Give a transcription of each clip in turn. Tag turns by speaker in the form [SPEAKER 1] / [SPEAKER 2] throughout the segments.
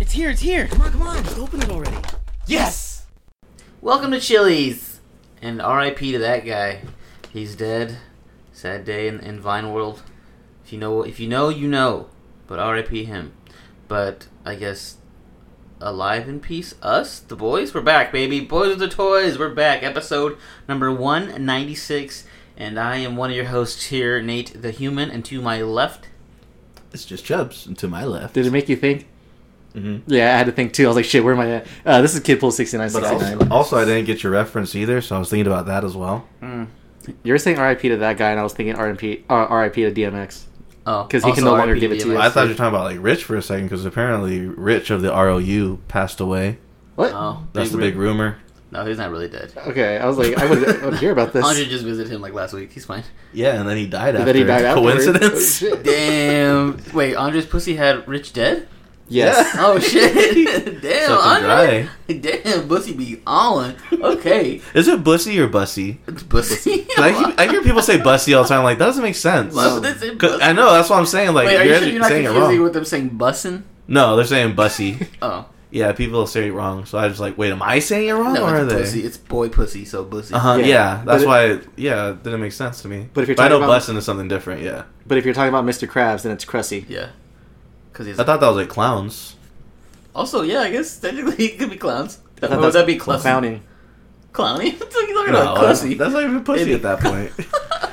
[SPEAKER 1] It's here, it's here.
[SPEAKER 2] Come on, come on, just open it already.
[SPEAKER 1] Yes!
[SPEAKER 3] Welcome to Chili's! And RIP to that guy. He's dead. Sad day in, in Vine World. If you know, if you know, you know. But RIP him. But I guess alive in peace, us, the boys, we're back, baby. Boys with the toys, we're back. Episode number one ninety six, and I am one of your hosts here, Nate the Human, and to my left,
[SPEAKER 2] It's just Chubbs and to my left.
[SPEAKER 4] Did it make you think?
[SPEAKER 3] Mm-hmm.
[SPEAKER 2] Mhm.
[SPEAKER 4] Yeah, I had to think too. I was like, shit, where am I at? Uh, this is Kid Pool 6969.
[SPEAKER 2] also, also, I didn't get your reference either, so I was thinking about that as well.
[SPEAKER 4] Hmm. you were saying RIP to that guy, and I was thinking RIP, uh, RIP to DMX.
[SPEAKER 3] oh,
[SPEAKER 4] 'Cause he
[SPEAKER 3] also
[SPEAKER 4] can no longer
[SPEAKER 3] RIP
[SPEAKER 4] give it to you.
[SPEAKER 2] I
[SPEAKER 3] DMX.
[SPEAKER 2] thought you were talking about like Rich for a second because apparently Rich of the ROU passed away.
[SPEAKER 4] What?
[SPEAKER 3] Oh,
[SPEAKER 2] That's the big
[SPEAKER 3] room.
[SPEAKER 2] rumor.
[SPEAKER 3] No, he's not really dead.
[SPEAKER 4] Okay, I was like, I would, I would hear about this.
[SPEAKER 3] Andre just visited him like last week. He's fine.
[SPEAKER 2] Yeah, and then he died
[SPEAKER 4] But
[SPEAKER 2] after.
[SPEAKER 4] then he died afterwards.
[SPEAKER 2] Coincidence?
[SPEAKER 4] Oh, shit.
[SPEAKER 3] Damn. Wait, Andre's pussy had Rich dead?
[SPEAKER 4] Yes.
[SPEAKER 3] Oh shit. Damn,
[SPEAKER 2] Something
[SPEAKER 3] Andre. Damn, pussy be on. Okay.
[SPEAKER 2] Is it Bussy or Bussy?
[SPEAKER 3] It's pussy.
[SPEAKER 2] 'Cause I, keep- I hear people say Bussy all the time. Like that doesn't make sense.
[SPEAKER 3] Why would they say
[SPEAKER 2] 'Cause-
[SPEAKER 3] pussy?
[SPEAKER 2] I know that's what I'm saying. Like
[SPEAKER 3] Wait, are
[SPEAKER 2] you're,
[SPEAKER 3] you sure you're not
[SPEAKER 2] saying it
[SPEAKER 3] confusing
[SPEAKER 2] wrong.
[SPEAKER 3] with them saying bussin'?
[SPEAKER 2] No, they're saying Bussy.
[SPEAKER 3] Oh.
[SPEAKER 2] yeah, people say it wrong. So I was like, wait, am I saying it wrong
[SPEAKER 3] No,
[SPEAKER 2] or are
[SPEAKER 3] it's
[SPEAKER 2] they?
[SPEAKER 3] pussy. It's boy pussy, so pussy.
[SPEAKER 2] Uh huh.
[SPEAKER 4] Yeah.
[SPEAKER 2] Yeah, that's
[SPEAKER 4] But it-
[SPEAKER 2] why. yeah, it didn't make sense to me.
[SPEAKER 4] But if you're
[SPEAKER 2] I know
[SPEAKER 4] talking about-
[SPEAKER 2] bussin' is something different. Yeah,
[SPEAKER 4] But if you're talking about Mr. Krabs, then it's Krusty.
[SPEAKER 3] Yeah. Cause he's
[SPEAKER 2] I thought that was like clowns.
[SPEAKER 3] also, yeah, I guess technically it could be clowns.
[SPEAKER 4] I thought
[SPEAKER 3] Or would
[SPEAKER 4] that's
[SPEAKER 3] that be clussy?
[SPEAKER 4] Clowning.
[SPEAKER 3] Clowny? what are you talking
[SPEAKER 2] No,
[SPEAKER 3] about?
[SPEAKER 2] that's,
[SPEAKER 3] Clussy.
[SPEAKER 2] uh, that's not even pussy
[SPEAKER 3] Maybe.
[SPEAKER 2] at that point.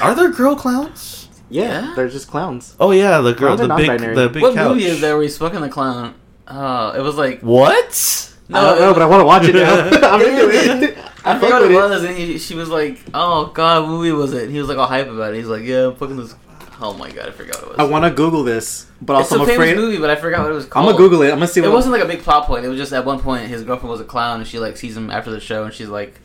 [SPEAKER 2] Are there girl clowns?
[SPEAKER 4] Yeah,
[SPEAKER 3] Yeah?
[SPEAKER 4] they're just clowns.
[SPEAKER 2] Oh yeah, the girl,
[SPEAKER 4] Clowns are
[SPEAKER 2] the big,
[SPEAKER 4] non-binary.
[SPEAKER 2] the big
[SPEAKER 3] what
[SPEAKER 2] couch.
[SPEAKER 3] movie is there where he's fucking the clown? Oh, it was like
[SPEAKER 2] What?
[SPEAKER 4] I don't
[SPEAKER 3] it
[SPEAKER 4] know,
[SPEAKER 3] was-
[SPEAKER 4] but I want to watch it now. I'm into it.
[SPEAKER 3] I
[SPEAKER 4] fuck
[SPEAKER 3] forgot what
[SPEAKER 4] with
[SPEAKER 3] it
[SPEAKER 4] it.
[SPEAKER 3] was, and he, she was like, "Oh God, what movie was it?" He was like all hype about it. He's like, "Yeah, I'm fucking this." Oh my God, I forgot what it was.
[SPEAKER 4] I want to Google this, but
[SPEAKER 3] it's
[SPEAKER 4] also
[SPEAKER 3] a
[SPEAKER 4] I'm
[SPEAKER 3] famous
[SPEAKER 4] afraid.
[SPEAKER 3] movie, but I forgot what it was
[SPEAKER 4] I'm
[SPEAKER 3] called.
[SPEAKER 4] gonna Google it. I'm gonna see.
[SPEAKER 3] It
[SPEAKER 4] What
[SPEAKER 3] wasn't like a big plot point. It was just at one point his girlfriend was a clown, and she like sees him after the show, and she's like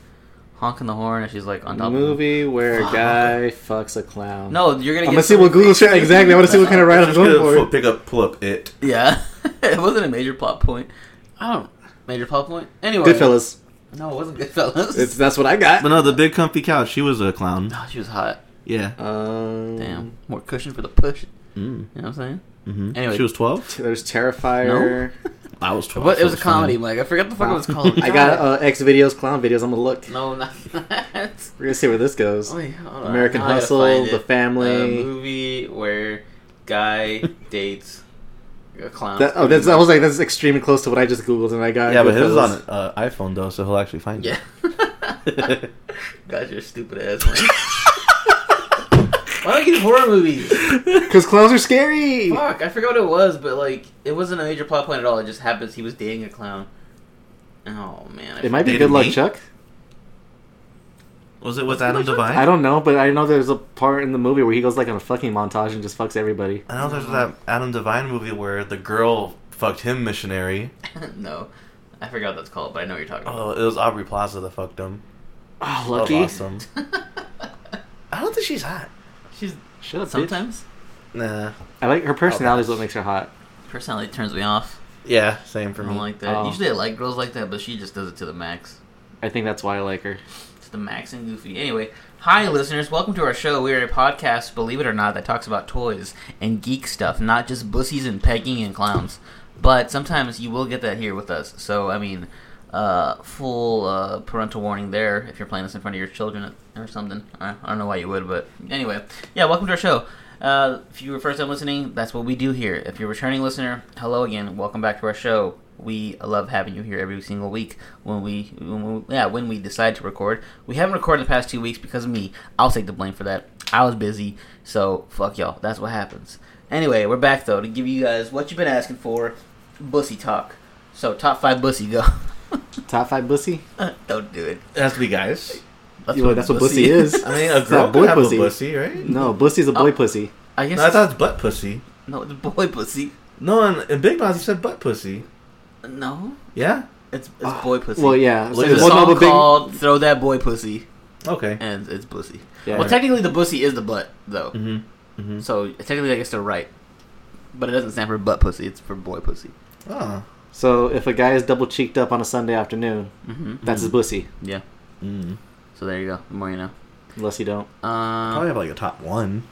[SPEAKER 3] honking the horn, and she's like on top. Of him.
[SPEAKER 4] movie where a
[SPEAKER 3] Fuck.
[SPEAKER 4] guy fucks a clown.
[SPEAKER 3] No, you're gonna. get
[SPEAKER 4] I'm gonna see what Google shit exactly. I want to see what kind of write I'm
[SPEAKER 2] Just gonna
[SPEAKER 4] going
[SPEAKER 2] fo-
[SPEAKER 4] for.
[SPEAKER 2] pick up, pull up it.
[SPEAKER 3] Yeah, it wasn't a major plot point. I don't major plot point. Anyway,
[SPEAKER 4] Goodfellas.
[SPEAKER 3] No, it wasn't Goodfellas.
[SPEAKER 4] It's that's what I
[SPEAKER 2] But
[SPEAKER 4] got.
[SPEAKER 2] no, the big comfy couch. She was a clown.
[SPEAKER 3] Oh, she was hot.
[SPEAKER 2] Yeah.
[SPEAKER 4] Um,
[SPEAKER 3] Damn, more cushion for the push.
[SPEAKER 2] Mm.
[SPEAKER 3] You know what I'm saying?
[SPEAKER 2] hmm
[SPEAKER 3] Anyway.
[SPEAKER 2] she was twelve.
[SPEAKER 4] There's Terrifier.
[SPEAKER 2] I was twelve.
[SPEAKER 3] But it
[SPEAKER 2] so
[SPEAKER 3] was a comedy,
[SPEAKER 2] fine.
[SPEAKER 3] Mike. I forgot the fuck
[SPEAKER 4] Wow.
[SPEAKER 3] it was called.
[SPEAKER 4] I got uh, X videos, clown videos. I'm gonna look.
[SPEAKER 3] No, Oh, not that.
[SPEAKER 4] We're gonna see where this goes.
[SPEAKER 3] Wait, hold on.
[SPEAKER 4] American
[SPEAKER 3] Now I gotta
[SPEAKER 4] Hustle,
[SPEAKER 3] find
[SPEAKER 4] The
[SPEAKER 3] it.
[SPEAKER 4] Family.
[SPEAKER 3] A movie where guy dates a clown.
[SPEAKER 4] That, oh, that's, I was like, that's extremely close to what I just googled, and I got.
[SPEAKER 2] Yeah, but his is
[SPEAKER 4] Goodfellas.
[SPEAKER 2] on an uh, iPhone though, so he'll actually find
[SPEAKER 3] Yeah.
[SPEAKER 2] it.
[SPEAKER 3] God, you're a stupid ass, man. Why don't I get horror movies?
[SPEAKER 4] Because clowns are scary.
[SPEAKER 3] Fuck, I forgot what it was, but like, it wasn't a major plot point at all. It just happens he was dating a clown. Oh man, I
[SPEAKER 4] It might be
[SPEAKER 2] Dating
[SPEAKER 4] Good Luck
[SPEAKER 2] me?
[SPEAKER 4] Chuck.
[SPEAKER 2] Was it with Adam Devine?
[SPEAKER 4] I don't know, but I know there's a part in the movie where he goes like on a fucking montage and just fucking fucks everybody.
[SPEAKER 2] I know there's that Adam Devine movie where the girl fucked him missionary.
[SPEAKER 3] forgot- no, I forgot what that's called, but I know what you're talking about.
[SPEAKER 2] Oh, it was Aubrey Plaza that fucked him.
[SPEAKER 4] Oh,
[SPEAKER 2] That was
[SPEAKER 4] lucky.
[SPEAKER 2] awesome. I don't think she's hot.
[SPEAKER 3] She's
[SPEAKER 4] Shut up, bitch.
[SPEAKER 3] sometimes
[SPEAKER 2] Nah.
[SPEAKER 4] I like her personality is what makes her hot.
[SPEAKER 3] personality turns me off.
[SPEAKER 2] Yeah, same for
[SPEAKER 3] I
[SPEAKER 2] me.
[SPEAKER 3] don't like that.
[SPEAKER 4] Oh.
[SPEAKER 3] Usually I like girls like that, but she just does it to the max.
[SPEAKER 4] I think that's why I like her.
[SPEAKER 3] It's the max and goofy. Anyway, hi listeners, welcome to our show. We are a podcast, believe it or not, that talks about toys and geek stuff, not just bussies and pegging and clowns. But sometimes you will get that here with us. So I mean, uh, full uh, parental warning there if you're playing this in front of your children or something. I, I don't know why you would, but anyway, yeah, welcome to our show. Uh, if you were first time listening, that's what we do here. If you're a returning listener, hello again. Welcome back to our show. We love having you here every single week when we, when we yeah, when we decide to record. We haven't recorded the past two weeks because of me. I'll take the blame for that. I was busy, so fuck y'all. That's what happens. Anyway, we're back though to give you guys what you've been asking for, bussy talk. So top five bussy go.
[SPEAKER 4] Top five bussy.
[SPEAKER 3] Don't do it.
[SPEAKER 2] It has to be guys.
[SPEAKER 3] That's
[SPEAKER 4] Well, that's what bussy is.
[SPEAKER 2] I
[SPEAKER 3] uh,
[SPEAKER 2] mean, a
[SPEAKER 4] not
[SPEAKER 2] girl
[SPEAKER 4] boy
[SPEAKER 2] could have
[SPEAKER 4] pussy.
[SPEAKER 2] a pussy, right?
[SPEAKER 4] No, bussy's a boy
[SPEAKER 3] Oh.
[SPEAKER 4] pussy.
[SPEAKER 3] I guess
[SPEAKER 2] No, I thought it's butt pussy.
[SPEAKER 3] no, it's boy pussy.
[SPEAKER 2] No, in, in Big Mouth, you said butt pussy.
[SPEAKER 3] No,
[SPEAKER 2] Yeah?
[SPEAKER 3] it's it's boy pussy.
[SPEAKER 4] Ah, Well, yeah.
[SPEAKER 2] Look
[SPEAKER 4] So
[SPEAKER 2] at
[SPEAKER 3] There's
[SPEAKER 2] It's
[SPEAKER 3] a
[SPEAKER 4] well, no,
[SPEAKER 3] song
[SPEAKER 4] but big-
[SPEAKER 3] called "Throw That Boy Pussy,"
[SPEAKER 2] Okay.
[SPEAKER 3] and it's pussy.
[SPEAKER 4] Yeah.
[SPEAKER 3] Well, technically, the pussy is the butt, though.
[SPEAKER 2] hmm hmm
[SPEAKER 3] So technically, I guess they're right. But it doesn't stand for butt pussy; it's for boy pussy.
[SPEAKER 2] Oh.
[SPEAKER 4] so if a guy is double cheeked up on a Sunday afternoon,
[SPEAKER 3] Mm-hmm.
[SPEAKER 4] that's his bussy.
[SPEAKER 3] Yeah.
[SPEAKER 2] Mm.
[SPEAKER 3] Uh. So there you go. The more you know.
[SPEAKER 4] Unless you don't.
[SPEAKER 3] Um,
[SPEAKER 2] Probably have like a top one.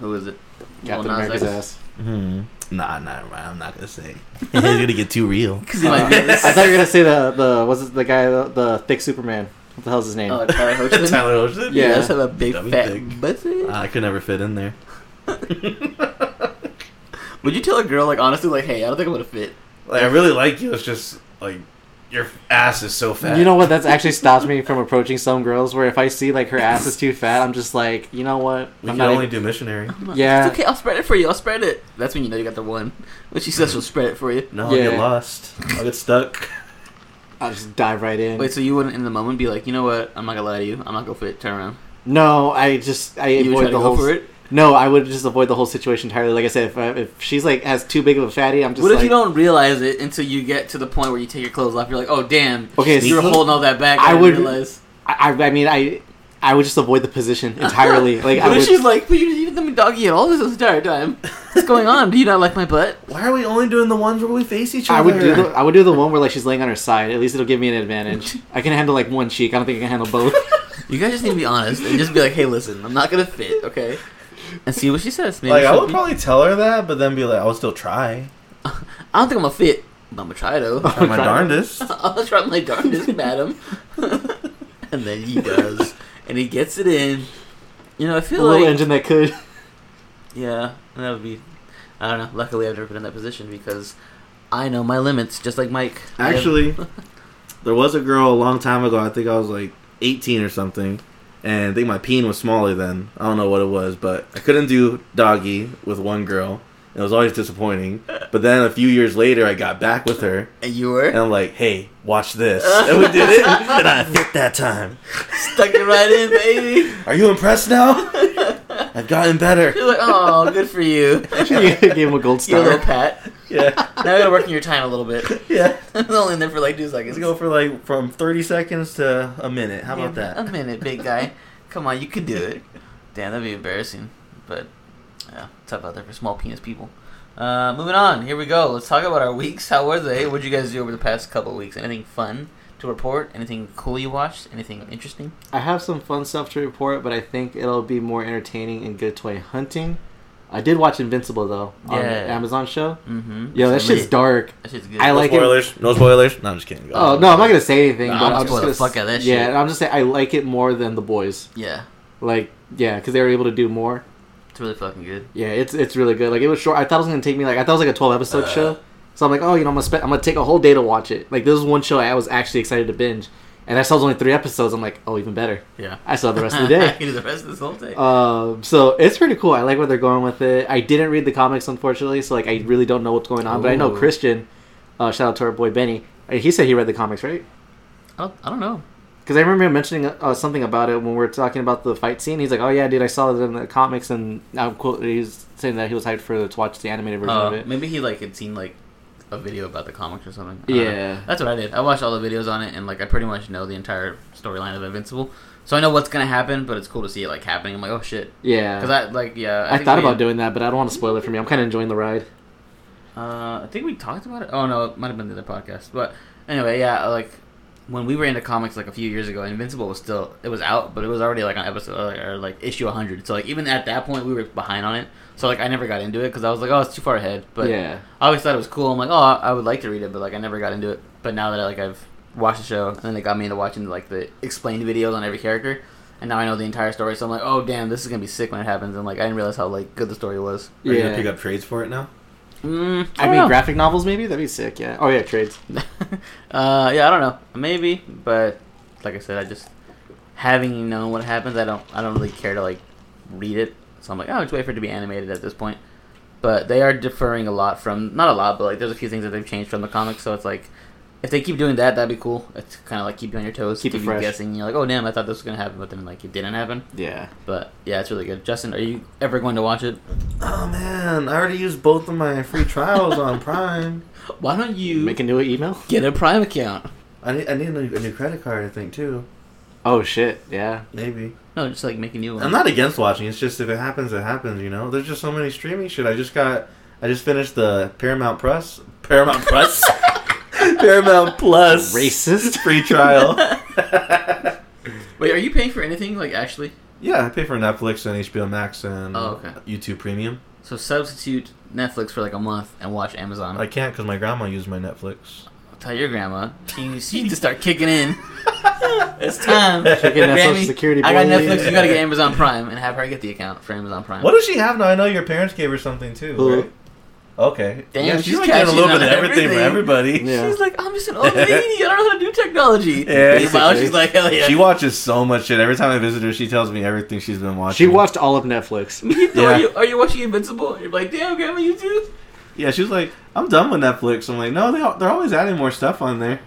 [SPEAKER 3] Who is it?
[SPEAKER 4] Captain
[SPEAKER 3] Lil Nas
[SPEAKER 4] America's
[SPEAKER 3] X?
[SPEAKER 4] ass.
[SPEAKER 2] Hmm. Nah, never mind. I'm not gonna say. it's gonna get too real.
[SPEAKER 3] 'Cause he might be this-
[SPEAKER 4] I thought you were gonna say the the was it the guy the, the thick Superman? What the hell's his name?
[SPEAKER 3] Oh, Tyler Hoechlin?
[SPEAKER 2] Tyler Hoechlin?
[SPEAKER 3] Yeah,
[SPEAKER 4] Yeah. Uh,
[SPEAKER 3] that's have a big
[SPEAKER 2] That'd be
[SPEAKER 3] fat
[SPEAKER 2] big.
[SPEAKER 3] butt.
[SPEAKER 2] I could never fit in there.
[SPEAKER 3] Would you tell a girl like honestly like, hey, I don't think I'm gonna fit.
[SPEAKER 2] Like, I really like you. It's just like your ass is so fat.
[SPEAKER 4] you know what? That's actually stopped me from approaching some girls. Where if I see like her ass is too fat, I'm just like, you know what?
[SPEAKER 2] we
[SPEAKER 4] I'm
[SPEAKER 2] can
[SPEAKER 4] not
[SPEAKER 2] only
[SPEAKER 4] even-
[SPEAKER 2] do missionary.
[SPEAKER 3] I'm like,
[SPEAKER 4] Yeah.
[SPEAKER 3] it's okay. I'll spread it for you. I'll spread it. That's when you know you got the one. When she says she'll spread it for you.
[SPEAKER 4] Mm-hmm.
[SPEAKER 2] No, I'll get
[SPEAKER 4] Yeah.
[SPEAKER 2] lost. I'll get stuck.
[SPEAKER 4] I'll just dive right in.
[SPEAKER 3] Wait, so you wouldn't in the moment be like, you know what? I'm not gonna lie to you. I'm not gonna fit. Turn around.
[SPEAKER 4] No, I just I
[SPEAKER 3] You would try
[SPEAKER 4] avoid
[SPEAKER 3] to
[SPEAKER 4] the
[SPEAKER 3] go
[SPEAKER 4] whole.
[SPEAKER 3] for it.
[SPEAKER 4] No, I would just avoid the whole situation entirely. Like I said, if, I, if she's like has too big of a fatty, I'm just
[SPEAKER 3] What if
[SPEAKER 4] like,
[SPEAKER 3] you don't realize it until you get to the point where you take your clothes off? You're like, oh damn.
[SPEAKER 4] Okay,
[SPEAKER 3] you were
[SPEAKER 4] so-
[SPEAKER 3] holding all that back.
[SPEAKER 4] I
[SPEAKER 3] I,
[SPEAKER 4] would-
[SPEAKER 3] would realize.
[SPEAKER 4] I, I I mean, I I would just avoid the position entirely. like I
[SPEAKER 3] what if
[SPEAKER 4] would.
[SPEAKER 3] she's like, but you didn't even let me doggy at all this entire time? What's going on? Do you not like my butt?
[SPEAKER 2] Why are we only doing the ones where we face each other?
[SPEAKER 4] I would do the, I would do the one where like she's laying on her side. At least it'll give me an advantage. I can handle like one cheek. I don't think I can handle both.
[SPEAKER 3] You guys just need to be honest and just be like, hey, listen, I'm not gonna fit, okay? And see what she says. Maybe
[SPEAKER 2] Like I
[SPEAKER 3] she'll
[SPEAKER 2] would
[SPEAKER 3] be-
[SPEAKER 2] probably tell her that, but then be like, I would still try.
[SPEAKER 3] I don't think I'm gonna fit, but I'm gonna try though.
[SPEAKER 2] Try my
[SPEAKER 4] Try.
[SPEAKER 2] darndest.
[SPEAKER 3] I'll try my darndest, madam. and then he does, and he gets it in. You know, I
[SPEAKER 4] the
[SPEAKER 3] feel
[SPEAKER 4] little
[SPEAKER 3] like
[SPEAKER 4] engine that could.
[SPEAKER 3] yeah, that would be. I don't know. Luckily, I've never been in that position because I know my limits, just like Mike. I have-
[SPEAKER 2] Actually, there was a girl a long time ago. I think I was like 18 or something, and I think my peen was smaller then. I don't know what it was, but I couldn't do doggy with one girl. It was always disappointing. But then a few years later, I got back with her,
[SPEAKER 3] and you
[SPEAKER 2] and
[SPEAKER 3] were
[SPEAKER 2] I'm like, "Hey, watch this!" And we did it, and I fit that time.
[SPEAKER 3] stuck it right in, baby.
[SPEAKER 2] Are you impressed now? I've gotten better.
[SPEAKER 3] You're like, oh, good for you.
[SPEAKER 4] you gave him a gold
[SPEAKER 3] Give a little
[SPEAKER 4] star.
[SPEAKER 3] pat.
[SPEAKER 2] Yeah,
[SPEAKER 3] Now we gotta work in your time a little bit.
[SPEAKER 2] yeah.
[SPEAKER 3] It's only in there for like two seconds.
[SPEAKER 2] Let's go for like from 30 seconds to a minute. How about
[SPEAKER 3] Yeah,
[SPEAKER 2] that?
[SPEAKER 3] A minute, big guy. Come on, you can do it. Damn, that'd be embarrassing. But yeah, tough out there for small penis people. Uh, moving on, here we go. Let's talk about our weeks. How were they? What'd you guys do over the past couple of weeks? Anything fun to report? Anything cool you watched? Anything interesting?
[SPEAKER 4] I have some fun stuff to report, but I think it'll be more entertaining and good toy hunting. I did watch Invincible though on
[SPEAKER 3] Yeah.
[SPEAKER 4] Amazon show.
[SPEAKER 3] Mm-hmm.
[SPEAKER 4] Yo, that shit's dark.
[SPEAKER 3] That shit's good.
[SPEAKER 4] I
[SPEAKER 2] No
[SPEAKER 4] like it.
[SPEAKER 2] spoilers. No spoilers. No, I'm just kidding. Go
[SPEAKER 4] Oh
[SPEAKER 2] ahead.
[SPEAKER 4] no, I'm not gonna say anything.
[SPEAKER 3] Nah,
[SPEAKER 4] but
[SPEAKER 3] I'm
[SPEAKER 4] I'm
[SPEAKER 3] spoil
[SPEAKER 4] just
[SPEAKER 3] the
[SPEAKER 4] gonna
[SPEAKER 3] fuck out of that
[SPEAKER 4] yeah,
[SPEAKER 3] shit.
[SPEAKER 4] and I'm just saying I like it more than the boys.
[SPEAKER 3] Yeah,
[SPEAKER 4] Like yeah, because they were able to do more.
[SPEAKER 3] it's really fucking good.
[SPEAKER 4] Yeah, it's it's really good. Like it was short. I thought it was gonna take me like I thought it was like a twelve episode
[SPEAKER 3] Uh.
[SPEAKER 4] show. So I'm like, oh, you know, I'm gonna spend, I'm gonna take a whole day to watch it. Like this is one show I was actually excited to binge, and I saw it was only three episodes. I'm like, oh, even better.
[SPEAKER 3] Yeah.
[SPEAKER 4] I saw the rest of the
[SPEAKER 3] I
[SPEAKER 4] day.
[SPEAKER 3] can do the rest of this whole day.
[SPEAKER 4] Um, so it's pretty cool. I like where they're going with it. I didn't read the comics, unfortunately, so like I really don't know what's going on. But I know
[SPEAKER 3] Ooh.
[SPEAKER 4] Christian. Uh, shout out to our boy Benny. Uh, He said he read the comics, right?
[SPEAKER 3] I, don't, I don't know.
[SPEAKER 4] Because I remember him mentioning uh, something about it when we were talking about the fight scene. He's like, "Oh yeah, dude, I saw it in the comics," and I'm quote. He's saying that he was hyped for to watch the animated version
[SPEAKER 3] Uh,
[SPEAKER 4] of it.
[SPEAKER 3] maybe he like had seen like a video about the comics or something. I don't know.
[SPEAKER 4] Yeah,
[SPEAKER 3] That's what I did. I watched all the videos on it, and like I pretty much know the entire storyline of Invincible, so I know what's gonna happen. But it's cool to see it like happening. I'm like, oh shit, because
[SPEAKER 4] yeah.
[SPEAKER 3] I like yeah.
[SPEAKER 4] I,
[SPEAKER 3] think
[SPEAKER 4] thought
[SPEAKER 3] we-
[SPEAKER 4] about doing that, but I don't want to spoil it for me. I'm kind of enjoying the ride.
[SPEAKER 3] Uh, I think we talked about it. Oh no, it might have been the other podcast. But anyway, yeah, like when we were into comics like a few years ago, Invincible was still it was out, but it was already like on episode or, or like issue 100. So like even at that point, we were behind on it. So like I never got into it because I was like, oh, it's too far ahead. But
[SPEAKER 4] yeah,
[SPEAKER 3] I always thought it was cool. I'm like, oh, I would like to read it, but like I never got into it. But now that like I've watched the show, and then it got me into watching like the explained videos on every character, and now I know the entire story. So I'm like, oh damn, this is gonna be sick when it happens. And like I didn't realize how like good the story was.
[SPEAKER 2] Are you gonna
[SPEAKER 4] Yeah.
[SPEAKER 2] pick up trades for it now?
[SPEAKER 3] Mm,
[SPEAKER 4] I mean, graphic novels maybe that'd be sick. Yeah. Oh yeah, trades.
[SPEAKER 3] uh, yeah, I don't know, maybe, but like I said, I just having known what happens, I don't, I don't really care to like read it. So I'm like, oh, just wait for it to be animated at this point. But they are differing a lot from, not a lot, but like there's a few things that they've changed from the comics. So it's like, if they keep doing that, that'd be cool. It's kind of like keep you on your toes,
[SPEAKER 4] Keep it
[SPEAKER 3] you
[SPEAKER 4] fresh.
[SPEAKER 3] guessing. You're like, oh damn, I thought this was gonna happen, but then like it didn't happen.
[SPEAKER 4] Yeah.
[SPEAKER 3] But yeah, it's really good. Justin, are you ever going to watch it?
[SPEAKER 2] Oh man, I already used both of my free trials on Prime.
[SPEAKER 3] Why don't you
[SPEAKER 4] Make a new email.
[SPEAKER 3] get a Prime account?
[SPEAKER 2] I need, I need a, new, a new credit card, I think too.
[SPEAKER 4] Oh shit. Yeah.
[SPEAKER 2] Maybe.
[SPEAKER 3] No, just like make a new one.
[SPEAKER 2] I'm not against watching. It's just if it happens, it happens. You know, there's just so many streaming shit. I just got, I just finished the Paramount Plus, Paramount Plus, Paramount Plus
[SPEAKER 4] Racist.
[SPEAKER 2] free trial.
[SPEAKER 3] Wait, are you paying for anything like actually?
[SPEAKER 2] Yeah, I pay for Netflix and HBO Max and
[SPEAKER 3] Oh, okay.
[SPEAKER 2] YouTube Premium.
[SPEAKER 3] So substitute Netflix for like a month and watch Amazon.
[SPEAKER 2] I can't because my grandma used my Netflix.
[SPEAKER 3] Tell your grandma. She, she needs to start kicking in. it's time.
[SPEAKER 4] Kicking that Social
[SPEAKER 3] Grammy,
[SPEAKER 4] Security
[SPEAKER 3] I got
[SPEAKER 4] boy.
[SPEAKER 3] Netflix. You gotta get Amazon Prime and have her get the account for Amazon Prime.
[SPEAKER 2] What does she have now? I know your parents gave her something too.
[SPEAKER 4] Hulu.
[SPEAKER 2] right? Okay.
[SPEAKER 3] Damn,
[SPEAKER 2] yeah,
[SPEAKER 3] she's
[SPEAKER 2] she's like getting a little
[SPEAKER 3] catching
[SPEAKER 2] bit of
[SPEAKER 3] on
[SPEAKER 2] everything, for everybody.
[SPEAKER 4] Yeah.
[SPEAKER 3] She's like, I'm just an old lady. I don't know how to do technology.
[SPEAKER 2] Yeah.
[SPEAKER 3] Meanwhile, she's like, hell Oh, yeah.
[SPEAKER 2] She watches so much shit. Every time I visit her, she tells me everything she's been watching.
[SPEAKER 4] She watched all of Netflix.
[SPEAKER 3] Are,
[SPEAKER 2] Yeah.
[SPEAKER 3] you, are you watching Invincible? And you're like, damn, Grandma, you too?
[SPEAKER 2] Yeah, she was like, "I'm done with Netflix." I'm like, "No, they, al- they're always adding more stuff on there."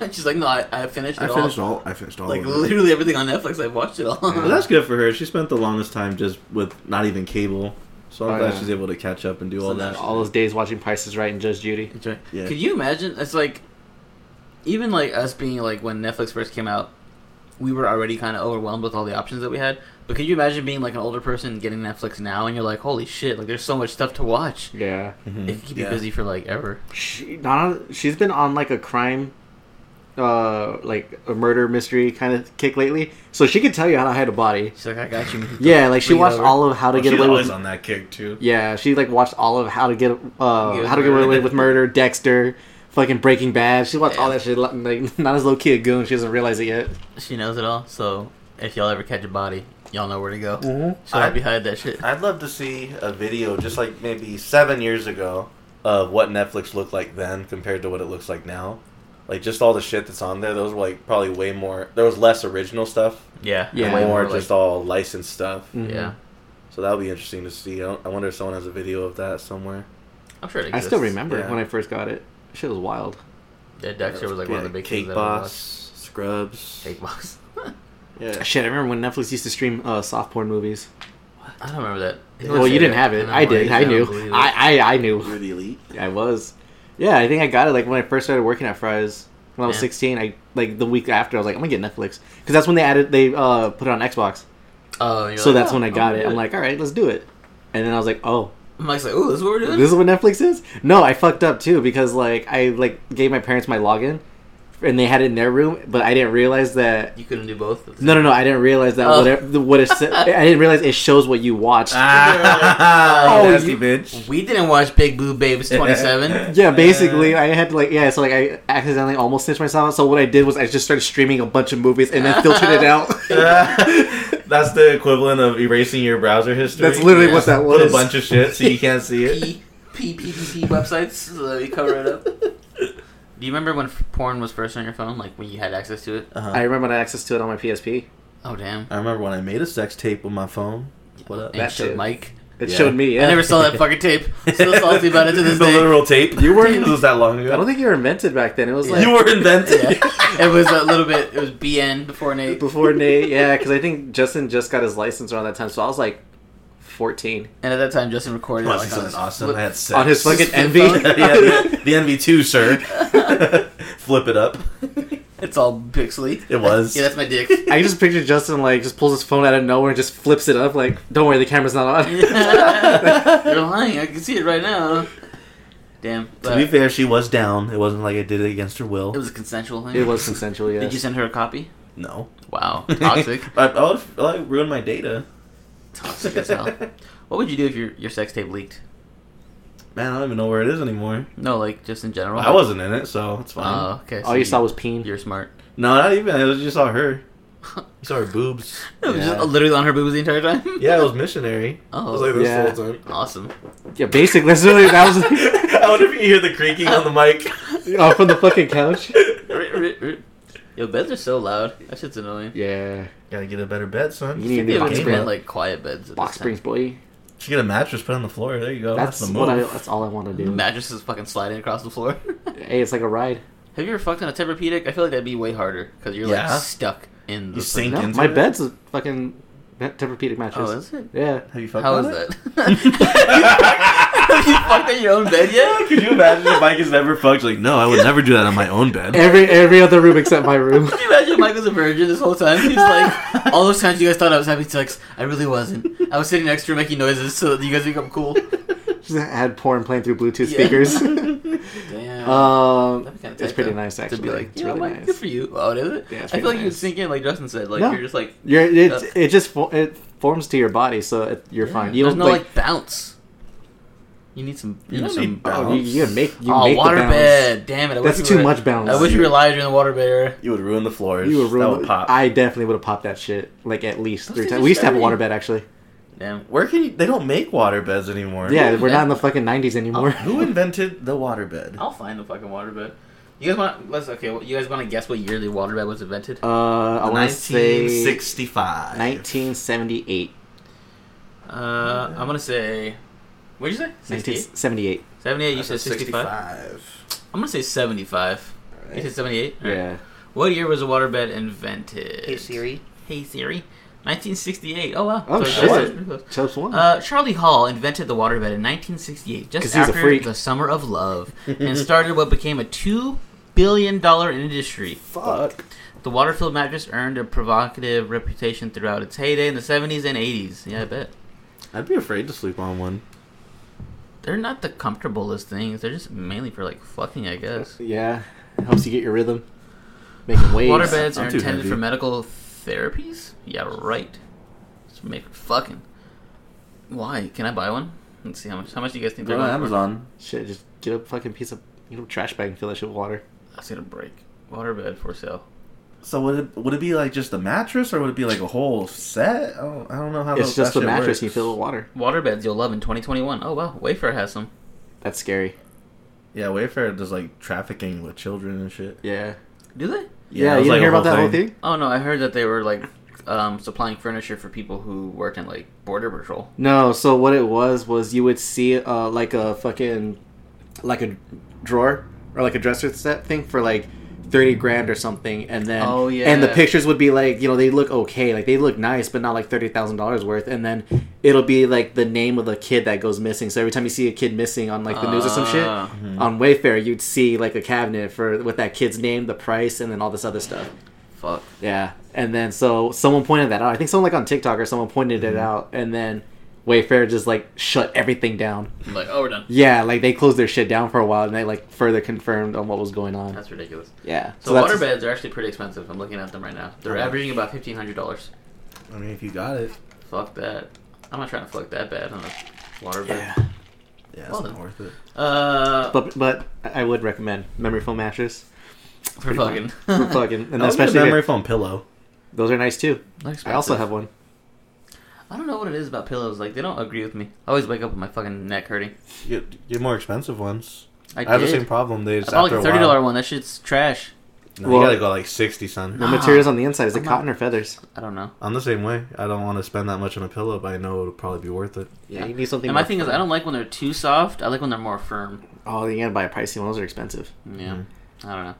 [SPEAKER 3] And she's like, no, I, I finished it
[SPEAKER 2] I
[SPEAKER 3] all.
[SPEAKER 2] finished all. I finished all.
[SPEAKER 3] Like,
[SPEAKER 2] of it.
[SPEAKER 3] literally everything on Netflix, I watched it all.
[SPEAKER 2] Well, that's good for her. She spent the longest time just with not even cable, so I'm
[SPEAKER 4] Oh,
[SPEAKER 2] glad
[SPEAKER 4] yeah.
[SPEAKER 2] she's able to catch up and do
[SPEAKER 3] So
[SPEAKER 2] all
[SPEAKER 3] now
[SPEAKER 2] that.
[SPEAKER 4] all those days watching Price is Right and Judge Judy.
[SPEAKER 3] That's right.
[SPEAKER 2] Yeah.
[SPEAKER 3] Could you imagine? It's like, even like us being like when Netflix first came out, we were already kind of overwhelmed with all the options that we had. But could you imagine being like an older person getting Netflix now and you're like, holy shit, like there's so much stuff to watch.
[SPEAKER 4] Mm-hmm. Yeah.
[SPEAKER 2] Mhm.
[SPEAKER 3] It could keep you
[SPEAKER 2] Yeah.
[SPEAKER 3] busy for like ever.
[SPEAKER 4] She not she's been on like a crime uh like a murder mystery kind of kick lately. So she could tell you how to hide a body.
[SPEAKER 3] She's like, I got you.
[SPEAKER 4] Yeah, like she
[SPEAKER 3] Read
[SPEAKER 4] watched
[SPEAKER 3] over.
[SPEAKER 4] all of how to
[SPEAKER 2] Well, Oh,
[SPEAKER 4] get
[SPEAKER 2] she's
[SPEAKER 4] away
[SPEAKER 2] always
[SPEAKER 4] with
[SPEAKER 2] on that kick too.
[SPEAKER 4] Yeah, she like watched all of how to get uh
[SPEAKER 3] Get
[SPEAKER 4] how to get away
[SPEAKER 3] murdered.
[SPEAKER 4] with murder, Dexter, fucking Breaking Bad. She watched all
[SPEAKER 3] Yeah.
[SPEAKER 4] that shit like not as low key a goon, she doesn't realize it yet.
[SPEAKER 3] She knows it all. So if y'all ever catch a body, y'all know where to go.
[SPEAKER 4] Mhm.
[SPEAKER 3] She'll hide
[SPEAKER 2] I-
[SPEAKER 3] behind that shit.
[SPEAKER 2] I'd love to see a video, just like maybe seven years ago, of what Netflix looked like then compared to what it looks like now. Like just all the shit that's on there. Those were like probably way more. There was less original stuff.
[SPEAKER 3] Yeah.
[SPEAKER 4] Yeah.
[SPEAKER 2] and
[SPEAKER 3] Way
[SPEAKER 2] more
[SPEAKER 3] like- Mm.
[SPEAKER 2] just all licensed stuff.
[SPEAKER 4] Mhm.
[SPEAKER 3] Yeah.
[SPEAKER 2] So that would be interesting to see. I I wonder if someone has a video of that somewhere.
[SPEAKER 3] I'm sure it
[SPEAKER 4] I
[SPEAKER 3] exists.
[SPEAKER 4] still remember
[SPEAKER 2] Yeah.
[SPEAKER 4] when I first got it. Shit was wild.
[SPEAKER 3] Yeah, Dexter was like one of the big
[SPEAKER 2] Cake
[SPEAKER 3] things that I watched.
[SPEAKER 2] Boss, Scrubs.
[SPEAKER 3] Cake Boss.
[SPEAKER 2] Yeah.
[SPEAKER 4] Shit, I remember when Netflix used to stream uh, soft porn movies.
[SPEAKER 3] I don't remember that.
[SPEAKER 4] Well, you didn't have it.
[SPEAKER 3] And
[SPEAKER 4] I
[SPEAKER 3] I'm
[SPEAKER 4] did.
[SPEAKER 3] like,
[SPEAKER 4] I knew.
[SPEAKER 3] don't believe it.
[SPEAKER 4] I, I I knew.
[SPEAKER 2] You're the elite.
[SPEAKER 4] I was. Yeah, I think I got it like when I first started working at Fry's when I was
[SPEAKER 3] Yeah.
[SPEAKER 4] 16. I like the week after I was like I'm gonna get Netflix because that's when they added they uh, put it on Xbox.
[SPEAKER 3] Oh, you're
[SPEAKER 4] So
[SPEAKER 3] like,
[SPEAKER 4] that's
[SPEAKER 3] oh,
[SPEAKER 4] when I got
[SPEAKER 3] oh,
[SPEAKER 4] it. I'm
[SPEAKER 3] good.
[SPEAKER 4] like, all right, let's do it. And then I was like, oh,
[SPEAKER 3] Mike's like, ooh, this is what we're doing.
[SPEAKER 4] this is what Netflix is. No, I fucked up too because like I like gave my parents my login and they had it in their room, but I didn't realize that.
[SPEAKER 3] you couldn't do both. At the
[SPEAKER 4] No, no, no! I didn't realize that.
[SPEAKER 3] Oh.
[SPEAKER 4] Whatever, the- what it said, I didn't realize it shows what you watched.
[SPEAKER 2] Ah,
[SPEAKER 4] Oh,
[SPEAKER 2] nasty
[SPEAKER 4] you-
[SPEAKER 2] bitch.
[SPEAKER 3] same- We didn't watch Big Boo Babes 27.
[SPEAKER 4] Yeah, basically, I had to like yeah, so like I accidentally almost snitched myself out. So what I did was I just started streaming a bunch of movies and then filtered it out.
[SPEAKER 2] That's the equivalent of erasing your browser history.
[SPEAKER 4] That's literally
[SPEAKER 3] Yeah.
[SPEAKER 4] what that was.
[SPEAKER 2] Put a bunch of shit so you can't see it.
[SPEAKER 3] P, P, P, P, P websites. So you cover it up. Do you remember when f- porn was first on your phone? Like when you had access to it?
[SPEAKER 2] Uh-huh.
[SPEAKER 4] I remember when I had access to it on my PSP.
[SPEAKER 3] Oh, damn.
[SPEAKER 2] I remember when I made a sex tape with my phone. What up?
[SPEAKER 3] And
[SPEAKER 4] That
[SPEAKER 3] showed
[SPEAKER 4] shit.
[SPEAKER 3] Mike.
[SPEAKER 4] It
[SPEAKER 2] Yeah.
[SPEAKER 4] showed me. Yeah.
[SPEAKER 3] I never saw that fucking tape. Still salty about it to this
[SPEAKER 2] the
[SPEAKER 3] day.
[SPEAKER 2] literal tape.
[SPEAKER 4] You weren't-
[SPEAKER 2] It was that long ago.
[SPEAKER 4] I don't think you were invented back then. It was
[SPEAKER 3] Yeah.
[SPEAKER 4] like
[SPEAKER 2] you were invented.
[SPEAKER 3] Yeah. It was a little bit. It was BN before Nate.
[SPEAKER 4] before Nate. Yeah, because I think Justin just got his license around that time, so I was like fourteen
[SPEAKER 3] And at that time, Justin recorded
[SPEAKER 2] Must
[SPEAKER 3] like, on
[SPEAKER 2] be something
[SPEAKER 3] his
[SPEAKER 2] awesome.
[SPEAKER 3] flip-
[SPEAKER 2] I had sex.
[SPEAKER 4] on his fucking
[SPEAKER 3] Just
[SPEAKER 4] envy.
[SPEAKER 3] flip phone?
[SPEAKER 2] yeah, the, the NV2, sir. Flip it up.
[SPEAKER 3] It's all pixely.
[SPEAKER 2] It was.
[SPEAKER 3] Yeah, that's my dick.
[SPEAKER 4] I just picture Justin like just pulls his phone out of nowhere and just flips it up. Like, don't worry, the camera's not on.
[SPEAKER 3] You're lying. I can see it right now. Damn.
[SPEAKER 2] to
[SPEAKER 3] But
[SPEAKER 2] be fair, she was down. It wasn't like I did it against her will.
[SPEAKER 3] it was a consensual thing.
[SPEAKER 4] it was consensual. Yeah.
[SPEAKER 3] Did you send her a copy?
[SPEAKER 2] no.
[SPEAKER 3] Wow. Toxic.
[SPEAKER 2] I, I would I would ruin my data.
[SPEAKER 3] Toxic as hell. What would you do if your, your sex tape leaked?
[SPEAKER 2] Man, I don't even know where it is anymore.
[SPEAKER 3] No, like just in general.
[SPEAKER 2] I wasn't in it, so it's fine.
[SPEAKER 3] Oh, okay. so
[SPEAKER 4] All you saw was peen.
[SPEAKER 3] You're smart.
[SPEAKER 2] no, not even. I just saw her. I saw her boobs.
[SPEAKER 3] It was
[SPEAKER 4] Yeah.
[SPEAKER 3] just literally on her boobs the entire time.
[SPEAKER 2] Yeah, it was missionary.
[SPEAKER 3] Oh.
[SPEAKER 2] I was like this
[SPEAKER 4] Yeah.
[SPEAKER 2] the whole time.
[SPEAKER 3] Awesome.
[SPEAKER 4] Yeah, basically, that's really that was
[SPEAKER 2] I wonder if you hear the creaking on the mic.
[SPEAKER 4] oh, from the fucking couch.
[SPEAKER 3] Yo, beds are so loud. That shit's annoying.
[SPEAKER 4] Yeah,
[SPEAKER 2] Gotta get a better bed, son.
[SPEAKER 4] You
[SPEAKER 3] You
[SPEAKER 4] need
[SPEAKER 3] need
[SPEAKER 4] a
[SPEAKER 3] to
[SPEAKER 4] box
[SPEAKER 2] spring.
[SPEAKER 3] expand like quiet beds. At
[SPEAKER 4] box
[SPEAKER 3] this time.
[SPEAKER 4] springs, boy.
[SPEAKER 2] Just get a mattress, put it on the floor. There you go. Oh, That's,
[SPEAKER 4] That's
[SPEAKER 2] the
[SPEAKER 4] what I.
[SPEAKER 2] move.
[SPEAKER 4] That's all I want to
[SPEAKER 3] The
[SPEAKER 4] do.
[SPEAKER 3] mattress is fucking sliding across the floor.
[SPEAKER 4] Hey, it's like a ride.
[SPEAKER 3] Have you ever fucked on a Tempur-Pedic? I feel like that'd be way harder because you're
[SPEAKER 2] Yeah.
[SPEAKER 3] like stuck in the.
[SPEAKER 2] You sink
[SPEAKER 4] No,
[SPEAKER 2] into
[SPEAKER 4] my
[SPEAKER 2] it?
[SPEAKER 4] bed's a fucking Tempur-Pedic mattress.
[SPEAKER 3] Oh, is it?
[SPEAKER 4] yeah.
[SPEAKER 2] Have you fucked
[SPEAKER 3] How
[SPEAKER 2] on
[SPEAKER 3] is
[SPEAKER 2] it?
[SPEAKER 3] that? Have you fucked on your own bed yet?
[SPEAKER 2] Could you imagine if Mike has never fucked? Like, no, I would never do that on my own bed.
[SPEAKER 4] Every every other room except my room.
[SPEAKER 3] Can you imagine Mike was a virgin this whole time? He's like, all those times you guys thought I was having sex, I really wasn't. I was sitting next to her making noises so that you guys become cool.
[SPEAKER 4] Just had porn playing through Bluetooth
[SPEAKER 3] Yeah.
[SPEAKER 4] speakers.
[SPEAKER 3] Damn.
[SPEAKER 4] um,
[SPEAKER 3] That'd be kinda
[SPEAKER 4] it's
[SPEAKER 3] tight,
[SPEAKER 4] pretty
[SPEAKER 3] though,
[SPEAKER 4] nice
[SPEAKER 3] to
[SPEAKER 4] actually.
[SPEAKER 3] be like,
[SPEAKER 4] it's
[SPEAKER 3] you know,
[SPEAKER 4] really
[SPEAKER 3] Mike,
[SPEAKER 4] nice.
[SPEAKER 3] good for you. Oh, it is it?
[SPEAKER 4] Yeah, it's
[SPEAKER 3] I feel
[SPEAKER 4] really
[SPEAKER 3] like you
[SPEAKER 4] nice.
[SPEAKER 3] sink in, like Justin said. Like
[SPEAKER 4] No.
[SPEAKER 3] you're just like,
[SPEAKER 4] You're, it's,
[SPEAKER 3] Yeah.
[SPEAKER 4] it just fo- it forms to your body, so it, you're
[SPEAKER 3] Yeah,
[SPEAKER 4] fine. You
[SPEAKER 3] there's
[SPEAKER 4] don't
[SPEAKER 3] no
[SPEAKER 4] like,
[SPEAKER 3] like bounce. You need some. You,
[SPEAKER 2] You
[SPEAKER 3] need
[SPEAKER 2] don't
[SPEAKER 3] some
[SPEAKER 2] need
[SPEAKER 4] oh, you, you make you
[SPEAKER 3] oh,
[SPEAKER 4] make the
[SPEAKER 3] water
[SPEAKER 4] bounce.
[SPEAKER 3] bed. Damn it! I
[SPEAKER 4] That's
[SPEAKER 3] wish we
[SPEAKER 4] too
[SPEAKER 3] were-
[SPEAKER 4] much balance.
[SPEAKER 3] I wish we were live during the water bed era.
[SPEAKER 2] You would ruin the floors.
[SPEAKER 4] You would
[SPEAKER 2] that
[SPEAKER 4] ruin.
[SPEAKER 2] would pop.
[SPEAKER 4] I definitely would have popped that shit like at least
[SPEAKER 3] Those
[SPEAKER 4] three
[SPEAKER 3] things
[SPEAKER 4] times.
[SPEAKER 3] are
[SPEAKER 4] We used to have a water
[SPEAKER 3] scary.
[SPEAKER 4] bed actually.
[SPEAKER 3] Damn.
[SPEAKER 2] Where can you? They don't make water beds anymore.
[SPEAKER 4] Yeah,
[SPEAKER 3] Yeah. Uh,
[SPEAKER 4] we're not in the fucking nineties anymore.
[SPEAKER 2] Who invented the water bed?
[SPEAKER 3] I'll find the fucking water bed. You guys want? Let's okay. well, You guys want to guess what year the water bed was invented?
[SPEAKER 4] Uh, I want to say
[SPEAKER 2] 1965.
[SPEAKER 4] nineteen seventy eight.
[SPEAKER 3] Uh, I'm gonna say. What'd you say? 68?
[SPEAKER 4] 1978.
[SPEAKER 3] 78? You
[SPEAKER 2] I
[SPEAKER 3] said
[SPEAKER 2] said
[SPEAKER 3] 65? I'm gonna say 75. You said 78? All right.
[SPEAKER 4] Yeah.
[SPEAKER 3] What year was the waterbed invented?
[SPEAKER 2] Siri.
[SPEAKER 3] Hey Siri. 1968. Oh wow.
[SPEAKER 4] Oh,
[SPEAKER 3] it
[SPEAKER 2] shit.
[SPEAKER 3] was pretty close.
[SPEAKER 4] Chubbs won.
[SPEAKER 3] Uh, Charlie Hall invented the waterbed in 1968,
[SPEAKER 4] 'Cause
[SPEAKER 3] just
[SPEAKER 4] he's a
[SPEAKER 3] after
[SPEAKER 4] freak.
[SPEAKER 3] the Summer of Love, and started what became a two billion dollar industry.
[SPEAKER 2] Fuck.
[SPEAKER 3] The water-filled mattress earned a provocative reputation throughout its heyday in the 70s and 80s. Yeah, I bet.
[SPEAKER 2] I'd be afraid to sleep on one.
[SPEAKER 3] They're not the comfortablest things. They're just mainly for like fucking, I guess.
[SPEAKER 4] yeah. It helps you get your rhythm. Making waves.
[SPEAKER 3] Water beds
[SPEAKER 2] I'm
[SPEAKER 3] are
[SPEAKER 2] too
[SPEAKER 3] intended
[SPEAKER 2] heavy.
[SPEAKER 3] for medical therapies. Yeah, right. It's made for fucking. Why? Can I buy one? Let's see how much. How much do you guys think
[SPEAKER 2] Go
[SPEAKER 3] they're
[SPEAKER 2] on
[SPEAKER 3] going for?
[SPEAKER 2] Amazon.
[SPEAKER 4] Shit, just get a fucking piece of you know trash bag and fill that shit with water.
[SPEAKER 3] I see a break. Waterbed for sale.
[SPEAKER 2] So would it would it be like just a mattress or would it be like a whole set? Oh, I don't know how.
[SPEAKER 4] it's
[SPEAKER 2] that-
[SPEAKER 4] just a
[SPEAKER 2] that shit
[SPEAKER 4] mattress
[SPEAKER 2] works.
[SPEAKER 4] and you fill it with water.
[SPEAKER 3] Waterbeds you'll love in 2021. Oh wow, Wayfair has some.
[SPEAKER 4] That's scary.
[SPEAKER 2] Yeah, Wayfair does like trafficking with children and shit.
[SPEAKER 4] Yeah.
[SPEAKER 3] Do they?
[SPEAKER 4] Yeah,
[SPEAKER 2] it was,
[SPEAKER 4] you didn't
[SPEAKER 2] like, a
[SPEAKER 4] hear about that whole thing?
[SPEAKER 3] Oh no, I heard that they were like um, supplying furniture for people who worked in like border patrol.
[SPEAKER 4] No, so what it was was you would see uh, like a fucking like a drawer or like a dresser set thing for like thirty grand or something, and then
[SPEAKER 3] Oh,
[SPEAKER 4] and the
[SPEAKER 3] yeah.
[SPEAKER 4] pictures would be like you know they look okay, like they look nice, but not like thirty thousand dollars worth, and then it'll be like the name of the kid that goes missing. So every time you see a kid missing on like the news or some shit
[SPEAKER 3] Ah.
[SPEAKER 4] on Wayfair, you'd see like a cabinet for with that kid's name, the price, and then all this other stuff.
[SPEAKER 3] Fuck.
[SPEAKER 4] Yeah, and then so someone pointed that out. I think someone like on TikTok or someone pointed
[SPEAKER 3] Mm-hmm.
[SPEAKER 4] it out, and then Wayfair just like shut everything down.
[SPEAKER 3] I'm like, oh, we're done.
[SPEAKER 4] Yeah, like they closed their shit down for a while, and they like further confirmed on what was going on.
[SPEAKER 3] That's ridiculous.
[SPEAKER 4] Yeah,
[SPEAKER 3] So,
[SPEAKER 4] that's-
[SPEAKER 3] water beds are actually pretty expensive. I'm looking at them right now. They're
[SPEAKER 2] Oh.
[SPEAKER 3] averaging about fifteen hundred dollars.
[SPEAKER 2] I mean, if you got it,
[SPEAKER 3] Fuck that. I'm not trying to fuck that bad on a water
[SPEAKER 4] Yeah,
[SPEAKER 3] bed.
[SPEAKER 2] yeah, it's
[SPEAKER 3] Well,
[SPEAKER 2] not
[SPEAKER 3] then.
[SPEAKER 2] worth it.
[SPEAKER 3] Uh,
[SPEAKER 4] but but I would recommend memory foam mattress
[SPEAKER 3] for fucking.
[SPEAKER 4] for fucking,
[SPEAKER 2] I would
[SPEAKER 4] and
[SPEAKER 2] get a
[SPEAKER 4] especially
[SPEAKER 2] memory foam pillow.
[SPEAKER 4] those are nice too.
[SPEAKER 3] Not
[SPEAKER 4] I also
[SPEAKER 3] expensive.
[SPEAKER 4] have one.
[SPEAKER 3] I don't know what it is about pillows. Like they don't agree with me. I always wake up with my fucking neck hurting.
[SPEAKER 2] You get, you get more expensive ones.
[SPEAKER 3] I,
[SPEAKER 2] I,
[SPEAKER 3] did.
[SPEAKER 2] have the same problem. They
[SPEAKER 3] I
[SPEAKER 2] just
[SPEAKER 3] bought
[SPEAKER 2] after
[SPEAKER 3] like a
[SPEAKER 2] a
[SPEAKER 3] thirty
[SPEAKER 2] while.
[SPEAKER 3] dollar one. That shit's trash.
[SPEAKER 2] No,
[SPEAKER 4] Well-
[SPEAKER 2] you gotta go like sixty, son.
[SPEAKER 4] The
[SPEAKER 3] Ah.
[SPEAKER 4] materials on the inside is it
[SPEAKER 3] I'm not-
[SPEAKER 4] cotton or feathers?
[SPEAKER 3] I don't know.
[SPEAKER 2] I'm the same way. I don't want to spend that much on a pillow, but I know it'll probably be worth it.
[SPEAKER 4] Yeah, you need something.
[SPEAKER 3] And my
[SPEAKER 4] more
[SPEAKER 3] thing is,
[SPEAKER 4] firm.
[SPEAKER 3] I don't like when they're too soft. I like when they're more firm.
[SPEAKER 4] Oh, you gotta buy a pricey one. Those are expensive.
[SPEAKER 3] Yeah.
[SPEAKER 4] Mm-hmm.
[SPEAKER 3] I don't know.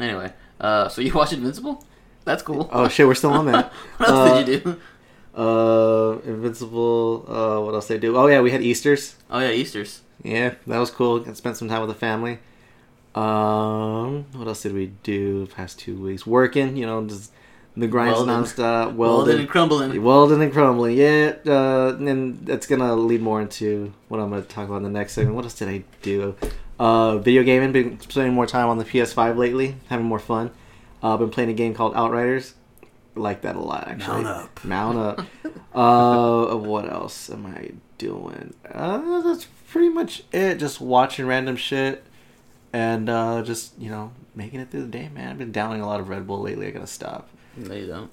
[SPEAKER 3] Anyway, uh, so you watched Invincible? That's cool.
[SPEAKER 4] Oh shit, we're still on that.
[SPEAKER 3] what else
[SPEAKER 4] Uh,
[SPEAKER 3] did you do?
[SPEAKER 4] Uh, Invincible. Uh, what else did I do? Oh yeah, we had Easter's.
[SPEAKER 3] Oh yeah, Easter's.
[SPEAKER 4] Yeah, that was cool. Got to spend some time with the family. Um, what else did we do the past two weeks? Working, you know, just the grind's
[SPEAKER 3] Welding. Welding
[SPEAKER 4] nonstop.
[SPEAKER 3] and
[SPEAKER 4] Welding,
[SPEAKER 3] crumbling.
[SPEAKER 4] welding and crumbling. Yeah, uh, and that's gonna lead more into what I'm gonna talk about in the next segment. What else did I do? Uh, video gaming. Been spending more time on the PS5 lately. Having more fun. Uh, been playing a game called Outriders. Like that a lot, actually.
[SPEAKER 2] Mount up.
[SPEAKER 4] Mount up. uh, what else am I doing? Uh, that's pretty much it. Just watching random shit and uh, just you know making it through the day, man. I've been downing a lot of Red Bull lately. I gotta stop.
[SPEAKER 3] No, you don't.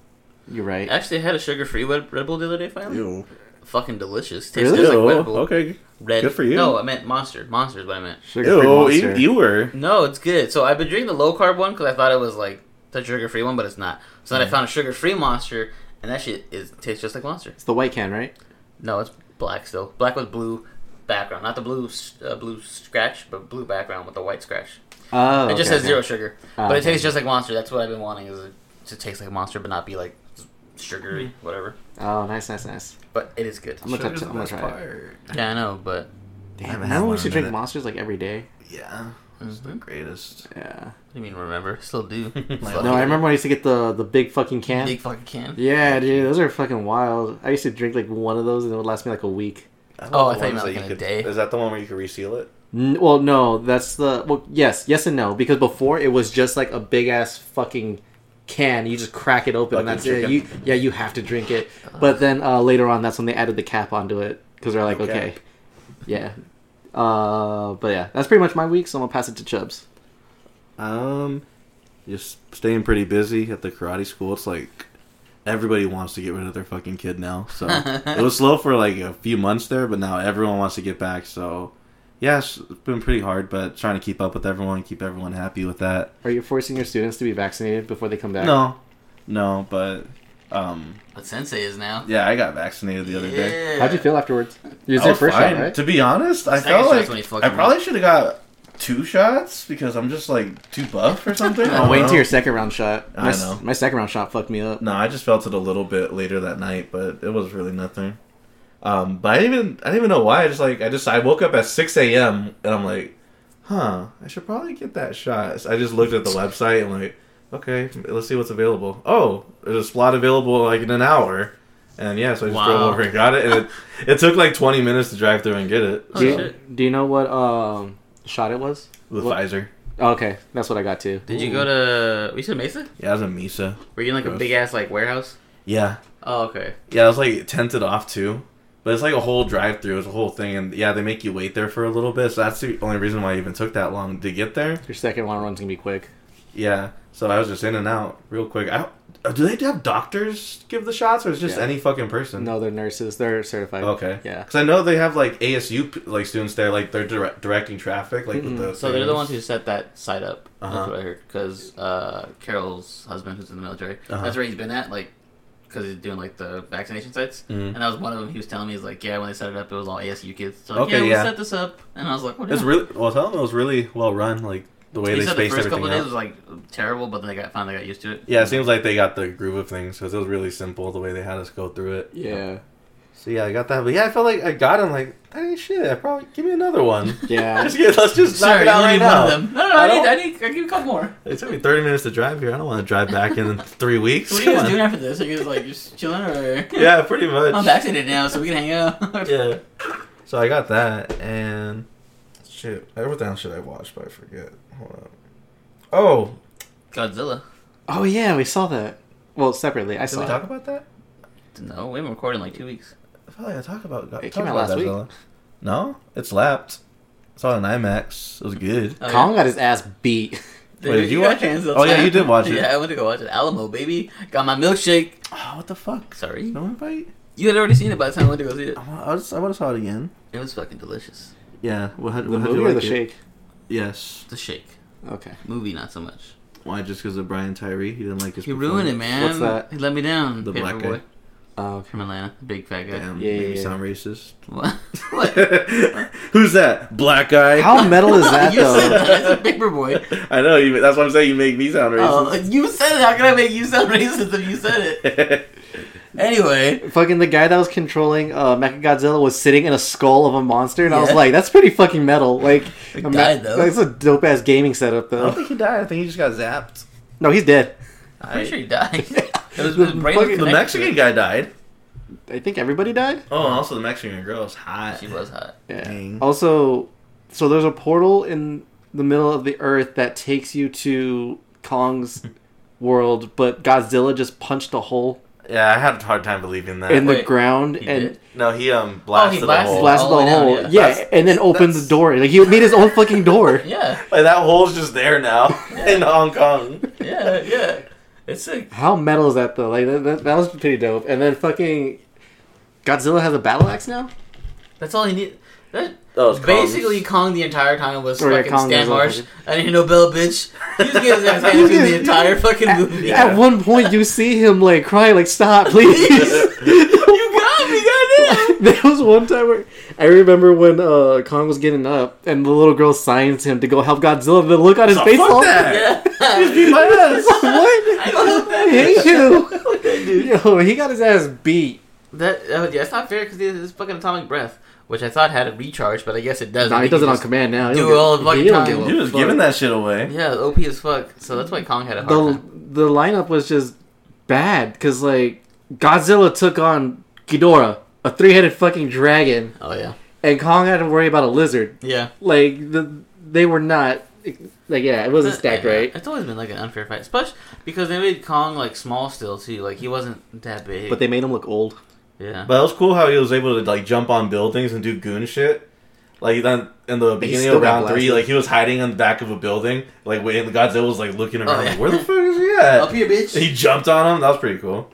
[SPEAKER 4] You're right.
[SPEAKER 3] Actually, I had a sugar-free Red, Red Bull the other day. Finally,
[SPEAKER 2] Ew.
[SPEAKER 3] fucking delicious. Tastes
[SPEAKER 4] Really?
[SPEAKER 3] just
[SPEAKER 2] Ew,
[SPEAKER 3] like Red Bull.
[SPEAKER 2] okay.
[SPEAKER 3] Red.
[SPEAKER 2] Good for you.
[SPEAKER 3] No, I meant Monster. Monster is what I meant.
[SPEAKER 4] Sugar free
[SPEAKER 2] Ew, you,
[SPEAKER 4] monster.
[SPEAKER 2] you were.
[SPEAKER 3] No, it's good. So I've been drinking the low carb one because I thought it was like the sugar-free one, but it's not. So
[SPEAKER 4] Mm-hmm.
[SPEAKER 3] then I found a sugar-free Monster, and that shit is tastes just like Monster.
[SPEAKER 4] it's the white can, right?
[SPEAKER 3] No, it's black still. Black with blue background, not the blue s- uh, blue scratch, but blue background with the white scratch.
[SPEAKER 4] Oh,
[SPEAKER 3] it just
[SPEAKER 4] okay,
[SPEAKER 3] has
[SPEAKER 4] okay.
[SPEAKER 3] zero sugar,
[SPEAKER 4] Ah,
[SPEAKER 3] but it
[SPEAKER 4] okay.
[SPEAKER 3] tastes just like Monster. That's what I've been wanting is it to taste like Monster, but not be like sugary, whatever.
[SPEAKER 4] Oh, nice, nice, nice.
[SPEAKER 3] But it is good.
[SPEAKER 4] I'm gonna,
[SPEAKER 2] Sugar's
[SPEAKER 4] try-
[SPEAKER 2] the
[SPEAKER 4] I'm gonna
[SPEAKER 2] best
[SPEAKER 4] try it.
[SPEAKER 2] part.
[SPEAKER 3] Yeah, I know, but
[SPEAKER 2] I
[SPEAKER 4] Damn,
[SPEAKER 2] haven't
[SPEAKER 4] I
[SPEAKER 2] had
[SPEAKER 4] we
[SPEAKER 2] one
[SPEAKER 4] should
[SPEAKER 2] in a
[SPEAKER 4] drink
[SPEAKER 2] minute.
[SPEAKER 4] monsters like every day.
[SPEAKER 2] Yeah, it's
[SPEAKER 3] Mm-hmm.
[SPEAKER 2] the greatest.
[SPEAKER 4] Yeah.
[SPEAKER 3] I mean, remember, still do. Fuck.
[SPEAKER 4] No, I remember when I used to get the the big fucking can.
[SPEAKER 3] Big fucking can.
[SPEAKER 4] Yeah, dude, those are fucking wild. I used to drink like one of those and it would last me like a week.
[SPEAKER 3] Oh, I
[SPEAKER 2] The
[SPEAKER 3] thought you
[SPEAKER 2] ones
[SPEAKER 3] meant
[SPEAKER 2] that
[SPEAKER 3] like in a
[SPEAKER 2] could-
[SPEAKER 3] day.
[SPEAKER 2] Is that the one where you can reseal it?
[SPEAKER 4] N- well, no, that's the well, yes, yes and no because before it was just like a big ass fucking can. You just crack it open, and
[SPEAKER 2] Like
[SPEAKER 4] that's
[SPEAKER 2] you
[SPEAKER 4] it.
[SPEAKER 2] drink
[SPEAKER 4] You, yeah, you have to drink it. But then uh, later on, that's when they added the cap onto it because they're like,
[SPEAKER 2] No cap.
[SPEAKER 4] okay, yeah. Uh, but yeah, that's pretty much my week. So I'm gonna pass it to Chubbs.
[SPEAKER 2] Um, just staying pretty busy at the karate school. It's like everybody wants to get rid of their fucking kid now. So it was slow for like a few months there, but now everyone wants to get back. So yeah, it's been pretty hard, but trying to keep up with everyone, keep everyone happy with that.
[SPEAKER 4] Are you forcing your students to be vaccinated before they come back?
[SPEAKER 2] No, no, but um,
[SPEAKER 3] But Sensei is now.
[SPEAKER 2] yeah, I got vaccinated the other day.
[SPEAKER 3] Yeah.
[SPEAKER 4] How'd you feel afterwards? You was
[SPEAKER 2] I
[SPEAKER 4] your
[SPEAKER 2] was
[SPEAKER 4] first
[SPEAKER 2] fine.
[SPEAKER 4] shot, right?
[SPEAKER 2] To be honest, I
[SPEAKER 3] Second
[SPEAKER 2] felt
[SPEAKER 3] shot's when he
[SPEAKER 2] like
[SPEAKER 3] fucking
[SPEAKER 2] I probably should have got two shots because I'm just like too buff or something. I
[SPEAKER 4] I'm
[SPEAKER 2] don't
[SPEAKER 4] waiting till
[SPEAKER 2] know.
[SPEAKER 4] your second round shot.
[SPEAKER 2] I
[SPEAKER 4] My, s-
[SPEAKER 2] know.
[SPEAKER 4] my second round shot fucked me up.
[SPEAKER 2] No, I just felt it a little bit later that night, but it was really nothing. Um, but I didn't even I didn't even know why. I just like I just I woke up at six a.m. and I'm like, huh, I should probably get that shot. So I just looked at the website and like, okay, let's see what's available. Oh, there's a slot available like in an hour. And yeah, so I just
[SPEAKER 3] Wow.
[SPEAKER 2] drove over and got it, and it, it took like 20 minutes to drive through and get it.
[SPEAKER 3] Oh,
[SPEAKER 4] do, you,
[SPEAKER 2] so,
[SPEAKER 4] do you know what um, shot it was?
[SPEAKER 2] with
[SPEAKER 4] what-
[SPEAKER 2] Pfizer,
[SPEAKER 4] Oh, okay, that's what I got too.
[SPEAKER 3] Did you go to? We said Mesa.
[SPEAKER 2] yeah, I was in Mesa.
[SPEAKER 3] Were you in like a
[SPEAKER 2] Gross.
[SPEAKER 3] big ass like warehouse?
[SPEAKER 2] Yeah,
[SPEAKER 3] Oh okay.
[SPEAKER 2] Yeah, it was like tented off too. But it's like a whole drive through, it's a whole thing and yeah, they make you wait there for a little bit, so that's the only reason why I even took that long to get there.
[SPEAKER 4] Your second round run's gonna be quick.
[SPEAKER 2] Yeah. So I was just in and out real quick. I don't- do they have doctors give the shots or is it just
[SPEAKER 4] Yeah.
[SPEAKER 2] any fucking person?
[SPEAKER 4] No, they're nurses. They're certified.
[SPEAKER 2] Okay.
[SPEAKER 4] Yeah.
[SPEAKER 2] Cuz I know they have like ASU p- like students there like they're direct- directing traffic like with the
[SPEAKER 3] So they're the
[SPEAKER 2] things.
[SPEAKER 3] ones who set that site up.
[SPEAKER 2] Uh-huh.
[SPEAKER 3] That's what I heard. Because uh, Carol's husband, who's in the military,
[SPEAKER 2] Uh-huh.
[SPEAKER 3] that's where he's been at. Like, because he's doing like the vaccination sites.
[SPEAKER 2] Mhm.
[SPEAKER 3] And that was one of them. He was telling me, he's like, yeah, when they set it up, it was all ASU kids. So like,
[SPEAKER 2] Okay,
[SPEAKER 3] yeah, we
[SPEAKER 2] yeah.
[SPEAKER 3] set this up. And I was like, oh,
[SPEAKER 2] It's
[SPEAKER 3] damn.
[SPEAKER 2] really well tell them it was really well run like the way
[SPEAKER 3] He
[SPEAKER 2] they
[SPEAKER 3] said the
[SPEAKER 2] spaced
[SPEAKER 3] first
[SPEAKER 2] everything
[SPEAKER 3] couple
[SPEAKER 2] out.
[SPEAKER 3] of days was like terrible, but then they got finally got used to it.
[SPEAKER 2] yeah, it seems like they got the groove of things cuz it was really simple the way they had us go through it.
[SPEAKER 4] Yeah.
[SPEAKER 2] So yeah, I got that. But yeah, I felt like I got him. Like that ain't shit. I probably give me another one.
[SPEAKER 4] Yeah.
[SPEAKER 2] Just get- let's just knock
[SPEAKER 3] Sorry,
[SPEAKER 2] it
[SPEAKER 3] you
[SPEAKER 2] out
[SPEAKER 3] only
[SPEAKER 2] right
[SPEAKER 3] need one
[SPEAKER 2] now.
[SPEAKER 3] of them. No, no, no I,
[SPEAKER 2] I
[SPEAKER 3] need,
[SPEAKER 2] don't-
[SPEAKER 3] I need, I need a couple more.
[SPEAKER 2] It took me thirty minutes to drive here. I don't want to drive back in three weeks.
[SPEAKER 3] So what are you
[SPEAKER 2] Come
[SPEAKER 3] guys
[SPEAKER 2] on.
[SPEAKER 3] doing after this? Are you guys like just chilling or?
[SPEAKER 2] yeah, pretty much.
[SPEAKER 3] I'm vaccinated now, so we can hang out.
[SPEAKER 2] Yeah. So I got that and shit. I wrote down shit I watched, but I forget. Hold on. Oh,
[SPEAKER 3] Godzilla.
[SPEAKER 4] Oh yeah, we saw that. Well, separately, I
[SPEAKER 2] did
[SPEAKER 4] saw
[SPEAKER 2] we
[SPEAKER 4] it.
[SPEAKER 2] talk about that?
[SPEAKER 3] No, we haven't recorded in like two weeks.
[SPEAKER 2] I felt like I talked about.
[SPEAKER 4] It
[SPEAKER 2] talked
[SPEAKER 4] came out
[SPEAKER 2] about
[SPEAKER 4] last week.
[SPEAKER 2] Godzilla. No, it slapped. I saw it on IMAX. It was good.
[SPEAKER 3] Oh,
[SPEAKER 4] Colin got his ass beat.
[SPEAKER 3] Dude,
[SPEAKER 2] Wait, did you
[SPEAKER 3] got
[SPEAKER 2] watch it?
[SPEAKER 3] hands
[SPEAKER 2] Oh, yeah, you did watch it.
[SPEAKER 3] Yeah, I went to go watch it. Alamo, baby, got my milkshake.
[SPEAKER 2] Oh, what the fuck?
[SPEAKER 3] Sorry,
[SPEAKER 2] No invite.
[SPEAKER 3] you had already seen it by the time I went to go see it.
[SPEAKER 2] I want. I, just- I want to saw it again.
[SPEAKER 3] It was fucking delicious.
[SPEAKER 2] Yeah. What, how,
[SPEAKER 4] The movie or the shake?
[SPEAKER 2] Yes.
[SPEAKER 3] The shake
[SPEAKER 4] Okay.
[SPEAKER 3] movie, not so much.
[SPEAKER 2] Why? Just because of Brian Tyree? He didn't like his.
[SPEAKER 3] He ruined it, man.
[SPEAKER 4] What's that?
[SPEAKER 3] He let me down.
[SPEAKER 2] The
[SPEAKER 3] Paper
[SPEAKER 2] black guy?
[SPEAKER 3] boy
[SPEAKER 4] Oh, okay.
[SPEAKER 3] from Atlanta, big fat guy.
[SPEAKER 2] Damn,
[SPEAKER 4] Yeah, yeah,
[SPEAKER 2] made me
[SPEAKER 4] yeah.
[SPEAKER 2] sound racist.
[SPEAKER 3] What? what?
[SPEAKER 2] Who's that black guy?
[SPEAKER 4] How metal is that
[SPEAKER 3] you said
[SPEAKER 4] though?
[SPEAKER 3] that. That's a paper boy.
[SPEAKER 2] I know. You, that's what I'm saying. You make me sound
[SPEAKER 3] Oh,
[SPEAKER 2] racist.
[SPEAKER 3] you said it. How can I make you sound racist if you said it? Anyway,
[SPEAKER 4] Fucking the guy that was controlling uh, Mechagodzilla was sitting in a skull of a monster, and I was
[SPEAKER 3] Yeah.
[SPEAKER 4] like, "That's pretty fucking metal." Like,
[SPEAKER 3] He
[SPEAKER 4] ima-
[SPEAKER 3] died, though.
[SPEAKER 4] That's a dope ass gaming setup,
[SPEAKER 2] I don't
[SPEAKER 4] though.
[SPEAKER 2] think he died. I think he just got zapped.
[SPEAKER 4] No, he's dead.
[SPEAKER 3] I'm pretty sure he died. It was
[SPEAKER 4] The
[SPEAKER 3] his brain
[SPEAKER 4] fucking-
[SPEAKER 3] was
[SPEAKER 2] The
[SPEAKER 3] connected.
[SPEAKER 2] Mexican guy died.
[SPEAKER 4] I think everybody died.
[SPEAKER 2] Oh, and also the Mexican girl is hot.
[SPEAKER 3] She was hot.
[SPEAKER 4] Yeah.
[SPEAKER 2] Dang.
[SPEAKER 4] Also, so there's a portal in the middle of the earth that takes you to Kong's world, but Godzilla just punched a hole
[SPEAKER 2] Yeah, I had a hard time believing that.
[SPEAKER 4] in the
[SPEAKER 3] Uh, Wait,
[SPEAKER 4] ground
[SPEAKER 3] he
[SPEAKER 4] and
[SPEAKER 3] did?
[SPEAKER 2] no, he um blasted,
[SPEAKER 3] blasted
[SPEAKER 2] the hole.
[SPEAKER 3] blast- All
[SPEAKER 4] blasted
[SPEAKER 3] the
[SPEAKER 4] the
[SPEAKER 3] way down,
[SPEAKER 4] hole.
[SPEAKER 3] yeah.
[SPEAKER 4] Yeah,
[SPEAKER 2] That's-
[SPEAKER 4] and then opened the
[SPEAKER 2] that's-
[SPEAKER 4] door. Like he made his own fucking door.
[SPEAKER 3] Yeah,
[SPEAKER 2] Like, that hole's just there now in Hong Kong.
[SPEAKER 3] yeah, yeah. It's sick.
[SPEAKER 4] How metal is that though? Like that, that, that was pretty dope. And then fucking Godzilla has a battle axe now.
[SPEAKER 3] That's all he need. That
[SPEAKER 2] That was
[SPEAKER 3] basically Kong the entire time was
[SPEAKER 4] Or yeah,
[SPEAKER 3] fucking
[SPEAKER 4] Kong
[SPEAKER 3] Stan
[SPEAKER 4] was
[SPEAKER 3] Marsh.
[SPEAKER 4] like-
[SPEAKER 3] I didn't know Bell, bitch. He was getting his ass handed to him the entire fucking movie.
[SPEAKER 2] Yeah.
[SPEAKER 4] At one point, you see him like crying, like "Stop, please."
[SPEAKER 3] You got me, goddamn.
[SPEAKER 4] there was one time where I remember when uh, Kong was getting up, and the little girl signs him to go help Godzilla. The look on his
[SPEAKER 2] So
[SPEAKER 4] face,
[SPEAKER 2] fuck
[SPEAKER 4] all
[SPEAKER 2] that.
[SPEAKER 3] Yeah.
[SPEAKER 2] Beat my ass.
[SPEAKER 4] what?
[SPEAKER 3] I don't know
[SPEAKER 4] I hate you. Yo, he got his ass beat.
[SPEAKER 3] That oh, yeah, it's not fair because it's fucking atomic breath, which I thought had a recharge, but I guess it doesn't.
[SPEAKER 4] Nah, he
[SPEAKER 3] You
[SPEAKER 4] does it
[SPEAKER 3] can
[SPEAKER 4] on
[SPEAKER 3] just-
[SPEAKER 4] command now. He
[SPEAKER 3] do
[SPEAKER 4] don't
[SPEAKER 3] it
[SPEAKER 4] give-
[SPEAKER 3] all the fucking
[SPEAKER 4] he don't
[SPEAKER 3] time.
[SPEAKER 4] give a
[SPEAKER 2] You was
[SPEAKER 4] fuck.
[SPEAKER 2] giving that shit away.
[SPEAKER 3] Yeah, OP as fuck. So that's why Kong had a hard
[SPEAKER 4] the
[SPEAKER 3] time.
[SPEAKER 4] the lineup was just bad because like Godzilla took on Ghidorah, a three headed fucking dragon,
[SPEAKER 3] Oh yeah,
[SPEAKER 4] and Kong had to worry about a lizard.
[SPEAKER 3] yeah.
[SPEAKER 4] Like the they were not Like yeah, it wasn't stacked
[SPEAKER 3] Yeah,
[SPEAKER 4] right,
[SPEAKER 3] It's always been like an unfair fight, especially because they made Kong like small still too. Like he wasn't that big.
[SPEAKER 4] but they made him look old.
[SPEAKER 3] yeah,
[SPEAKER 2] But that was cool how he was able to like jump on buildings and do goon shit. Like then in the beginning
[SPEAKER 4] still
[SPEAKER 2] of
[SPEAKER 4] got
[SPEAKER 2] round three,
[SPEAKER 4] blasted.
[SPEAKER 2] like he was hiding on the back of a building, like waiting. Godzilla was like looking around,
[SPEAKER 3] yeah.
[SPEAKER 2] like where the fuck is he at?
[SPEAKER 3] up here, bitch.
[SPEAKER 2] he jumped on him. That was pretty cool.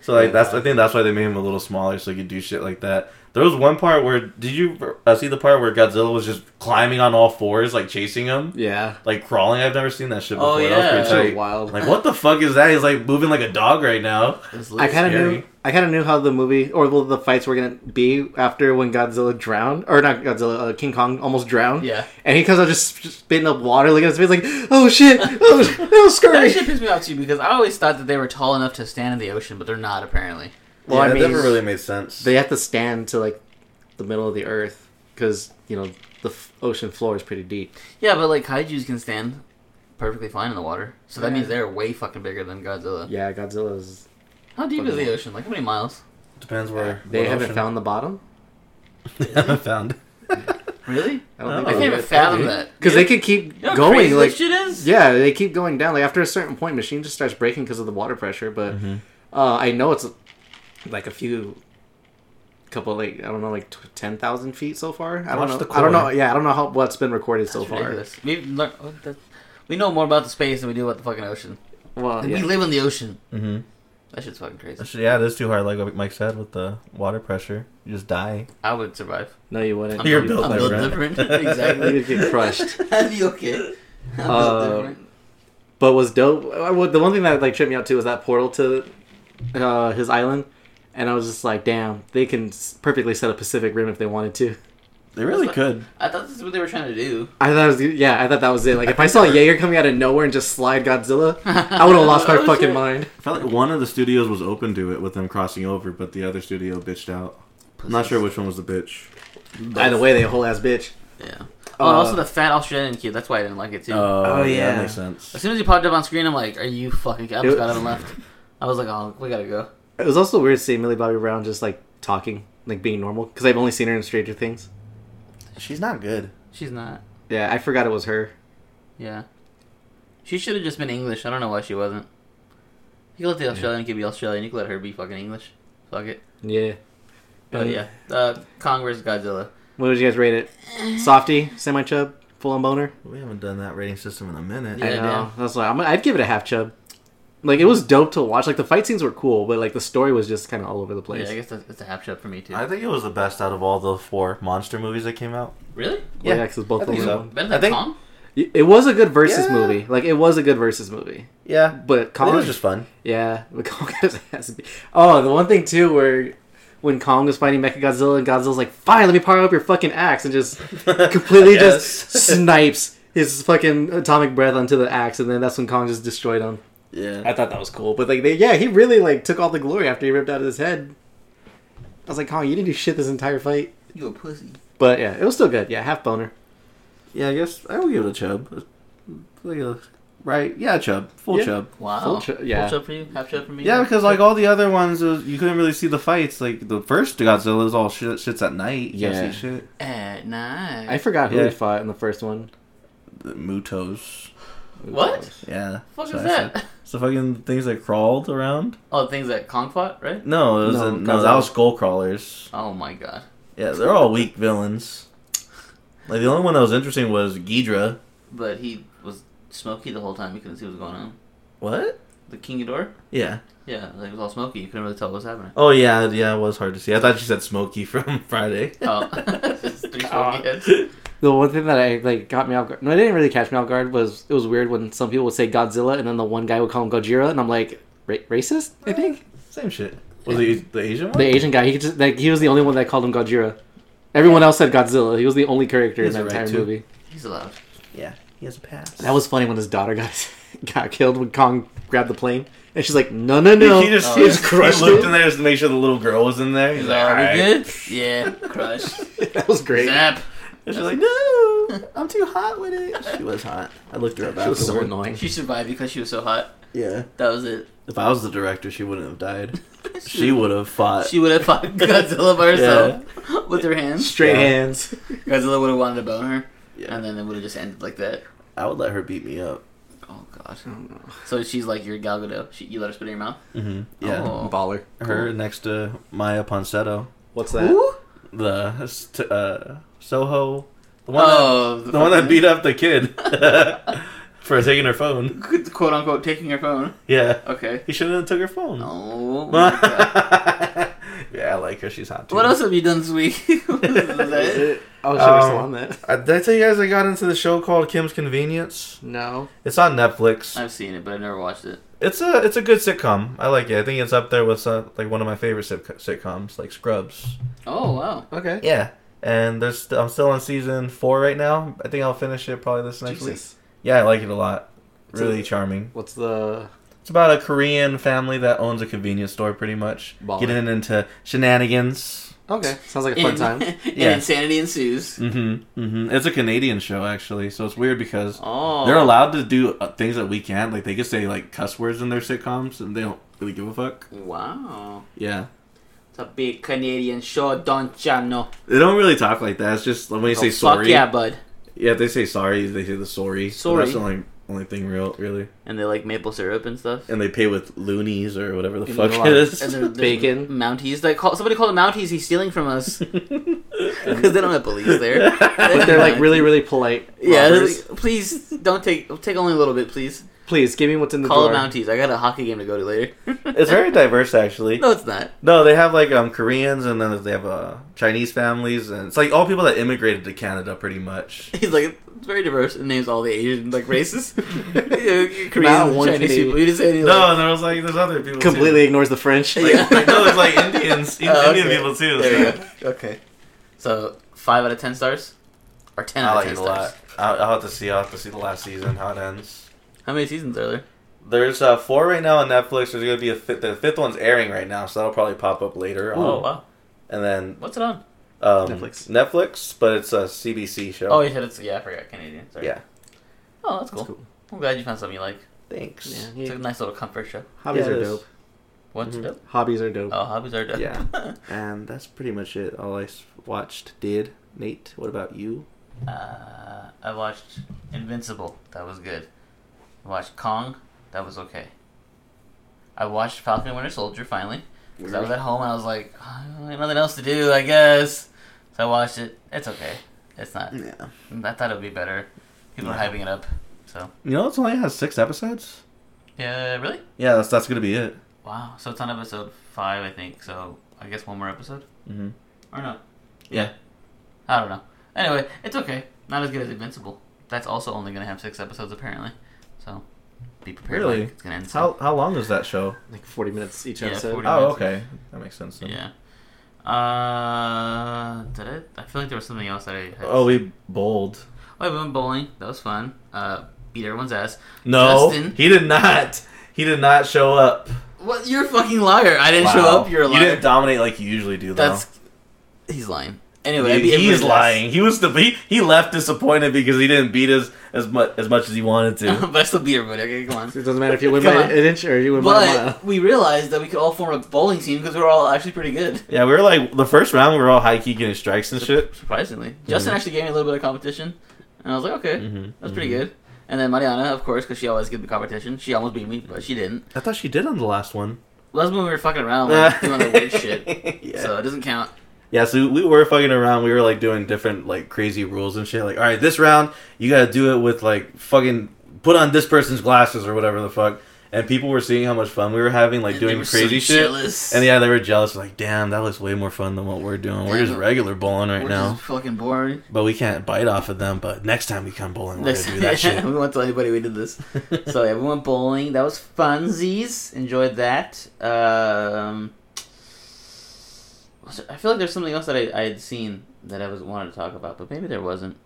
[SPEAKER 2] So like
[SPEAKER 3] Yeah.
[SPEAKER 2] that's I think that's why they made him a little smaller so he could do shit like that. There was one part where did you uh, see the part where Godzilla was just climbing on all fours like chasing him
[SPEAKER 4] Yeah,
[SPEAKER 2] like crawling? I've never seen that shit before.
[SPEAKER 3] Oh,
[SPEAKER 2] That
[SPEAKER 3] yeah.
[SPEAKER 2] was
[SPEAKER 4] so
[SPEAKER 2] pretty tight.
[SPEAKER 4] wild.
[SPEAKER 2] Like what the fuck is that? He's like moving like a dog right now.
[SPEAKER 3] It was
[SPEAKER 4] I kind of
[SPEAKER 2] scary.
[SPEAKER 4] knew. I kind of knew how the movie or well, the fights were gonna be after when Godzilla drowned or not Godzilla, uh, King Kong almost drowned.
[SPEAKER 3] Yeah.
[SPEAKER 4] and he comes out just just spitting up water, looking at his face like, "Oh shit, oh, sh- that was
[SPEAKER 3] That
[SPEAKER 4] scary."
[SPEAKER 3] shit pissed me off too because I always thought that they were tall enough to stand in the ocean, but they're not apparently.
[SPEAKER 4] Well,
[SPEAKER 2] yeah,
[SPEAKER 4] I mean,
[SPEAKER 2] it never really made sense.
[SPEAKER 4] they have to stand to like the middle of the earth because you know the f- ocean floor is pretty deep.
[SPEAKER 3] Yeah, but like kaiju's can stand perfectly fine in the water, so that
[SPEAKER 4] Yeah.
[SPEAKER 3] means they're way fucking bigger than Godzilla.
[SPEAKER 4] Yeah, Godzilla's.
[SPEAKER 3] How deep is the ocean? Like how many miles?
[SPEAKER 2] Depends where
[SPEAKER 4] They
[SPEAKER 2] what
[SPEAKER 4] haven't
[SPEAKER 2] ocean.
[SPEAKER 4] found the bottom.
[SPEAKER 2] They haven't found.
[SPEAKER 3] Really?
[SPEAKER 4] I
[SPEAKER 2] No.
[SPEAKER 3] I
[SPEAKER 2] Oh,
[SPEAKER 3] can't even fathom that.
[SPEAKER 4] because they
[SPEAKER 3] You know-
[SPEAKER 4] could keep
[SPEAKER 3] you know how crazy
[SPEAKER 4] going.
[SPEAKER 3] that
[SPEAKER 4] Like
[SPEAKER 3] shit is.
[SPEAKER 4] Yeah, they keep going down. Like after a certain point, machine just starts breaking because of the water pressure. But uh, I know it's like a few, couple like I don't know, like ten thousand feet so far. I don't
[SPEAKER 2] Watch
[SPEAKER 4] know.
[SPEAKER 2] the
[SPEAKER 4] I don't know.
[SPEAKER 2] core.
[SPEAKER 4] Yeah, I don't know how what's been recorded so
[SPEAKER 3] It's
[SPEAKER 4] far.
[SPEAKER 3] ridiculous. We learn- what the- we know more about the space than we do about the fucking ocean.
[SPEAKER 4] Well,
[SPEAKER 3] Like,
[SPEAKER 4] Oh, yeah.
[SPEAKER 3] We live in the ocean.
[SPEAKER 2] Mm-hmm.
[SPEAKER 3] That shit's fucking crazy.
[SPEAKER 2] Yeah, it is too hard. Like what Mike said, with the water pressure, you just die.
[SPEAKER 3] I would survive.
[SPEAKER 4] no, you wouldn't.
[SPEAKER 3] I'm
[SPEAKER 2] You're
[SPEAKER 3] built, I'm
[SPEAKER 2] built like
[SPEAKER 3] built
[SPEAKER 2] Ren.
[SPEAKER 3] different.
[SPEAKER 4] You
[SPEAKER 3] exactly.
[SPEAKER 4] would get crushed.
[SPEAKER 3] I'd be okay. I'm built
[SPEAKER 4] Uh,
[SPEAKER 3] different.
[SPEAKER 4] But was dope. uh, well, The one thing that like tripped me out too was that portal to uh, his island, and I was just like, damn, they can s- perfectly set a Pacific Rim if they wanted to.
[SPEAKER 2] They really
[SPEAKER 3] That's
[SPEAKER 2] could.
[SPEAKER 3] I thought this is what they were trying to do.
[SPEAKER 4] I thought, it was, yeah, I thought that was it. Like, if I saw Jaeger coming out of nowhere and just slide Godzilla, I would have lost my
[SPEAKER 3] Oh,
[SPEAKER 4] fucking
[SPEAKER 3] shit.
[SPEAKER 4] mind.
[SPEAKER 2] I felt like one of the studios was open to it with them crossing over, but the other studio bitched out. I'm not sure which one was the bitch.
[SPEAKER 4] Either way, they a whole ass bitch.
[SPEAKER 3] Yeah. Oh, and
[SPEAKER 4] Uh,
[SPEAKER 3] also the fat Australian kid. That's why I didn't like it too.
[SPEAKER 4] Oh, yeah.
[SPEAKER 2] that makes sense.
[SPEAKER 3] as soon as he popped up on screen, I'm like, "Are you fucking?" I
[SPEAKER 4] It-
[SPEAKER 3] just got up and left. I was like, "Oh, we gotta go."
[SPEAKER 4] It was also weird seeing Millie Bobby Brown just like talking, like being normal, because I've only seen her in Stranger Things.
[SPEAKER 2] She's not good.
[SPEAKER 3] She's not.
[SPEAKER 4] Yeah, I forgot it was her.
[SPEAKER 3] Yeah. She should have just been English. I don't know why she wasn't. You could let the Australian kid be Australian. You could let her be fucking English. Fuck it.
[SPEAKER 4] Yeah.
[SPEAKER 3] But
[SPEAKER 4] Mm.
[SPEAKER 3] yeah, uh, Kong versus Godzilla.
[SPEAKER 4] What would you guys rate it? Softy, semi chub, full on boner.
[SPEAKER 2] We haven't done that rating system in a minute.
[SPEAKER 3] Yeah.
[SPEAKER 4] I know. That's why I'm, I'd give it a half chub. Like it was dope to watch. Like the fight scenes were cool, but like the story was just kind of all over the place.
[SPEAKER 3] Yeah, I guess that's, that's a half shot for me too.
[SPEAKER 2] I think it was the best out of all the four monster movies that came out.
[SPEAKER 3] really?
[SPEAKER 4] yeah,
[SPEAKER 2] Yeah,
[SPEAKER 4] 'cause both
[SPEAKER 2] I
[SPEAKER 4] of them.
[SPEAKER 2] think so.
[SPEAKER 3] Better
[SPEAKER 2] I
[SPEAKER 3] than
[SPEAKER 2] think-
[SPEAKER 3] Kong?
[SPEAKER 4] It was a good versus
[SPEAKER 2] Yeah.
[SPEAKER 4] movie. Like it was a good versus movie.
[SPEAKER 2] Yeah,
[SPEAKER 4] But
[SPEAKER 2] Kong
[SPEAKER 4] Kong,
[SPEAKER 2] was just fun.
[SPEAKER 4] yeah, but Kong has to be. Oh, the one thing too, where when Kong was fighting Mechagodzilla and Godzilla's like, "Fine, let me power up your fucking axe," and just completely
[SPEAKER 2] I
[SPEAKER 4] just
[SPEAKER 2] guess.
[SPEAKER 4] snipes his fucking atomic breath onto the axe, and then that's when Kong just destroyed him.
[SPEAKER 2] Yeah,
[SPEAKER 4] I thought that was cool, but like, they, yeah, he really like took all the glory after he ripped out his head. I was like, Kong, you didn't do shit this entire fight.
[SPEAKER 3] You a pussy.
[SPEAKER 4] But yeah, it was still good. Yeah, half boner.
[SPEAKER 2] yeah. I guess I would give it a chub. Like a- Right? Yeah, a chub. Full
[SPEAKER 4] Yeah.
[SPEAKER 2] chub.
[SPEAKER 3] Wow.
[SPEAKER 4] Full chub- yeah.
[SPEAKER 3] Full chub for you? Half chub for me?
[SPEAKER 2] Yeah, because like all the other ones, it was, you couldn't really see the fights. Like the first Godzilla was all shit, shits at night. You
[SPEAKER 4] Yeah.
[SPEAKER 2] can't see shit.
[SPEAKER 3] At night.
[SPEAKER 4] I forgot who
[SPEAKER 2] Yeah.
[SPEAKER 4] he fought in the first one.
[SPEAKER 2] The Mutos.
[SPEAKER 3] What?
[SPEAKER 2] Yeah.
[SPEAKER 3] Fuck
[SPEAKER 2] so
[SPEAKER 3] is
[SPEAKER 2] I
[SPEAKER 3] that?
[SPEAKER 2] said- It's the fucking things that crawled around.
[SPEAKER 3] Oh, things that Kong fought, right?
[SPEAKER 2] No, it was
[SPEAKER 4] No,
[SPEAKER 2] no, no that
[SPEAKER 4] Godzilla.
[SPEAKER 2] was Skullcrawlers.
[SPEAKER 3] Oh my god.
[SPEAKER 2] Yeah, they're all weak villains. Like the only one that was interesting was Ghidra.
[SPEAKER 3] But he was smoky the whole time. You couldn't see what was going on.
[SPEAKER 2] What?
[SPEAKER 3] The King Ghidorah?
[SPEAKER 2] Yeah.
[SPEAKER 3] Yeah, like, it was all smoky. You couldn't really tell what was happening.
[SPEAKER 2] Oh yeah, yeah. It was hard to see. I thought you said Smokey from Friday.
[SPEAKER 3] Oh. It's three smoky
[SPEAKER 4] God.
[SPEAKER 3] heads.
[SPEAKER 4] The one thing that I like got me off guard. No, it didn't really catch me off guard. Was it was weird when some people would say Godzilla and then the one guy would call him Gojira, and I'm like, Ra- racist? I think
[SPEAKER 2] Same shit. Was it the Asian one?
[SPEAKER 4] the Asian guy. He could just like he was the only one that called him Gojira. Everyone else said Godzilla. He was the only character in
[SPEAKER 2] He's
[SPEAKER 4] that
[SPEAKER 2] right,
[SPEAKER 4] entire
[SPEAKER 2] too.
[SPEAKER 4] movie.
[SPEAKER 3] He's allowed.
[SPEAKER 2] yeah, he has a pass.
[SPEAKER 4] That was funny when his daughter got got killed when Kong grabbed the plane, and she's like, No, no, no.
[SPEAKER 2] He just,
[SPEAKER 3] Oh,
[SPEAKER 2] he just
[SPEAKER 4] yeah.
[SPEAKER 2] crushed
[SPEAKER 4] He
[SPEAKER 2] looked
[SPEAKER 4] looked
[SPEAKER 2] in there just to make sure the little girl was in there. He's
[SPEAKER 3] He's
[SPEAKER 2] like,
[SPEAKER 3] like, are
[SPEAKER 2] "Alright."
[SPEAKER 3] we good? Yeah, crushed.
[SPEAKER 4] that was great.
[SPEAKER 3] Zap.
[SPEAKER 2] And she's like, no, I'm too hot with it. She was hot. I looked her up
[SPEAKER 4] That was so
[SPEAKER 2] afterward.
[SPEAKER 4] annoying.
[SPEAKER 3] She survived because she was so hot.
[SPEAKER 2] Yeah.
[SPEAKER 3] That was it.
[SPEAKER 2] If I was the director, she wouldn't have died. she would have fought.
[SPEAKER 3] She would have fought Godzilla by herself with her hands.
[SPEAKER 4] Straight
[SPEAKER 2] Yeah.
[SPEAKER 4] hands.
[SPEAKER 3] Godzilla would have wanted to bone her,
[SPEAKER 2] yeah.
[SPEAKER 3] and then it would have just ended like that.
[SPEAKER 2] I would let her beat me up.
[SPEAKER 3] Oh gosh. So she's like your Gal Gadot. She, you let her spit in your mouth.
[SPEAKER 2] hmm Yeah,
[SPEAKER 3] Oh.
[SPEAKER 4] Baller.
[SPEAKER 2] her next to Maya Ponsetto,
[SPEAKER 4] What's that?
[SPEAKER 2] the uh, Soho, the one,
[SPEAKER 3] Oh,
[SPEAKER 2] that, the one that beat up the kid for taking her phone.
[SPEAKER 3] fucking- quote unquote taking her phone.
[SPEAKER 2] Yeah,
[SPEAKER 3] Okay.
[SPEAKER 2] he shouldn't have took her phone.
[SPEAKER 3] Oh. my God.
[SPEAKER 2] yeah, I like her. She's hot. Too.
[SPEAKER 3] what else have you done this week? Is that it?
[SPEAKER 4] Oh, should
[SPEAKER 2] Um,
[SPEAKER 4] we still on that?
[SPEAKER 2] I, did I tell you guys I got into the show called Kim's Convenience?
[SPEAKER 4] No.
[SPEAKER 2] It's on Netflix.
[SPEAKER 3] I've seen it, but I've never watched it.
[SPEAKER 2] It's a it's a good sitcom. I like it. I think it's up there with uh, like one of my favorite sit- sitcoms, like Scrubs.
[SPEAKER 3] Oh wow.
[SPEAKER 4] Okay.
[SPEAKER 2] Yeah, and there's st- I'm still on season four right now. I think I'll finish it probably this next week.
[SPEAKER 4] Jesus.
[SPEAKER 2] Yeah, I like it a lot.
[SPEAKER 4] It's
[SPEAKER 2] Really
[SPEAKER 4] a-
[SPEAKER 2] charming.
[SPEAKER 4] What's the?
[SPEAKER 2] It's about a Korean family that owns a convenience store, pretty much
[SPEAKER 4] Baller.
[SPEAKER 2] getting into shenanigans.
[SPEAKER 4] Okay. Sounds like a fun
[SPEAKER 3] And-
[SPEAKER 4] time.
[SPEAKER 2] Yeah.
[SPEAKER 3] and insanity ensues.
[SPEAKER 2] Mm-hmm. Mm-hmm. It's a Canadian show actually, so it's weird because
[SPEAKER 3] Oh.
[SPEAKER 2] They're allowed to do uh, things that we can't. Like they could say like cuss words in their sitcoms, and they don't really give a fuck.
[SPEAKER 3] Wow.
[SPEAKER 2] Yeah,
[SPEAKER 3] It's a big Canadian show, don't ya know?
[SPEAKER 2] they don't really talk like that. It's just when they say
[SPEAKER 3] Oh,
[SPEAKER 2] sorry.
[SPEAKER 3] Fuck yeah, bud.
[SPEAKER 2] yeah, if they say sorry. They say the sorry. But
[SPEAKER 3] Sorry.
[SPEAKER 2] that's the only only thing real, really.
[SPEAKER 3] And they like maple syrup and stuff.
[SPEAKER 2] And they pay with loonies or whatever the
[SPEAKER 4] You
[SPEAKER 2] fuck
[SPEAKER 4] know,
[SPEAKER 2] it
[SPEAKER 4] like-
[SPEAKER 2] is.
[SPEAKER 3] And they're, they're
[SPEAKER 4] Bacon.
[SPEAKER 3] Mounties. They call somebody called the Mounties. He's stealing from us because they don't have police there.
[SPEAKER 4] But they're like really, really polite.
[SPEAKER 3] Yeah. they're
[SPEAKER 4] robbers.
[SPEAKER 3] like, please don't take take only a little bit, please.
[SPEAKER 4] Please give me what's in the
[SPEAKER 3] Call
[SPEAKER 4] drawer.
[SPEAKER 3] the Mounties. I got a hockey game to go to later.
[SPEAKER 2] it's very diverse actually.
[SPEAKER 3] no, it's not.
[SPEAKER 2] No, they have like um Koreans and then they have uh Chinese families and it's like all people that immigrated to Canada pretty much.
[SPEAKER 3] He's like it's very diverse and names all the Asian like races. Koreans,
[SPEAKER 4] Not one
[SPEAKER 3] Chinese
[SPEAKER 4] Canadian.
[SPEAKER 3] people. You just say any,
[SPEAKER 2] No,
[SPEAKER 3] like,
[SPEAKER 2] and there was like there's other people too.
[SPEAKER 4] Completely ignores the French.
[SPEAKER 2] Like,
[SPEAKER 3] Yeah.
[SPEAKER 2] like, no, there's like Indians,
[SPEAKER 3] Oh, okay.
[SPEAKER 2] Indian people too.
[SPEAKER 3] There
[SPEAKER 2] so-
[SPEAKER 3] you go. Okay. So five out of ten stars, or ten
[SPEAKER 2] I
[SPEAKER 3] out
[SPEAKER 2] like
[SPEAKER 3] of
[SPEAKER 2] it
[SPEAKER 3] ten
[SPEAKER 2] a
[SPEAKER 3] stars.
[SPEAKER 2] lot. I'll, I'll have to see. I'll have to see the last season how it ends.
[SPEAKER 3] How many seasons are there?
[SPEAKER 2] There's uh, four right now on Netflix. There's gonna be a fifth. The fifth one's airing right now, so that'll probably pop up later.
[SPEAKER 4] Ooh.
[SPEAKER 3] Oh
[SPEAKER 2] On.
[SPEAKER 3] wow,
[SPEAKER 2] And then
[SPEAKER 3] what's it on?
[SPEAKER 2] um,
[SPEAKER 4] Netflix.
[SPEAKER 2] Netflix. Netflix, but it's a CBC show.
[SPEAKER 3] Oh, you said it's yeah. I forgot Canadian. Sorry.
[SPEAKER 2] yeah.
[SPEAKER 3] Oh, that's cool.
[SPEAKER 4] That's cool.
[SPEAKER 3] I'm glad you found something you like.
[SPEAKER 2] Thanks.
[SPEAKER 4] Yeah,
[SPEAKER 3] It's
[SPEAKER 4] yeah.
[SPEAKER 3] a nice little comfort show.
[SPEAKER 4] Hobbies
[SPEAKER 2] Yeah, it
[SPEAKER 4] are
[SPEAKER 2] is.
[SPEAKER 4] dope.
[SPEAKER 3] What's
[SPEAKER 2] Mhm.
[SPEAKER 3] dope?
[SPEAKER 4] Hobbies are dope.
[SPEAKER 3] Oh, hobbies are dope.
[SPEAKER 2] Yeah. And that's pretty much it. All I s- watched, did. Nate, what about you?
[SPEAKER 3] uh, I watched Invincible. That was good. I watched Kong. That was okay. I watched Falcon and Winter Soldier finally. 'cause I was at home and I was like, "Ah, nothing else to do, I guess. So I watched it. It's okay. It's not.
[SPEAKER 2] Yeah.
[SPEAKER 3] I thought it would be better. People
[SPEAKER 2] Yeah.
[SPEAKER 3] are hyping it up. So
[SPEAKER 2] You know, it's only has six episodes.
[SPEAKER 3] yeah, really.
[SPEAKER 2] Yeah, that's that's gonna be it.
[SPEAKER 3] Wow. So it's on episode five, I think. So I guess one more episode
[SPEAKER 2] Mm-hmm.
[SPEAKER 3] or no?
[SPEAKER 2] Yeah.
[SPEAKER 3] I don't know. Anyway, it's okay. Not as good as Invincible. That's also only gonna have six episodes apparently. So be prepared.
[SPEAKER 2] Really?
[SPEAKER 3] Mike. It's gonna end.
[SPEAKER 2] How
[SPEAKER 3] soon.
[SPEAKER 2] how long is that show?
[SPEAKER 4] Like 40 minutes each
[SPEAKER 3] Yeah,
[SPEAKER 4] episode.
[SPEAKER 3] 40.
[SPEAKER 2] Oh, okay, that makes sense. Then.
[SPEAKER 3] Yeah. Uh, did it? I feel like there was something else that I. Had.
[SPEAKER 2] Oh, we bowled.
[SPEAKER 3] Oh, I went bowling. That was fun. Uh, beat everyone's ass.
[SPEAKER 2] No,
[SPEAKER 3] Justin?
[SPEAKER 2] he did not. He did not show up.
[SPEAKER 3] What? You're a fucking liar. I didn't show
[SPEAKER 2] Wow.
[SPEAKER 3] up. You're a
[SPEAKER 2] You
[SPEAKER 3] liar.
[SPEAKER 2] didn't dominate like you usually do, though.
[SPEAKER 3] That's. He's lying. Anyway, I
[SPEAKER 2] he,
[SPEAKER 3] beat
[SPEAKER 2] he's
[SPEAKER 3] everyone's ass.
[SPEAKER 2] lying. He was the he, he left disappointed because he didn't beat us as much as much as he wanted to.
[SPEAKER 3] but I still beat everybody. Okay, come on.
[SPEAKER 4] It doesn't matter if you win
[SPEAKER 3] Come
[SPEAKER 4] by
[SPEAKER 3] on.
[SPEAKER 4] an inch or you win by a mile.
[SPEAKER 3] But we realized that we could all form a bowling team because we were all actually pretty good.
[SPEAKER 2] yeah, we were like the first round. We were all high key getting strikes and shit. Mm-hmm.
[SPEAKER 3] Surprisingly, Justin actually gave me a little bit of competition, and I was like, okay,
[SPEAKER 2] Mhm,
[SPEAKER 3] that's pretty good. And then Mariana, of course, because she always gives the competition, she almost beat me, but she didn't.
[SPEAKER 2] I thought she did on the last one.
[SPEAKER 3] Well, that's when we were fucking around, like, doing the weird shit.
[SPEAKER 2] yeah.
[SPEAKER 3] So
[SPEAKER 2] So.
[SPEAKER 3] it doesn't count.
[SPEAKER 2] yeah, so we were fucking around. We were like doing different like crazy rules and shit. Like, all right, this round you gotta do it with like fucking put on this person's glasses or whatever the fuck. And people were seeing how much fun we were having, like
[SPEAKER 3] And they
[SPEAKER 2] doing
[SPEAKER 3] were so
[SPEAKER 2] crazy shit.
[SPEAKER 3] jealous.
[SPEAKER 2] And yeah, they were jealous. Like, damn, that looks way more fun than what we're doing. We're just regular bowling right
[SPEAKER 3] We're
[SPEAKER 2] now,
[SPEAKER 3] just fucking boring.
[SPEAKER 2] but we can't bite off of them. But next time we come bowling, we're
[SPEAKER 3] Next
[SPEAKER 2] gonna do that shit.
[SPEAKER 3] we won't tell anybody we did this. so yeah, we went bowling. That was funsies. Enjoyed that. Um, was there- I feel like there's something else that I, I had seen that I was wanted to talk about, but maybe there wasn't.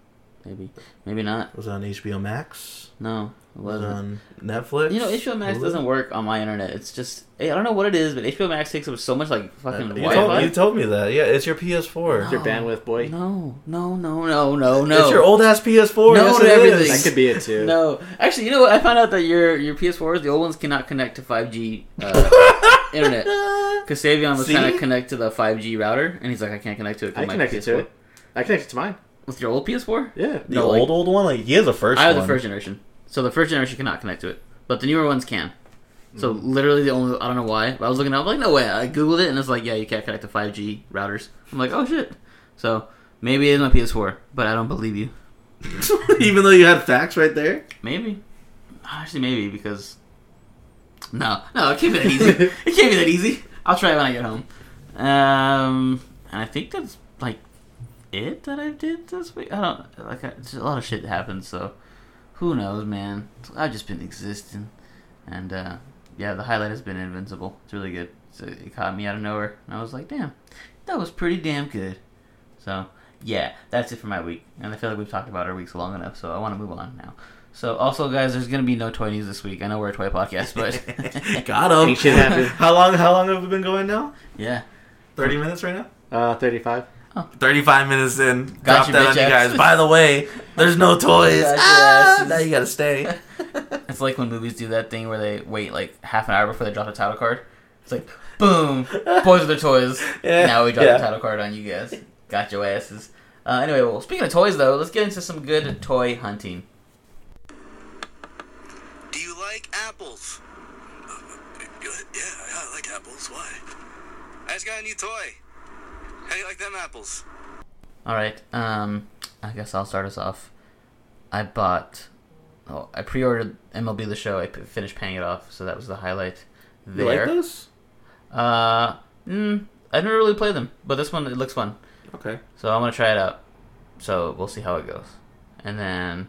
[SPEAKER 3] Maybe, maybe not.
[SPEAKER 2] was it on HBO Max.
[SPEAKER 3] No, it
[SPEAKER 2] Was it
[SPEAKER 3] wasn't.
[SPEAKER 2] on Netflix.
[SPEAKER 3] You know, HBO Max
[SPEAKER 2] Hulu?
[SPEAKER 3] doesn't work on my internet. It's just I don't know what it is, but HBO Max takes up so much like
[SPEAKER 2] Uh,
[SPEAKER 3] fucking
[SPEAKER 2] you,
[SPEAKER 3] Wi-Fi.
[SPEAKER 2] told, you told me that. Yeah, it's your
[SPEAKER 4] It's
[SPEAKER 2] PS4.
[SPEAKER 4] Your bandwidth, boy.
[SPEAKER 3] no, no, no, no, no, no.
[SPEAKER 2] It's your old ass PS4.
[SPEAKER 3] No
[SPEAKER 2] yes,
[SPEAKER 3] to
[SPEAKER 2] it
[SPEAKER 3] everything.
[SPEAKER 2] is.
[SPEAKER 4] That could be it too.
[SPEAKER 3] No, actually, you know what? I found out that your your PS4s, the old ones, cannot connect to 5G uh, internet. Because Savion was
[SPEAKER 2] See?
[SPEAKER 3] trying to connect to the 5G router, and he's like, I can't connect to it. 'cause
[SPEAKER 4] I
[SPEAKER 3] my
[SPEAKER 4] connected to
[SPEAKER 3] PS4
[SPEAKER 4] it. I connected to mine.
[SPEAKER 3] With your old PS4?
[SPEAKER 4] Yeah.
[SPEAKER 2] The
[SPEAKER 3] No,
[SPEAKER 2] old
[SPEAKER 3] like-
[SPEAKER 2] old one, like he has a first.
[SPEAKER 3] I have
[SPEAKER 2] one.
[SPEAKER 3] the first generation, so the first generation cannot connect to it, but the newer ones can.
[SPEAKER 2] Mm.
[SPEAKER 3] So literally the only I don't know why but I was looking up like no way I googled it and it's like yeah you can't connect to 5G routers I'm like oh shit so maybe it is my PS4 but I don't believe you
[SPEAKER 2] Even though you had facts right there.
[SPEAKER 3] Maybe. Actually, maybe because. No, no, it can't be that easy. it can't be that easy. I'll try it when I get home. Um, and I think that's like it that I did this week. I don't like I, just a lot of shit happens, so who knows, man? I've just been existing, and uh, yeah, the highlight has been Invincible. It's really good. So it caught me out of nowhere, and I was like, damn, that was pretty damn good. So yeah, that's it for my week, and I feel like we've talked about our weeks long enough, so I want to move on now. So also, guys, there's gonna be no toy news this week. I know we're a toy podcast, but
[SPEAKER 2] Got him.
[SPEAKER 4] Ain't shit happened.
[SPEAKER 2] How long? How long have we been going now?
[SPEAKER 3] yeah, Oh,
[SPEAKER 2] Thirty minutes right now.
[SPEAKER 4] Uh, 35.
[SPEAKER 2] 35 minutes in.
[SPEAKER 3] Got
[SPEAKER 2] Drop
[SPEAKER 3] you,
[SPEAKER 2] that
[SPEAKER 3] bitch
[SPEAKER 2] on you
[SPEAKER 3] ass.
[SPEAKER 2] guys. By the way, there's no toys.
[SPEAKER 3] Got you,
[SPEAKER 2] Ah,
[SPEAKER 3] asses.
[SPEAKER 2] now you gotta stay.
[SPEAKER 3] it's like when movies do that thing where they wait like half an hour before they drop the title card. It's like boom, boys with their toys.
[SPEAKER 2] Yeah,
[SPEAKER 3] Now we drop
[SPEAKER 2] yeah.
[SPEAKER 3] the title card on you guys. Got your asses. Uh, anyway, well, speaking of toys though, let's get into some good toy hunting.
[SPEAKER 1] Do you like apples? Uh, yeah, yeah, I like apples. Why? I just got a new toy. How do you like them apples?
[SPEAKER 3] All right. Um, I guess I'll start us off. I bought. Oh, I pre-ordered MLB the Show. I p- finished paying it off, so that was the highlight.
[SPEAKER 2] You
[SPEAKER 3] There.
[SPEAKER 2] like those?
[SPEAKER 3] Uh, mm, I never really played them, but this one it looks fun,
[SPEAKER 2] Okay.
[SPEAKER 3] so I'm gonna try it out. So we'll see how it goes. And then,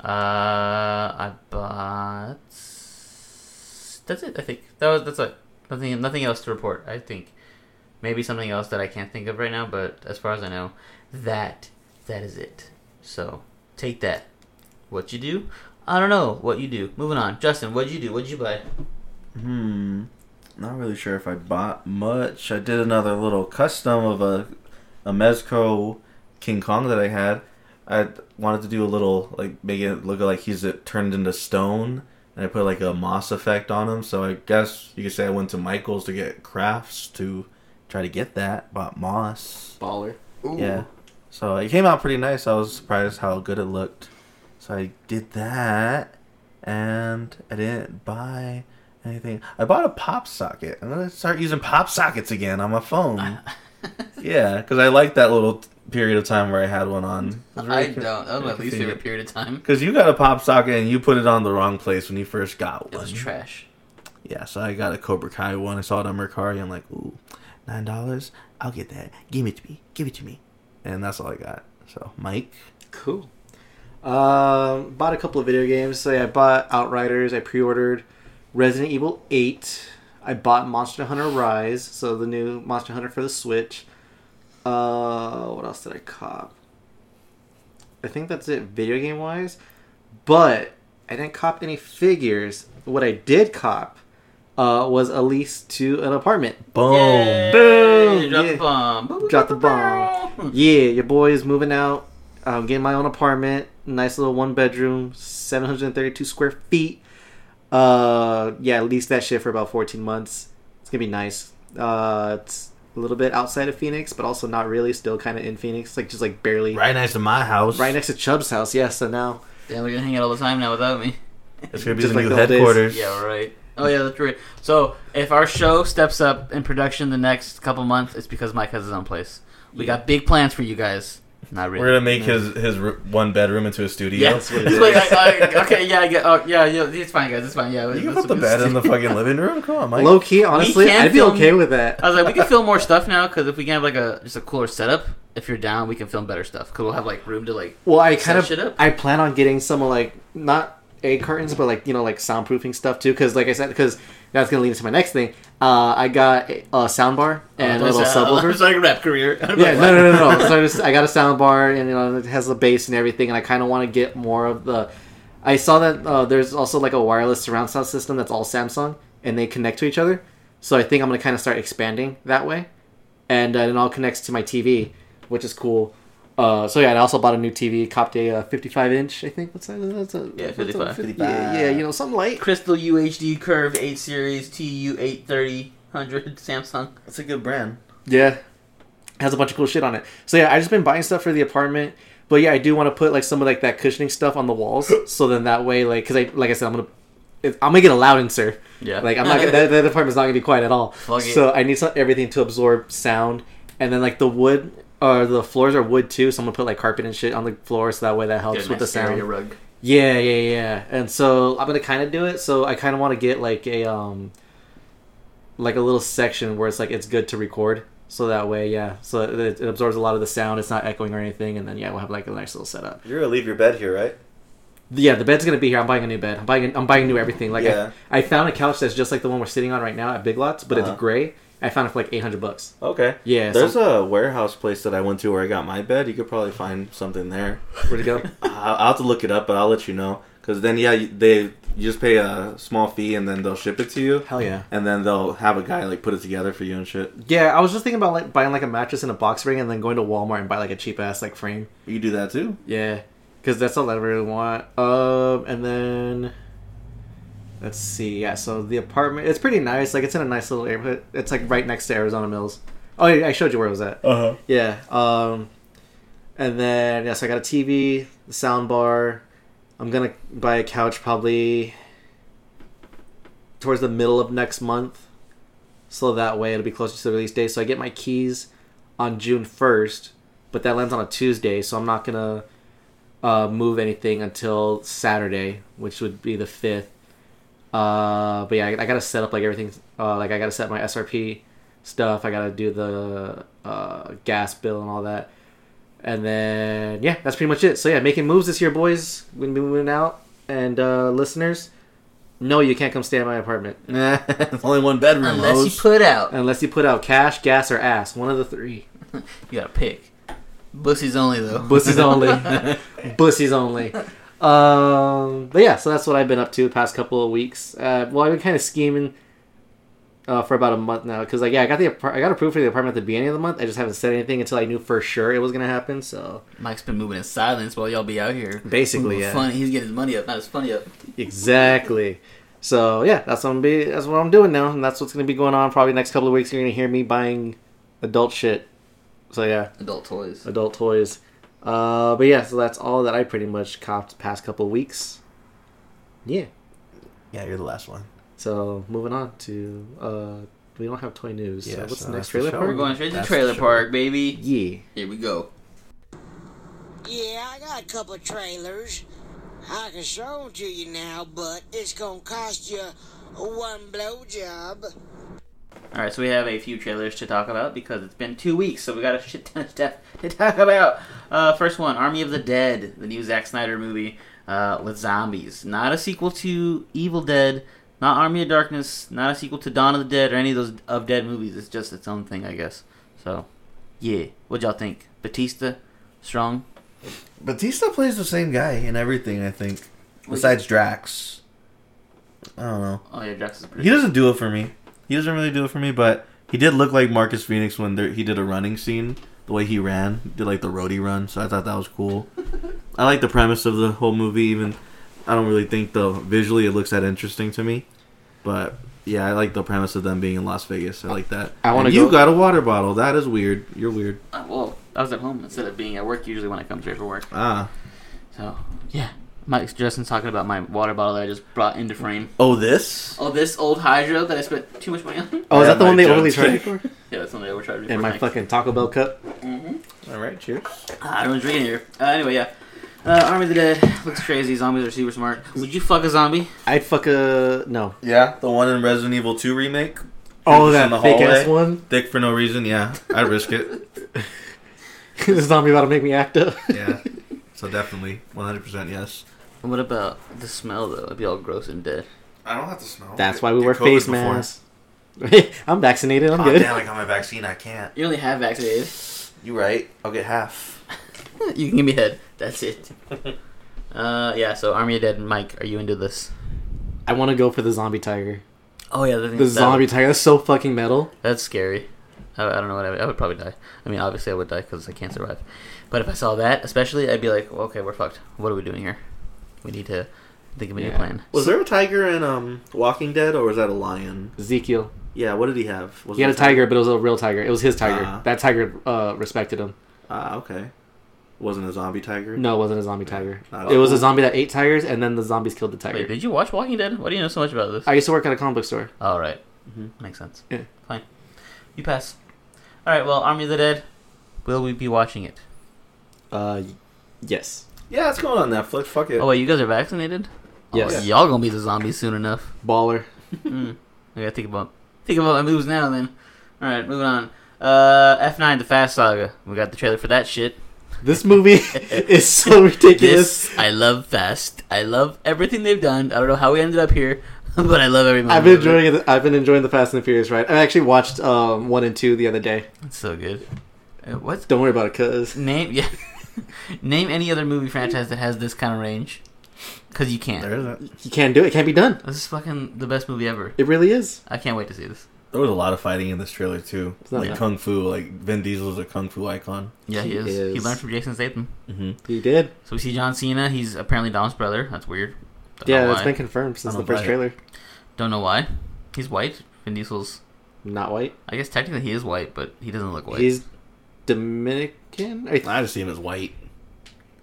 [SPEAKER 3] uh, I bought. That's it. I think that was that's it. Nothing, nothing else to report. I think maybe something else that I can't think of right now, but as far as I know, that that is it. So take that. What you do? I don't know what you do. Moving on, Justin. What'd you do? What'd you buy?
[SPEAKER 2] Hmm. Not really sure if I bought much. I did another little custom of a a Mezco King Kong that I had. I wanted to do a little like make it look like he's uh, turned into stone, and I put like a moss effect on him. So I guess you could say I went to Michael's to get crafts to try to get that. Bought moss.
[SPEAKER 4] Baller.
[SPEAKER 2] Yeah. So it came out pretty nice. I was surprised how good it looked. So I did that, and I didn't buy anything. I bought a pop socket. I'm gonna start using pop sockets again on my phone. yeah, because I like that little t- period of time where I had one on.
[SPEAKER 3] I don't. That was my least favorite period of time.
[SPEAKER 2] Because you got a pop socket and you put it on the wrong place when you first got
[SPEAKER 3] It
[SPEAKER 2] one.
[SPEAKER 3] was trash.
[SPEAKER 2] Yeah, so I got a Cobra Kai one. I saw it on Mercari. I'm like, ooh, nine dollars. I'll get that. Give it to me. Give it to me. And that's all I got. So Mike,
[SPEAKER 4] Cool. Um, bought a couple of video games. So yeah, I bought Outriders. I pre-ordered Resident Evil Eight. I bought Monster Hunter Rise, so the new Monster Hunter for the Switch. Uh, what else did I cop? I think that's it, video game wise. But I didn't cop any figures. What I did cop uh, was a lease to an apartment.
[SPEAKER 2] boom.
[SPEAKER 3] Yay!
[SPEAKER 4] Boom!
[SPEAKER 3] Drop the
[SPEAKER 4] Yeah.
[SPEAKER 3] bomb. Boom,
[SPEAKER 4] Drop the
[SPEAKER 3] boom,
[SPEAKER 4] bomb.
[SPEAKER 3] boom.
[SPEAKER 4] Yeah, your boy is moving out. I'm getting my own apartment. Nice little one bedroom, 732 square feet. Uh, yeah, lease that shit for about 14 months. It's gonna be nice. Uh, it's a little bit outside of Phoenix, but also not really. Still kind of in Phoenix, like just like barely.
[SPEAKER 2] Right next to my house.
[SPEAKER 4] Right next to Chubb's house, yeah. So now,
[SPEAKER 3] Damn, they're gonna hang out all the time now without me.
[SPEAKER 2] It's gonna be
[SPEAKER 4] Just
[SPEAKER 2] the
[SPEAKER 4] like
[SPEAKER 2] new
[SPEAKER 4] the old days.
[SPEAKER 2] headquarters.
[SPEAKER 3] Yeah, right. Oh yeah, that's right. So if our show steps up in production the next couple months, it's because Mike has his own place. We got big plans for you guys. Not really.
[SPEAKER 2] We're gonna make his his r- one bedroom into a studio.
[SPEAKER 3] yeah.
[SPEAKER 4] That's what it
[SPEAKER 3] It's
[SPEAKER 4] is.
[SPEAKER 3] like, I- I- okay, yeah, I get, oh, yeah, yeah, it's fine, guys. It's fine. Yeah,
[SPEAKER 2] You
[SPEAKER 3] this
[SPEAKER 2] can put
[SPEAKER 3] will
[SPEAKER 2] the
[SPEAKER 3] be
[SPEAKER 2] bed in the
[SPEAKER 3] stupid.
[SPEAKER 2] fucking living room. Come on, Mike.
[SPEAKER 4] low key, honestly,
[SPEAKER 3] can
[SPEAKER 4] I'd be
[SPEAKER 3] film-
[SPEAKER 4] okay with that.
[SPEAKER 3] I was like, we can film more stuff now because if we can have like a just a cooler setup, if you're down, we can film better stuff because we'll have like room to like.
[SPEAKER 4] Well, I
[SPEAKER 3] set
[SPEAKER 4] kind of
[SPEAKER 3] shit up.
[SPEAKER 4] I plan on getting some of like not egg curtains, but like you know like soundproofing stuff too. Because like I said, because that's gonna lead into my next thing. Uh, I got a, a sound bar and a little subwoofer.
[SPEAKER 3] It's like Oh, a rap career.
[SPEAKER 4] yeah, no, no, no, no. so I, just, I got a sound bar and you know it has a bass and everything, and I kind of want to get more of the. I saw that uh, there's also like a wireless surround sound system that's all Samsung, and they connect to each other. So I think I'm gonna kind of start expanding that way, and uh, it all connects to my TV, which is cool. Uh, so yeah, and I also bought a new TV, copped a uh, 55 inch, I think. What's that? That's a,
[SPEAKER 3] Yeah,
[SPEAKER 4] what's a
[SPEAKER 3] 55.
[SPEAKER 4] Yeah, yeah, you know, something light.
[SPEAKER 3] Crystal UHD Curve 8 Series TU 830 100 Samsung.
[SPEAKER 2] It's a good brand.
[SPEAKER 4] Yeah. Has a bunch of cool shit on it. So yeah, I just been buying stuff for the apartment. But yeah, I do want to put like some of like that cushioning stuff on the walls, so then that way, like, because I like I said, I'm gonna it, I'm gonna get a loud insert.
[SPEAKER 3] Yeah.
[SPEAKER 4] like I'm not gonna, that, that apartment's not gonna be quiet at all.
[SPEAKER 3] Fuck it.
[SPEAKER 4] so I need some, everything to absorb sound, and then like the wood or the floors are wood too, so I'm gonna put like carpet and shit on the floor, so that way that helps
[SPEAKER 3] Get a
[SPEAKER 4] with
[SPEAKER 3] nice
[SPEAKER 4] the sound.
[SPEAKER 3] stereo rug.
[SPEAKER 4] Yeah, yeah, yeah. And so I'm gonna kind of do it. So I kind of want to get like a um, like a little section where it's like it's good to record. So that way, yeah. So it, it absorbs a lot of the sound. It's not echoing or anything. And then yeah, we'll have like a nice little setup.
[SPEAKER 2] You're gonna leave your bed here, right?
[SPEAKER 4] Yeah, the bed's gonna be here. I'm buying a new bed. I'm buying. I'm buying new everything. Like
[SPEAKER 2] Yeah.
[SPEAKER 4] I, I found a couch that's just like the one we're sitting on right now at Big Lots, but
[SPEAKER 2] Uh-huh.
[SPEAKER 4] it's gray. I found it for like 800 bucks.
[SPEAKER 2] Okay.
[SPEAKER 4] Yeah,
[SPEAKER 2] There's a warehouse place that I went to where I got my bed. You could probably find something there.
[SPEAKER 4] Where'd it go?
[SPEAKER 2] I- I'll have to look it up, but I'll let you know. Because then, yeah, you- they you just pay a small fee and then they'll ship it to you,
[SPEAKER 4] Hell yeah.
[SPEAKER 2] and then they'll have a guy like put it together for you and shit.
[SPEAKER 4] Yeah, I was just thinking about like buying like a mattress and a box spring, and then going to Walmart and buy like a cheap ass like frame.
[SPEAKER 2] You could do that too.
[SPEAKER 4] Yeah, because that's all I really want. Um, and then let's see. Yeah, so the apartment it's pretty nice. Like it's in a nice little neighborhood. It's like right next to Arizona Mills. Oh, yeah, I showed you where it was at.
[SPEAKER 2] Uh huh.
[SPEAKER 4] Yeah. Um, and then yeah, so I got a TV, the sound bar. I'm gonna buy a couch probably towards the middle of next month, so that way it'll be closer to the release day. So I get my keys on June first, but that lands on a Tuesday, so I'm not gonna uh, move anything until Saturday, which would be the fifth. Uh, but yeah, I, I gotta set up like everything. Uh, like I gotta set my SRP stuff. I gotta do the uh, gas bill and all that. And then yeah, that's pretty much it. So yeah, making moves this year, boys. We're gonna be moving out, and uh, listeners, no, you can't come stay at my apartment
[SPEAKER 2] it's only one bedroom.
[SPEAKER 3] Unless you
[SPEAKER 2] Lowe's.
[SPEAKER 3] put out,
[SPEAKER 4] unless you put out cash, gas, or ass. One of the three.
[SPEAKER 3] you gotta pick. Bussies only though.
[SPEAKER 4] Bussies only. Bussies only. Um, but yeah, so that's what I've been up to the past couple of weeks. Uh, well, I've been kind of scheming uh, for about a month now because like yeah, I got the apar- I got approved for the apartment at the beginning of the month. I just haven't said anything until I knew for sure it was gonna happen. So
[SPEAKER 3] Mike's been moving in silence while y'all be out here.
[SPEAKER 4] Basically, yeah.
[SPEAKER 3] Funny, he's getting his money up, not his funny up.
[SPEAKER 4] exactly. So yeah, that's what I'm be that's what I'm doing now, and that's what's gonna be going on probably next couple of weeks. You're gonna hear me buying adult shit. So yeah.
[SPEAKER 3] Adult toys.
[SPEAKER 4] adult toys. Uh, but yeah, so that's all that I pretty much copped the past couple weeks. Yeah.
[SPEAKER 2] yeah, you're the last one.
[SPEAKER 4] So moving on to uh, we don't have toy news. so
[SPEAKER 2] Yeah,
[SPEAKER 4] what's
[SPEAKER 2] so
[SPEAKER 4] the next
[SPEAKER 2] that's the
[SPEAKER 4] trailer
[SPEAKER 2] show.
[SPEAKER 4] park?
[SPEAKER 3] We're going straight to
[SPEAKER 2] That's
[SPEAKER 3] trailer
[SPEAKER 2] for sure.
[SPEAKER 3] park, baby.
[SPEAKER 4] Yeah.
[SPEAKER 3] Here we go.
[SPEAKER 5] Yeah, I got a couple of trailers. I can show 'em to you now, but it's gonna cost you one blowjob.
[SPEAKER 3] All right, so we have a few trailers to talk about because it's been two weeks, so we got a shit ton of stuff to talk about. Uh, first one, Army of the Dead, the new Zack Snyder movie uh, with zombies. Not a sequel to Evil Dead, not Army of Darkness, not a sequel to Dawn of the Dead or any of those of Dead movies. It's just its own thing, I guess. So, yeah, what y'all think? Batista, strong.
[SPEAKER 2] Batista plays the same guy in everything, I think. Besides Drax, I don't know.
[SPEAKER 3] Oh yeah, Drax is
[SPEAKER 2] He
[SPEAKER 3] pretty.
[SPEAKER 2] doesn't do it for me. He doesn't really do it for me, but he did look like Marcus Phoenix when there, he did a running scene. The way he ran, he did like the roadie run, so I thought that was cool. I like the premise of the whole movie. Even I don't really think though visually it looks that interesting to me, but yeah, I like the premise of them being in Las Vegas. I like that.
[SPEAKER 4] I wanna
[SPEAKER 2] And You
[SPEAKER 4] go-
[SPEAKER 2] got a water bottle. That is weird. You're weird.
[SPEAKER 3] Uh, well, I was at home instead of being at work. Usually when I come straight from work.
[SPEAKER 2] Ah.
[SPEAKER 3] So yeah, Mike's Justin's talking about my water bottle that I just brought into frame.
[SPEAKER 2] Oh, this.
[SPEAKER 3] Oh, this old Hydro that I spent too much money on.
[SPEAKER 4] Oh, is that the
[SPEAKER 2] Yeah,
[SPEAKER 4] one they
[SPEAKER 2] Mike
[SPEAKER 4] only
[SPEAKER 2] Jones.
[SPEAKER 4] charged for?
[SPEAKER 3] yeah, that's something I overcharged me
[SPEAKER 4] And
[SPEAKER 3] for.
[SPEAKER 4] my
[SPEAKER 3] thanks.
[SPEAKER 4] fucking Taco Bell cup.
[SPEAKER 2] All right. Cheers.
[SPEAKER 3] Ah, I don't drink in here. Uh, anyway, yeah. Uh, Army of the Dead looks crazy. Zombies are super smart. Would you fuck a zombie?
[SPEAKER 4] I'd fuck a no.
[SPEAKER 2] Yeah, the one in Resident Evil Two remake. Just
[SPEAKER 4] Oh, that
[SPEAKER 2] in the
[SPEAKER 4] fake ass
[SPEAKER 2] hallway.
[SPEAKER 4] one.
[SPEAKER 2] Thick for no reason. Yeah, I risk it.
[SPEAKER 4] the zombie about to make me act up.
[SPEAKER 2] Yeah. So definitely, one hundred percent yes.
[SPEAKER 3] And What about the smell though? It'd be all gross and dead.
[SPEAKER 2] I don't have to smell.
[SPEAKER 4] That's why we wear face masks. I'm vaccinated. I'm good.
[SPEAKER 2] Ah, I got my vaccine. I can't.
[SPEAKER 3] You only have vaccinated.
[SPEAKER 2] You right? I'll get half.
[SPEAKER 3] you can give me head. That's it. Uh, yeah. So Army of the Dead, Mike, are you into this?
[SPEAKER 4] I want to go for the zombie tiger.
[SPEAKER 3] Oh yeah, the,
[SPEAKER 4] The zombie tiger. That's so fucking metal.
[SPEAKER 3] That's scary. I, I don't know what I would, I would probably die. I mean, obviously I would die because I can't survive. But if I saw that, especially, I'd be like, well, okay, we're fucked. What are we doing here? We need to think of a new
[SPEAKER 4] Yeah.
[SPEAKER 3] plan.
[SPEAKER 2] Was there a tiger in um Walking Dead, or was that a lion?
[SPEAKER 4] Ezekiel.
[SPEAKER 2] Yeah. What did he have? Was
[SPEAKER 4] He had
[SPEAKER 2] it
[SPEAKER 4] a tiger, but it was a real tiger. It was his tiger.
[SPEAKER 2] Ah.
[SPEAKER 4] That tiger uh, respected him.
[SPEAKER 2] Ah, okay. wasn't a zombie tiger.
[SPEAKER 4] No, it wasn't a zombie tiger.
[SPEAKER 2] Not
[SPEAKER 4] It was a
[SPEAKER 2] cool.
[SPEAKER 4] zombie that ate tigers, and then the zombies killed the tiger.
[SPEAKER 3] Wait, did you watch Walking Dead? Why do you know so much about this?
[SPEAKER 4] I used to work at a comic book store.
[SPEAKER 3] All right.
[SPEAKER 2] Mm-hmm.
[SPEAKER 3] Makes sense.
[SPEAKER 4] Yeah.
[SPEAKER 3] Fine. You pass. All right. Well, Army of the Dead. Will we be watching it?
[SPEAKER 4] Uh, yes.
[SPEAKER 2] Yeah, it's going on Netflix. Fuck it.
[SPEAKER 3] Oh wait, you guys are vaccinated. Oh,
[SPEAKER 4] Yes.
[SPEAKER 3] y'all gonna be the zombies soon enough.
[SPEAKER 4] Baller.
[SPEAKER 3] mm. I gotta think about think about my moves now. Then. All right, moving on. Uh, F nine, the Fast Saga. We got the trailer for that shit.
[SPEAKER 4] This movie is so ridiculous.
[SPEAKER 3] This I love Fast. I love everything they've done. I don't know how we ended up here, but I love every moment.
[SPEAKER 4] I've been
[SPEAKER 3] of it.
[SPEAKER 4] enjoying it. I've been enjoying the Fast and the Furious ride. I actually watched um, one and two the other day.
[SPEAKER 3] It's so good. Uh, What's
[SPEAKER 4] Don't worry about it, cause
[SPEAKER 3] name? Yeah, name any other movie franchise that has this kind of range. Cause you can't.
[SPEAKER 2] there is it.
[SPEAKER 4] you can't do it. It can't be done.
[SPEAKER 3] This is fucking the best movie ever.
[SPEAKER 4] It really is.
[SPEAKER 3] I can't wait to see this.
[SPEAKER 2] There was a lot of fighting in this trailer too.
[SPEAKER 4] not
[SPEAKER 2] Like
[SPEAKER 4] bad.
[SPEAKER 2] kung fu. Like Vin Diesel's a kung fu icon.
[SPEAKER 3] Yeah, he,
[SPEAKER 4] He
[SPEAKER 3] is. He
[SPEAKER 4] is.
[SPEAKER 3] learned from Jason Statham.
[SPEAKER 2] Mm-hmm.
[SPEAKER 4] You did.
[SPEAKER 3] So we see John Cena. He's apparently Dom's brother. That's weird. Don't
[SPEAKER 4] yeah,
[SPEAKER 3] know
[SPEAKER 4] it's
[SPEAKER 3] why.
[SPEAKER 4] been confirmed since
[SPEAKER 2] I
[SPEAKER 4] the
[SPEAKER 2] don't
[SPEAKER 4] first
[SPEAKER 2] buy it.
[SPEAKER 4] trailer.
[SPEAKER 3] Don't know why. He's white. Vin Diesel's.
[SPEAKER 4] Not white.
[SPEAKER 3] I guess technically he is white, but he doesn't look white.
[SPEAKER 4] He's Dominican. I,
[SPEAKER 2] I just see him as white.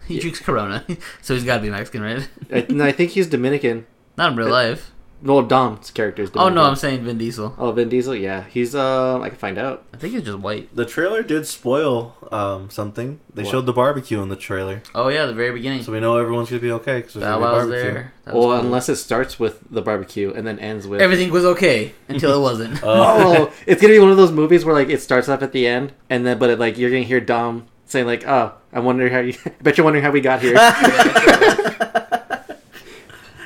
[SPEAKER 3] he drinks Corona, so he's got to be Mexican, right?
[SPEAKER 4] I, Uh, no, uh, I think he's Dominican.
[SPEAKER 3] Not in real life.
[SPEAKER 4] No, Dom's character is
[SPEAKER 3] Oh
[SPEAKER 4] Dominican.
[SPEAKER 3] no, I'm saying Vin Diesel.
[SPEAKER 4] Oh, Vin Diesel. Yeah, he's. Um, I can find out.
[SPEAKER 3] I think he's just white.
[SPEAKER 2] The trailer did spoil um, something. They
[SPEAKER 4] What?
[SPEAKER 2] showed the barbecue in the trailer,
[SPEAKER 3] Oh yeah, the very beginning.
[SPEAKER 2] so we know everyone's gonna be okay because there's
[SPEAKER 3] Bow
[SPEAKER 2] gonna be
[SPEAKER 3] Wow's
[SPEAKER 2] barbecue.
[SPEAKER 3] there. That was
[SPEAKER 4] Well,
[SPEAKER 3] cool.
[SPEAKER 4] unless it starts with the barbecue and then ends with.
[SPEAKER 3] everything was okay until it wasn't.
[SPEAKER 2] Oh.
[SPEAKER 4] Oh, it's gonna be one of those movies where like it starts off at the end and then, but it, like you're gonna hear Dom saying like, "Oh, I wonder how you. I bet you're wondering how we got here."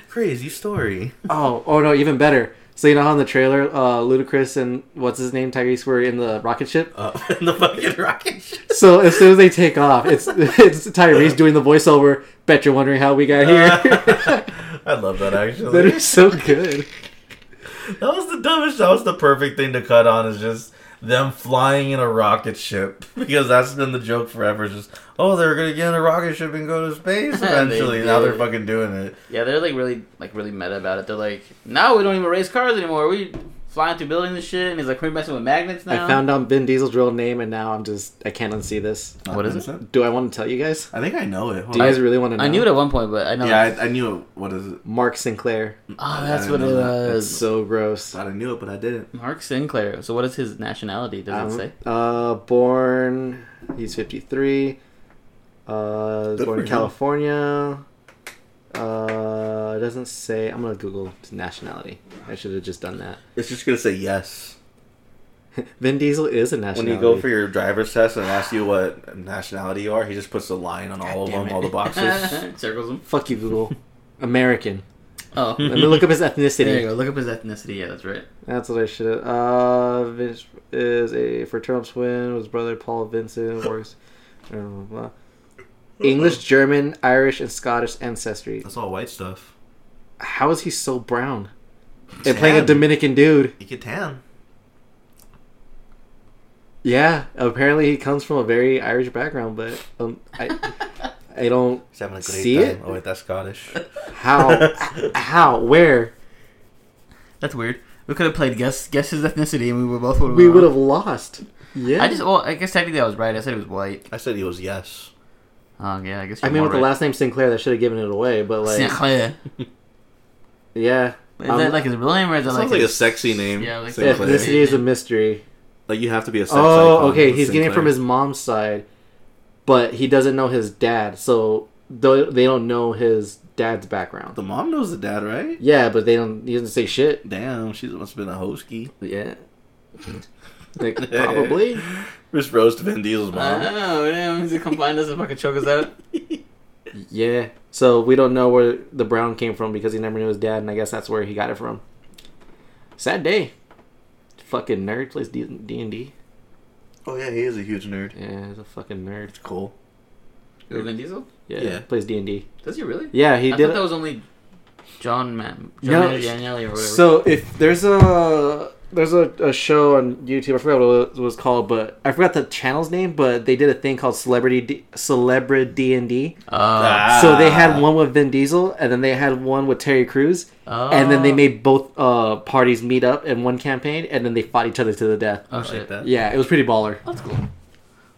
[SPEAKER 2] Crazy story.
[SPEAKER 4] oh, oh no, even better. So you know how in the trailer, uh, Ludacris and what's his name, Tyrese, were in the rocket ship.
[SPEAKER 2] Uh, in the fucking rocket ship.
[SPEAKER 4] So as soon as they take off, it's it's Tyrese doing the voiceover. Bet you're wondering how we got here.
[SPEAKER 2] I love that
[SPEAKER 4] that
[SPEAKER 2] actually.
[SPEAKER 4] is so good.
[SPEAKER 2] That was the dumbest. That was the perfect thing to cut on. Is just them flying in a rocket ship because that's been the joke forever. Is just oh, they're gonna get in a rocket ship and go to space
[SPEAKER 3] They
[SPEAKER 2] eventually. now they're
[SPEAKER 3] did.
[SPEAKER 2] fucking doing it.
[SPEAKER 3] Yeah, they're like really like really meta about it. They're like, now we don't even race cars anymore. We flying through buildings and shit, and he's like, we're messing with magnets now.
[SPEAKER 4] I found out Vin Diesel's real name, and now I'm just I can't unsee this.
[SPEAKER 3] What is it?
[SPEAKER 4] Do I want to tell you guys?
[SPEAKER 2] I think I know it.
[SPEAKER 4] Do you guys really want to know?
[SPEAKER 3] I knew it at one point, but I know.
[SPEAKER 2] yeah, I, I knew it. What is it?
[SPEAKER 4] Mark Sinclair.
[SPEAKER 3] oh, that's
[SPEAKER 2] I
[SPEAKER 3] what it
[SPEAKER 2] didn't know that.
[SPEAKER 4] That's
[SPEAKER 3] was.
[SPEAKER 4] so gross.
[SPEAKER 2] Thought I knew it, but I didn't.
[SPEAKER 3] Mark Sinclair. So what is his nationality? Does it
[SPEAKER 4] Um,
[SPEAKER 3] say?
[SPEAKER 4] Uh, born, he's 53. Uh,
[SPEAKER 2] Good
[SPEAKER 4] born
[SPEAKER 2] for
[SPEAKER 4] in
[SPEAKER 2] him.
[SPEAKER 4] California. Uh, it doesn't say. I'm gonna Google nationality. I should have just done that.
[SPEAKER 2] It's just gonna say yes.
[SPEAKER 4] Vin Diesel is a
[SPEAKER 2] When
[SPEAKER 4] nationality.
[SPEAKER 2] you go for your driver's test and ask you what nationality you are, he just puts a line on all of them, all the boxes.
[SPEAKER 3] Circles them.
[SPEAKER 4] Fuck you, Google. American.
[SPEAKER 3] Oh,
[SPEAKER 4] Let me look up his
[SPEAKER 3] there you
[SPEAKER 4] ethnicity.
[SPEAKER 3] go. Look up his ethnicity. Yeah, that's right.
[SPEAKER 4] That's what I should. have. Uh, Vince is a fraternal twin. with His brother Paul Vincent works. blah, blah, blah. English, German, Irish, and Scottish ancestry.
[SPEAKER 2] That's all white stuff.
[SPEAKER 4] How is he so brown? And playing a
[SPEAKER 2] Tan.
[SPEAKER 4] Dominican dude.
[SPEAKER 2] You get tan.
[SPEAKER 4] Yeah, apparently he comes from a very Irish background, but um, I, I don't.
[SPEAKER 2] He's having a great
[SPEAKER 4] See
[SPEAKER 2] time.
[SPEAKER 4] it?
[SPEAKER 2] Oh wait, that's Scottish.
[SPEAKER 4] How? how? Where?
[SPEAKER 3] That's weird. We could have played guess guess his ethnicity, and we would both would
[SPEAKER 4] We would have lost. Yeah.
[SPEAKER 3] I just well, I guess technically I was right. I said he was white.
[SPEAKER 2] I said he was yes.
[SPEAKER 3] Oh yeah, I guess.
[SPEAKER 4] I
[SPEAKER 3] you're
[SPEAKER 4] mean,
[SPEAKER 3] more
[SPEAKER 4] with the
[SPEAKER 3] right.
[SPEAKER 4] last name Sinclair, that should have given it away, but like.
[SPEAKER 3] Sinclair.
[SPEAKER 4] Yeah.
[SPEAKER 3] Is
[SPEAKER 4] Um,
[SPEAKER 3] that like his real name or is that
[SPEAKER 2] Sounds
[SPEAKER 3] like,
[SPEAKER 2] like, a
[SPEAKER 3] his-
[SPEAKER 2] sexy name.
[SPEAKER 3] Yeah, like
[SPEAKER 2] Sinclair.
[SPEAKER 3] Sinclair.
[SPEAKER 4] Ethnicity is a mystery.
[SPEAKER 2] Like you have to be a sex
[SPEAKER 4] Oh,
[SPEAKER 2] icon
[SPEAKER 4] okay.
[SPEAKER 2] with
[SPEAKER 4] He's getting it from
[SPEAKER 2] Sinclair.
[SPEAKER 4] his mom's side, but he doesn't know his dad, so tho- they don't know his dad's background.
[SPEAKER 2] The mom knows the dad, right?
[SPEAKER 4] Yeah, but they don't. He doesn't say shit.
[SPEAKER 2] Damn, she must have been a hosky.
[SPEAKER 4] Yeah. Like, probably.
[SPEAKER 2] Miss Rose to Vin Diesel's mom.
[SPEAKER 4] Uh-huh.
[SPEAKER 3] Oh damn! He's gonna combine us and fucking choke us out.
[SPEAKER 4] Yeah. So we don't know where the brown came from because he never knew his dad, and I guess that's where he got it from. Sad day. Fucking nerd plays D and D.
[SPEAKER 2] oh yeah, he is a huge nerd.
[SPEAKER 4] Yeah, he's a fucking nerd.
[SPEAKER 2] It's cool.
[SPEAKER 3] Who, Vin Diesel?
[SPEAKER 4] Yeah,
[SPEAKER 2] Yeah.
[SPEAKER 4] plays D and D.
[SPEAKER 3] Does he really?
[SPEAKER 4] Yeah, he
[SPEAKER 3] I
[SPEAKER 4] did.
[SPEAKER 3] thought that was only John Man. John
[SPEAKER 4] No,
[SPEAKER 3] Manganiello or whatever.
[SPEAKER 4] So if there's a there's a, a show on YouTube, I forgot what it was called, but I forgot the channel's name. But they did a thing called Celebrity D, Celebrity D and D.
[SPEAKER 2] Ah.
[SPEAKER 3] Uh,
[SPEAKER 4] So they had one with Vin Diesel, and then they had one with Terry Crews,
[SPEAKER 3] Oh.
[SPEAKER 4] and then they made both uh, parties meet up in one campaign, and then they fought each other to the death.
[SPEAKER 3] Oh
[SPEAKER 2] like
[SPEAKER 3] shit!
[SPEAKER 2] that.
[SPEAKER 4] Yeah, it was pretty baller.
[SPEAKER 3] That's cool.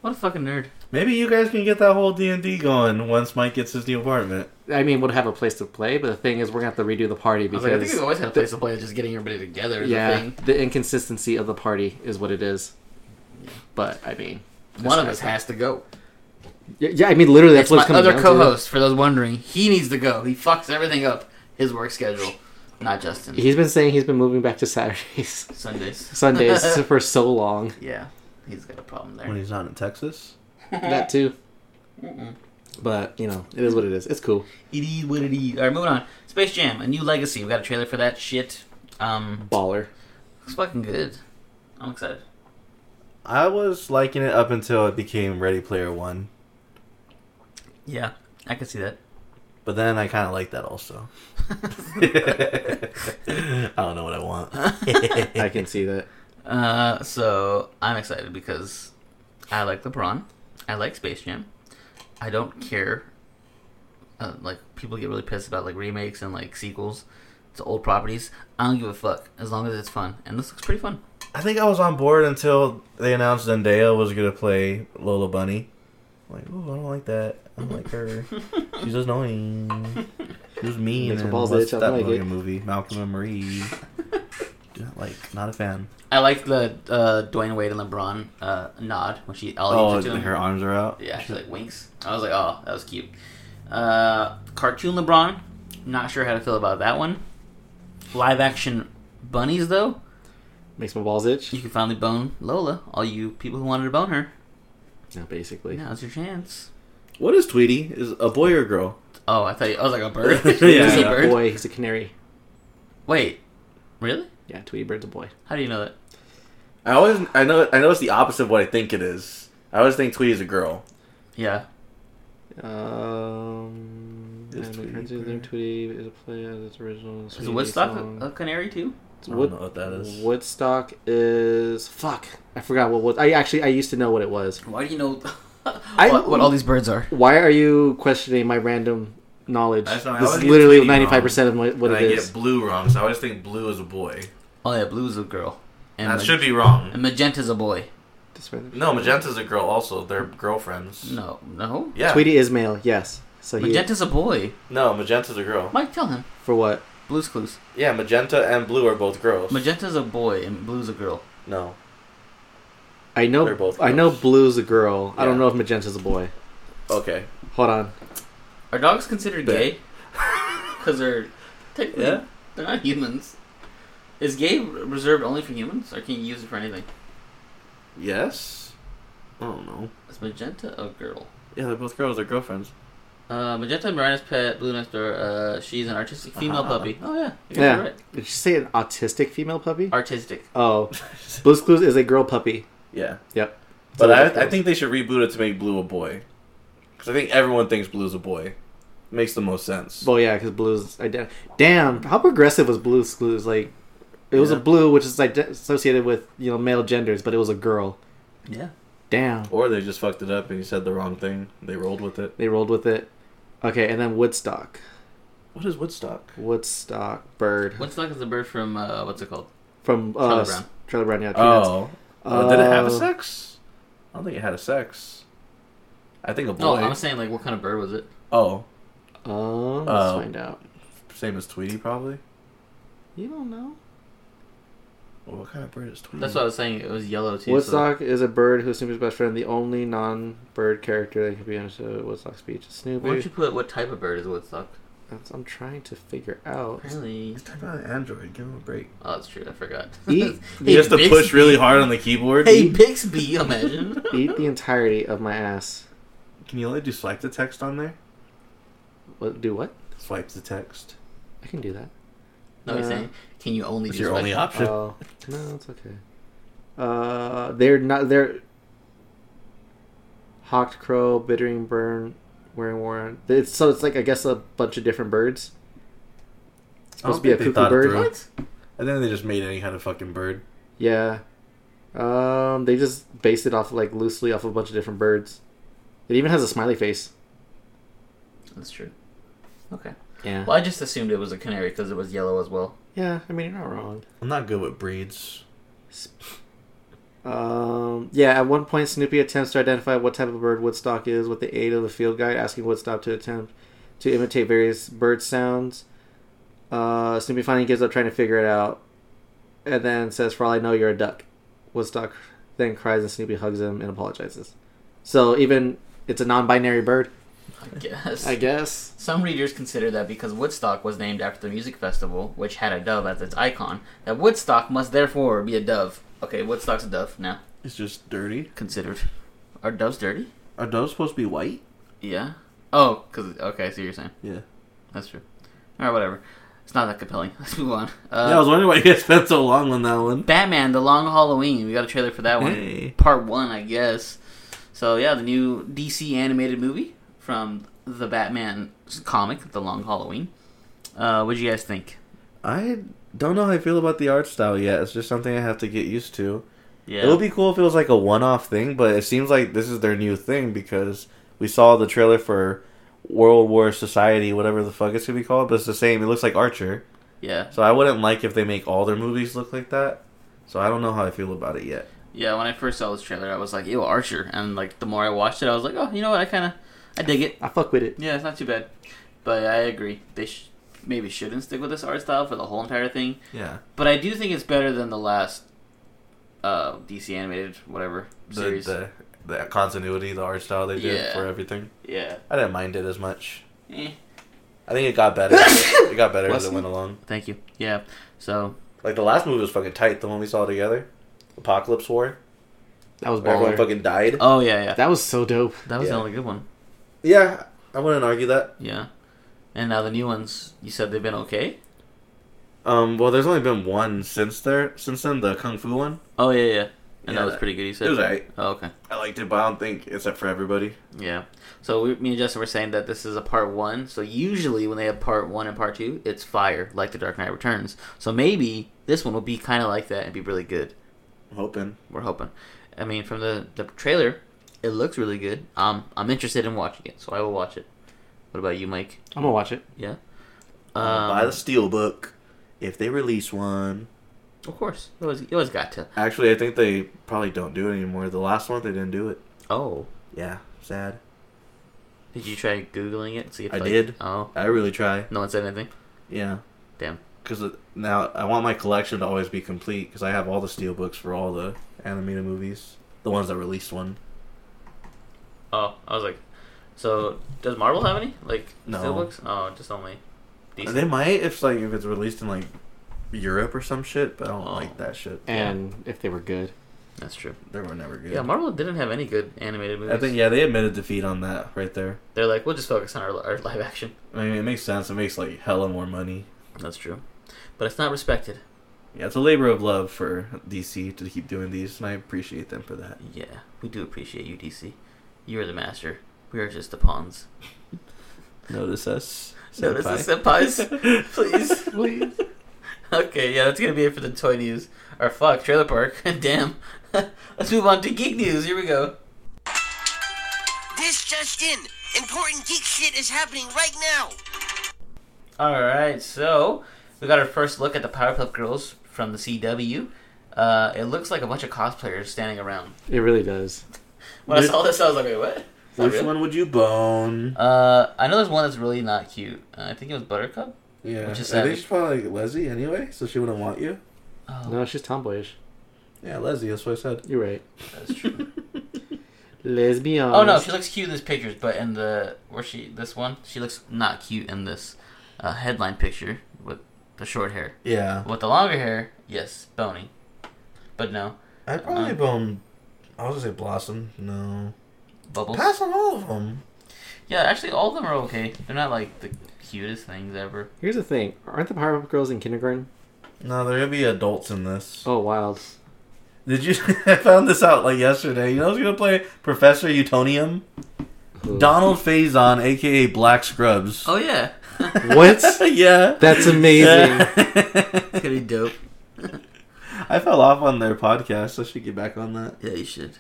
[SPEAKER 3] What a fucking nerd.
[SPEAKER 2] Maybe you guys can get that whole D and D going once Mike gets his new apartment.
[SPEAKER 4] I mean, we'll have a place to play, but the thing is, we're gonna have to redo the
[SPEAKER 3] I
[SPEAKER 4] party
[SPEAKER 3] was
[SPEAKER 4] because
[SPEAKER 3] like, I think we always had a place to play. Just getting everybody together. Is yeah.
[SPEAKER 4] yeah,
[SPEAKER 3] Thing.
[SPEAKER 4] the inconsistency of the party is what it is. But I mean,
[SPEAKER 3] One of us has to go.
[SPEAKER 4] yeah, yeah, I mean, literally, that's
[SPEAKER 3] That's my
[SPEAKER 4] what's coming.
[SPEAKER 3] other
[SPEAKER 4] down to.
[SPEAKER 3] co-host. For those wondering, he needs to go. He fucks everything up. His work schedule, not Justin.
[SPEAKER 4] He's been saying he's been moving back to Saturdays,
[SPEAKER 3] Sundays.
[SPEAKER 4] Sundays for so long.
[SPEAKER 3] yeah, he's got a problem
[SPEAKER 2] When
[SPEAKER 3] there.
[SPEAKER 2] he's not in Texas,
[SPEAKER 4] That too. But you know, it is what it is. It's cool.
[SPEAKER 3] It is what it is. All right, moving on. Space Jam: A New Legacy. We got a trailer for that shit. Um,
[SPEAKER 4] Baller.
[SPEAKER 3] looks fucking good. I'm excited.
[SPEAKER 2] I was liking it up until it became Ready Player One,
[SPEAKER 3] Yeah, I can see that.
[SPEAKER 2] but then I kind of like that also. I don't know what I want.
[SPEAKER 4] I can see that.
[SPEAKER 3] Uh, so I'm excited because I like LeBron. I like Space Jam. I don't care. Uh, like people get really pissed about like remakes and like sequels to old properties. I don't give a fuck as long as it's fun. And this looks pretty fun.
[SPEAKER 2] I think I was on board until they announced Zendaya was gonna play Lola Bunny. I'm like, ooh, I don't like that. I don't like her. She's annoying. She was mean.
[SPEAKER 4] Makes my
[SPEAKER 2] and
[SPEAKER 4] balls
[SPEAKER 2] what's
[SPEAKER 4] itch. I
[SPEAKER 2] that
[SPEAKER 4] don't like
[SPEAKER 2] fucking
[SPEAKER 4] it.
[SPEAKER 2] movie, Malcolm and Marie. Do not like, not a fan.
[SPEAKER 3] I like the uh, Dwayne Wade and LeBron uh, nod when she all
[SPEAKER 2] Oh,
[SPEAKER 3] oh, to him.
[SPEAKER 2] her arms are out.
[SPEAKER 3] Yeah, she like winks. I was like, oh, that was cute. Uh, cartoon LeBron. Not sure how to feel about that one. Live action bunnies though.
[SPEAKER 4] Makes my balls itch.
[SPEAKER 3] You can finally bone Lola. All you people who wanted to bone her,
[SPEAKER 4] Yeah, basically.
[SPEAKER 3] now's your chance.
[SPEAKER 2] What is Tweety? Is it a boy or a girl?
[SPEAKER 3] Oh, I thought you, I was like a bird.
[SPEAKER 2] Yeah.
[SPEAKER 3] Is he
[SPEAKER 4] He's
[SPEAKER 3] a
[SPEAKER 4] a
[SPEAKER 3] bird?
[SPEAKER 4] boy. He's a canary.
[SPEAKER 3] Wait, really?
[SPEAKER 4] Yeah, Tweety Bird's a boy.
[SPEAKER 3] How do you know that?
[SPEAKER 2] I always, I know, I know it's the opposite of what I think it is. I always think Tweety's a girl.
[SPEAKER 3] Yeah,
[SPEAKER 4] Um,
[SPEAKER 2] Is
[SPEAKER 4] and
[SPEAKER 2] Tweety
[SPEAKER 4] Tweety,
[SPEAKER 2] Bird-
[SPEAKER 4] Bird. Tweety is a play of its original.
[SPEAKER 3] is
[SPEAKER 4] Tweety
[SPEAKER 3] Woodstock Uh,
[SPEAKER 4] song.
[SPEAKER 3] a, a canary too?
[SPEAKER 4] It's
[SPEAKER 2] I don't know what that is.
[SPEAKER 4] Woodstock is fuck. I forgot what was. I actually I used to know what it was.
[SPEAKER 3] Why do you know
[SPEAKER 4] I-
[SPEAKER 3] what, what all these birds are?
[SPEAKER 4] Why are you questioning my random knowledge?
[SPEAKER 2] That's not- I
[SPEAKER 4] This
[SPEAKER 2] always
[SPEAKER 4] is
[SPEAKER 2] get
[SPEAKER 4] literally
[SPEAKER 2] Tweety
[SPEAKER 4] ninety five percent of my, what
[SPEAKER 2] And
[SPEAKER 4] it
[SPEAKER 2] I
[SPEAKER 4] is.
[SPEAKER 2] get blue wrong, so I always think blue is a boy.
[SPEAKER 3] Oh yeah, blue's a girl, and,
[SPEAKER 2] That
[SPEAKER 3] ma-
[SPEAKER 2] should be wrong.
[SPEAKER 3] and magenta's a boy.
[SPEAKER 4] Just random.
[SPEAKER 2] No, Magenta's a girl also. They're girlfriends.
[SPEAKER 3] No, no,
[SPEAKER 2] Yeah.
[SPEAKER 4] Tweety is male. Yes. So he
[SPEAKER 3] magenta's a boy.
[SPEAKER 2] No, Magenta's a girl.
[SPEAKER 3] Mike, tell him.
[SPEAKER 4] for what?
[SPEAKER 3] Blue's Clues.
[SPEAKER 2] Yeah, Magenta and Blue are both girls.
[SPEAKER 3] Magenta's a boy and blue's a girl.
[SPEAKER 2] no.
[SPEAKER 4] I know.
[SPEAKER 2] They're both
[SPEAKER 4] I know
[SPEAKER 2] girls.
[SPEAKER 4] Blue's a girl. I don't
[SPEAKER 2] Yeah.
[SPEAKER 4] know if Magenta's a boy.
[SPEAKER 2] Okay.
[SPEAKER 4] Hold on.
[SPEAKER 3] Are dogs considered
[SPEAKER 2] Bet.
[SPEAKER 3] gay? Because they're technically
[SPEAKER 2] Yeah.
[SPEAKER 3] they're not humans. Is gay reserved only for humans, or can you use it for anything?
[SPEAKER 2] Yes? I don't know.
[SPEAKER 3] Is magenta a girl?
[SPEAKER 2] Yeah, they're both girls. They're girlfriends.
[SPEAKER 3] Uh, magenta, Mariana's pet, blue next door. Uh, she's an artistic female
[SPEAKER 2] Uh-huh.
[SPEAKER 3] puppy. Oh yeah, you guys
[SPEAKER 4] Yeah.
[SPEAKER 3] are right.
[SPEAKER 4] Did you say an autistic female puppy?
[SPEAKER 3] Artistic.
[SPEAKER 4] Oh, Blue's Clues is a girl puppy.
[SPEAKER 2] yeah.
[SPEAKER 4] Yep.
[SPEAKER 2] But
[SPEAKER 4] So both
[SPEAKER 2] I, I
[SPEAKER 4] girls.
[SPEAKER 2] think they should reboot it to make Blue a boy. Because I think everyone thinks Blue's a boy. Makes the most sense.
[SPEAKER 4] Well, yeah, because blues. Ident- Damn, how progressive was Blue's Clues? Like, it was a
[SPEAKER 2] Yeah.
[SPEAKER 4] blue, which is ident- associated with you know male genders, but it was a girl.
[SPEAKER 3] Yeah.
[SPEAKER 4] Damn,
[SPEAKER 2] or they just fucked it up and you said the wrong thing. They rolled with it.
[SPEAKER 4] they rolled with it. Okay, and then Woodstock,
[SPEAKER 2] What is Woodstock?
[SPEAKER 4] Woodstock bird
[SPEAKER 3] Woodstock is the bird from uh, what's it called?
[SPEAKER 4] from uh,
[SPEAKER 3] Charlie
[SPEAKER 4] s-
[SPEAKER 3] Brown.
[SPEAKER 4] Charlie Brown, yeah. Peanuts.
[SPEAKER 2] Oh. Uh, did it have a
[SPEAKER 4] Uh,
[SPEAKER 2] sex? I don't think it had a sex. I think a boy.
[SPEAKER 3] No, I'm saying like what kind of bird was it?
[SPEAKER 2] oh,
[SPEAKER 4] Um, let's
[SPEAKER 2] Oh.
[SPEAKER 4] find out.
[SPEAKER 2] same as Tweety probably.
[SPEAKER 4] You don't know.
[SPEAKER 2] Well, what kind of bird is Tweety?
[SPEAKER 3] That's what I was saying. It was yellow too. so-
[SPEAKER 4] Woodstock is a bird who is Snoopy's best friend, the only non-bird character that can be understood. Woodstock's speech is
[SPEAKER 3] Why don't you
[SPEAKER 4] Snoopy.
[SPEAKER 3] put what type of bird is Woodstock?
[SPEAKER 4] That's I'm trying to figure out.
[SPEAKER 3] Really?
[SPEAKER 2] He's typing on Android. Give him a break.
[SPEAKER 3] Oh, that's true. I forgot.
[SPEAKER 4] Eat-
[SPEAKER 2] You have to
[SPEAKER 3] Bixby.
[SPEAKER 2] push really hard on the keyboard.
[SPEAKER 3] Hey Bixby, imagine.
[SPEAKER 4] Eat the entirety of my ass.
[SPEAKER 2] Can you only do swipe the text on there?
[SPEAKER 4] What, do what?
[SPEAKER 2] Swipe the text.
[SPEAKER 4] I can do that.
[SPEAKER 3] No, he's
[SPEAKER 4] Uh,
[SPEAKER 3] saying, can you only
[SPEAKER 2] It's
[SPEAKER 3] do
[SPEAKER 2] your
[SPEAKER 3] swipe?
[SPEAKER 2] only option.
[SPEAKER 4] Oh no, it's okay. Uh, they're not. They're hawked crow, bittering burn, wearing warren. It's so it's like I guess a bunch of different birds.
[SPEAKER 2] I don't
[SPEAKER 4] supposed to be a
[SPEAKER 2] think they
[SPEAKER 4] cuckoo
[SPEAKER 2] thought it
[SPEAKER 4] bird.
[SPEAKER 2] through.
[SPEAKER 3] What?
[SPEAKER 2] And then they just made any kind of fucking bird.
[SPEAKER 4] Yeah. Um, they just based it off like loosely off a bunch of different birds. It even has a smiley face.
[SPEAKER 3] That's true. Okay.
[SPEAKER 4] Yeah.
[SPEAKER 3] Well, I just assumed it was a canary because it was yellow as well.
[SPEAKER 4] Yeah. I mean, you're not wrong.
[SPEAKER 2] I'm not good with breeds.
[SPEAKER 4] Um, yeah, at one point, Snoopy attempts to identify what type of bird Woodstock is with the aid of a field guide, asking Woodstock to attempt to imitate various bird sounds. Uh, Snoopy finally gives up trying to figure it out, and then says, "For all I know, you're a duck." Woodstock then cries, and Snoopy hugs him and apologizes. So even it's a non-binary bird,
[SPEAKER 3] I guess.
[SPEAKER 4] I guess.
[SPEAKER 3] Some readers consider that because Woodstock was named after the music festival, which had a dove as its icon, that Woodstock must therefore be a dove. Okay, Woodstock's a dove now,
[SPEAKER 2] It's just dirty.
[SPEAKER 3] considered. Are doves dirty?
[SPEAKER 2] Are doves supposed to be white?
[SPEAKER 3] Yeah. Oh, because, okay, I see what you're saying.
[SPEAKER 2] Yeah.
[SPEAKER 3] That's true. Alright, whatever. It's not that compelling. Let's move on. Uh,
[SPEAKER 2] yeah, I was wondering why you guys spent so long on that one.
[SPEAKER 3] Batman: The Long Halloween. We got a trailer for that one,
[SPEAKER 2] Hey.
[SPEAKER 3] part one, I guess. So yeah, the new DC animated movie from the Batman comic, The Long Halloween. Uh, what do you guys think?
[SPEAKER 2] I don't know how I feel about the art style yet. It's just something I have to get used to.
[SPEAKER 3] Yeah,
[SPEAKER 2] It would be cool if it was like a one-off thing, but it seems like this is their new thing because we saw the trailer for World War Society, whatever the fuck it's gonna be called. But it's the same. It looks like Archer,
[SPEAKER 3] yeah,
[SPEAKER 2] so I wouldn't like if they make all their movies look like that. So I don't know how I feel about it yet.
[SPEAKER 3] yeah. When I first saw this trailer, I was like, "Ew, Archer," and like the more I watched it, I was like, "Oh, you know what? I kind of, I dig it.
[SPEAKER 4] I fuck with it.
[SPEAKER 3] Yeah, it's not too bad." But I agree, they sh- maybe shouldn't stick with this art style for the whole entire thing.
[SPEAKER 2] Yeah,
[SPEAKER 3] But I do think it's better than the last uh, DC animated whatever
[SPEAKER 2] the,
[SPEAKER 3] series.
[SPEAKER 2] the the continuity, the art style they did
[SPEAKER 3] Yeah.
[SPEAKER 2] for everything.
[SPEAKER 3] Yeah.
[SPEAKER 2] I didn't mind it as much.
[SPEAKER 3] Eh,
[SPEAKER 2] I think it got better. it got better as
[SPEAKER 3] Bless
[SPEAKER 2] it
[SPEAKER 3] you.
[SPEAKER 2] went along.
[SPEAKER 3] thank you. Yeah. So
[SPEAKER 2] Like the last movie was fucking tight. The one we saw together, Apocalypse War.
[SPEAKER 4] That was
[SPEAKER 2] Where everyone
[SPEAKER 4] baller.
[SPEAKER 2] fucking died.
[SPEAKER 3] oh yeah yeah that,
[SPEAKER 4] That was so dope.
[SPEAKER 3] was
[SPEAKER 2] yeah.
[SPEAKER 3] the only good one.
[SPEAKER 2] yeah, I wouldn't argue that.
[SPEAKER 3] Yeah. And now the new ones. You said they've been okay.
[SPEAKER 2] Um, well, there's only been one since there. Since then, the Kung Fu one.
[SPEAKER 3] Oh yeah yeah. And
[SPEAKER 2] Yeah,
[SPEAKER 3] that was
[SPEAKER 2] that-
[SPEAKER 3] pretty good. You said
[SPEAKER 2] it was alright.
[SPEAKER 3] Oh, okay.
[SPEAKER 2] I liked it, but I don't think it's up for everybody.
[SPEAKER 3] Yeah. So we, me and Justin were saying that this is a part one. So usually when they have part one and part two, it's fire like The Dark Knight Returns. So maybe this one will be kind of like that and be really good.
[SPEAKER 2] I'm hoping.
[SPEAKER 3] we're hoping. I mean, from the, the trailer, it looks really good. Um, I'm interested in watching it, so I will watch it. What about you, Mike?
[SPEAKER 4] I'm gonna watch it.
[SPEAKER 3] Yeah.
[SPEAKER 2] Buy the
[SPEAKER 3] Um,
[SPEAKER 2] Steelbook if they release one.
[SPEAKER 3] of course, you always, you always got to.
[SPEAKER 2] Actually, I think they probably don't do it anymore. The last one, they didn't do it.
[SPEAKER 3] Oh,
[SPEAKER 2] Yeah, sad.
[SPEAKER 3] did you try googling it? See if
[SPEAKER 2] I
[SPEAKER 3] like-
[SPEAKER 2] did.
[SPEAKER 3] Oh,
[SPEAKER 2] I really try.
[SPEAKER 3] no one said anything.
[SPEAKER 2] Yeah,
[SPEAKER 3] Damn.
[SPEAKER 2] because now I want my collection to always be complete because I have all the Steelbooks for all the animated movies, the ones that released one.
[SPEAKER 3] Oh, I was like, so does Marvel have any like
[SPEAKER 2] No.
[SPEAKER 3] steelbooks? Oh, just only. DC.
[SPEAKER 2] They might if like if it's released in like Europe or some shit, but I don't
[SPEAKER 3] Oh.
[SPEAKER 2] like that shit.
[SPEAKER 4] And if they were good,
[SPEAKER 3] That's true.
[SPEAKER 2] They were never good.
[SPEAKER 3] Yeah. Marvel didn't have any good animated movies.
[SPEAKER 2] I think yeah, they admitted defeat on that right there.
[SPEAKER 3] they're like, we'll just focus on our, our live action.
[SPEAKER 2] I mean, it makes sense. It makes like hella more money.
[SPEAKER 3] That's true, but it's not respected.
[SPEAKER 2] Yeah, it's a labor of love for DC to keep doing these, and I appreciate them for that.
[SPEAKER 3] Yeah, we do appreciate you, DC. You are the master. We are just the pawns.
[SPEAKER 2] Notice us.
[SPEAKER 3] Notice the
[SPEAKER 2] senpai.
[SPEAKER 3] senpais, please.
[SPEAKER 4] please.
[SPEAKER 3] Okay, yeah, that's gonna be it for the toy news. Or fuck, trailer park. Damn. Let's move on to geek news. Here we go.
[SPEAKER 5] This just in. Important geek shit is happening right now.
[SPEAKER 3] All right, so we got our first look at the Powerpuff Girls from the CW. Uh, it looks like a bunch of cosplayers standing around.
[SPEAKER 4] It really does.
[SPEAKER 3] When I
[SPEAKER 2] Which-
[SPEAKER 3] saw this, I was like, wait, what? Is that
[SPEAKER 2] Which
[SPEAKER 3] real?
[SPEAKER 2] one would you bone?
[SPEAKER 3] Uh, I know there's one that's really not cute. Uh, I think it was Buttercup.
[SPEAKER 2] Yeah,
[SPEAKER 3] which is
[SPEAKER 2] I
[SPEAKER 3] savage.
[SPEAKER 2] think she's probably like Leslie anyway, so she wouldn't want you.
[SPEAKER 3] Oh,
[SPEAKER 4] No, she's tomboyish.
[SPEAKER 2] Yeah, Leslie. That's what I said.
[SPEAKER 4] You're right.
[SPEAKER 3] that's true.
[SPEAKER 4] Lesbian.
[SPEAKER 3] Oh no, she looks cute in these pictures, but in the where she this one, she looks not cute in this uh, headline picture with the short hair.
[SPEAKER 2] Yeah,
[SPEAKER 3] With the longer hair, yes, bony. But no,
[SPEAKER 2] I'd
[SPEAKER 3] Um,
[SPEAKER 2] probably bone. I was gonna say Blossom. No,
[SPEAKER 3] bubbles.
[SPEAKER 2] pass on all of them.
[SPEAKER 3] Yeah, actually, all of them are okay. They're not like the cutest things ever.
[SPEAKER 4] Here's the thing. Aren't the Powerpuff Girls in kindergarten?
[SPEAKER 2] No, they're gonna be adults in this.
[SPEAKER 4] Oh, wild.
[SPEAKER 2] Did you? I found this out like yesterday. You know who's gonna play Professor Utonium?
[SPEAKER 4] Ugh.
[SPEAKER 2] Donald Faison, aka Black Scrubs.
[SPEAKER 3] Oh yeah,
[SPEAKER 4] What?
[SPEAKER 2] yeah,
[SPEAKER 4] That's amazing.
[SPEAKER 2] Yeah.
[SPEAKER 3] gonna be dope.
[SPEAKER 2] I fell off on their podcast. I should get back on that.
[SPEAKER 3] Yeah, you should.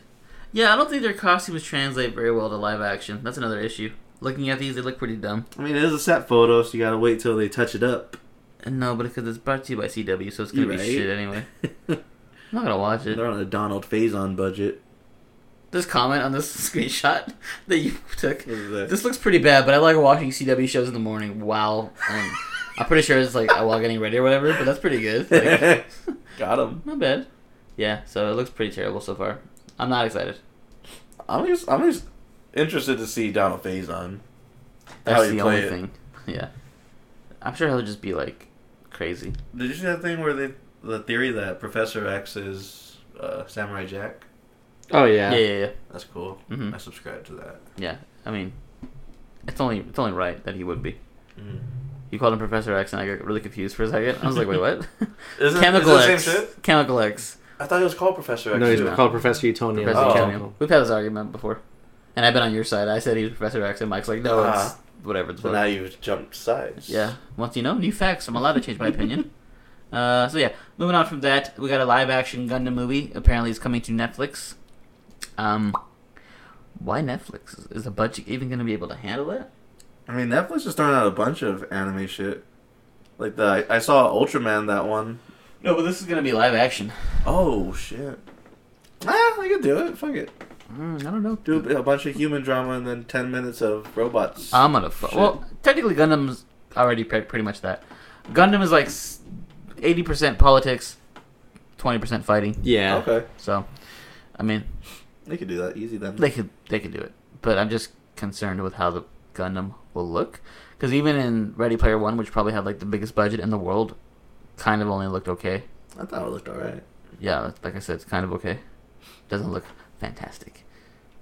[SPEAKER 3] Yeah, I don't think their costumes translate very well to live action. That's another issue. Looking at these, they look pretty dumb.
[SPEAKER 2] I mean, it is a set photo, so you gotta wait till they touch it up.
[SPEAKER 3] And no, but because it's brought to you by CW, so it's gonna
[SPEAKER 2] You're
[SPEAKER 3] be
[SPEAKER 2] right.
[SPEAKER 3] shit anyway. I'm not gonna watch it.
[SPEAKER 2] They're on a Donald Faison budget.
[SPEAKER 3] This comment on this screenshot that you took.
[SPEAKER 2] What is that?
[SPEAKER 3] This looks pretty bad, but I like watching CW shows in the morning. Wow. Um, I'm pretty sure it's like while getting ready or whatever, but that's pretty good. Like,
[SPEAKER 2] Got him.
[SPEAKER 3] not bad. Yeah, so it looks pretty terrible so far. I'm not excited.
[SPEAKER 2] I'm just, I'm just interested to see Donald Faison.
[SPEAKER 3] That's
[SPEAKER 2] he
[SPEAKER 3] the only
[SPEAKER 2] play it.
[SPEAKER 3] thing. Yeah. I'm sure he'll just be like crazy.
[SPEAKER 2] Did you see that thing where they, the theory that Professor X is uh, Samurai Jack?
[SPEAKER 4] Oh yeah.
[SPEAKER 3] Yeah, yeah, yeah.
[SPEAKER 2] That's cool.
[SPEAKER 3] Mhm.
[SPEAKER 2] I subscribe to that.
[SPEAKER 3] Yeah. I mean, it's only it's only right that he would be.
[SPEAKER 2] Mhm.
[SPEAKER 3] You called him Professor X, and I got really confused for a second. I was like, wait, what?
[SPEAKER 2] Is it-
[SPEAKER 3] Chemical
[SPEAKER 2] is it the
[SPEAKER 3] X.
[SPEAKER 2] same shit?
[SPEAKER 3] Chemical X.
[SPEAKER 2] I thought it was called Professor X.
[SPEAKER 4] No, he's
[SPEAKER 2] too.
[SPEAKER 4] called Professor Utonian.
[SPEAKER 3] Professor
[SPEAKER 2] Oh.
[SPEAKER 3] Chemical. We've had this argument before, and I've been on your side. I said he was Professor X, and Mike's like, no, it's
[SPEAKER 2] Ah.
[SPEAKER 3] whatever. It's
[SPEAKER 2] So
[SPEAKER 3] whatever.
[SPEAKER 2] now you've jumped sides.
[SPEAKER 3] Yeah. Once you know new facts, I'm allowed to change my opinion. Uh, so yeah, moving on from that, we got a live action Gundam movie. Apparently, it's coming to Netflix. Um, why Netflix? Is the budget even going to be able to handle that?
[SPEAKER 2] I mean, Netflix is throwing out a bunch of anime shit. Like the I saw Ultraman that one.
[SPEAKER 3] No, but this is going to be live action.
[SPEAKER 2] Oh shit. Ah, I could do it. Fuck it.
[SPEAKER 3] Mm, I don't know.
[SPEAKER 2] Do a bunch of human drama and then ten minutes of robots.
[SPEAKER 3] I'm gonna. Fu-
[SPEAKER 2] Shit.
[SPEAKER 3] well, technically, Gundam's already pre- pretty much that. Gundam is like eighty percent politics, twenty percent fighting.
[SPEAKER 4] Yeah.
[SPEAKER 2] Okay,
[SPEAKER 3] So, I mean,
[SPEAKER 2] they could do that easy then.
[SPEAKER 3] they could they could do it, but I'm just concerned with how the Gundam will look. Because even in Ready Player One, which probably had like the biggest budget in the world, kind of only looked okay.
[SPEAKER 2] I thought it looked alright.
[SPEAKER 3] Yeah, like I said, it's kind of okay. Doesn't look fantastic,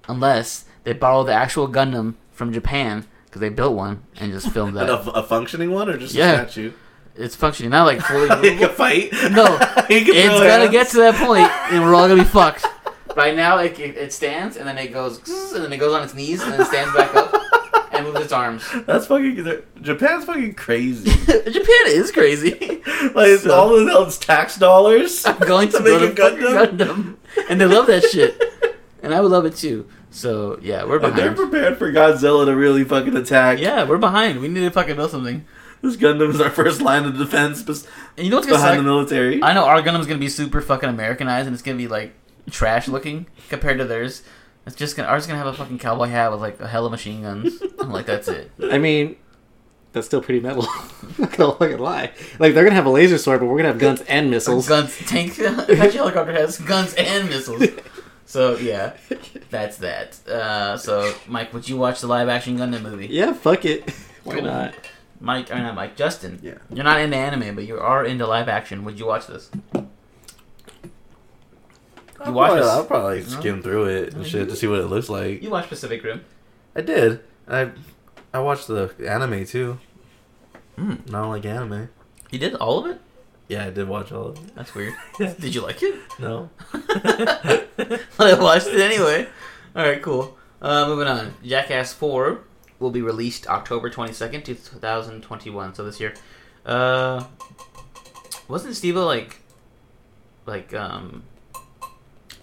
[SPEAKER 3] unless they borrow the actual Gundam from Japan because they built one and just filmed
[SPEAKER 2] And
[SPEAKER 3] that.
[SPEAKER 2] A, a functioning one or just
[SPEAKER 3] Yeah.
[SPEAKER 2] a statue?
[SPEAKER 3] it's functioning now, like fully.
[SPEAKER 2] he can fight.
[SPEAKER 3] No,
[SPEAKER 2] he can
[SPEAKER 3] it's
[SPEAKER 2] throw
[SPEAKER 3] gonna
[SPEAKER 2] hands.
[SPEAKER 3] get to that point, and we're all gonna be fucked. Right now, it, it, it stands, and then it goes, "Zzz," and then it goes on its knees, and then it stands back up and moves its arms.
[SPEAKER 2] That's fucking. they're- Japan's fucking crazy.
[SPEAKER 3] Japan is crazy.
[SPEAKER 2] like it's all of those tax dollars.
[SPEAKER 3] Going to
[SPEAKER 2] To make
[SPEAKER 3] build
[SPEAKER 2] a
[SPEAKER 3] a fucking Gundam.
[SPEAKER 2] Gundam?
[SPEAKER 3] and they love that shit, and I would love it too. So yeah, we're
[SPEAKER 2] But they're
[SPEAKER 3] behind.
[SPEAKER 2] prepared for Godzilla to really fucking attack.
[SPEAKER 3] Yeah, we're behind. We need to fucking build something.
[SPEAKER 2] This Gundam is our first line of defense bes-
[SPEAKER 3] And you know what's gonna
[SPEAKER 2] behind the
[SPEAKER 3] suck?
[SPEAKER 2] military.
[SPEAKER 3] I know our Gundam's gonna be super fucking Americanized, and it's gonna be like trash looking compared to theirs. It's just gonna ours is gonna have a fucking cowboy hat with like a hella machine guns. I'm like, that's it.
[SPEAKER 4] I mean, that's still pretty metal. I'm not gonna fucking lie. Like they're gonna have a laser sword, but we're gonna have guns and missiles.
[SPEAKER 3] Guns, tank, Apache helicopter has guns and missiles. So yeah, that's that. Uh, so Mike, would you watch the live action Gundam movie?
[SPEAKER 4] yeah, fuck it. Why
[SPEAKER 3] Cool.
[SPEAKER 4] not?
[SPEAKER 3] Mike, or not Mike, Justin.
[SPEAKER 2] Yeah.
[SPEAKER 3] You're not into anime, but you are into live action. Would you watch this?
[SPEAKER 2] I'll,
[SPEAKER 3] watch
[SPEAKER 2] probably,
[SPEAKER 3] this.
[SPEAKER 2] I'll probably
[SPEAKER 3] No?
[SPEAKER 2] skim through it and shit to see what it looks like.
[SPEAKER 3] You watch Pacific Rim.
[SPEAKER 2] I did. I I watched the anime too.
[SPEAKER 3] Mm.
[SPEAKER 2] Not like anime.
[SPEAKER 3] You did all of it.
[SPEAKER 2] Yeah, I did watch all of it.
[SPEAKER 3] That's weird. did you like it?
[SPEAKER 2] No.
[SPEAKER 3] but I watched it anyway. All right, cool. Uh, moving on. Jackass Four will be released October twenty second, two thousand twenty one. So this year. Uh, wasn't Steve like, like um,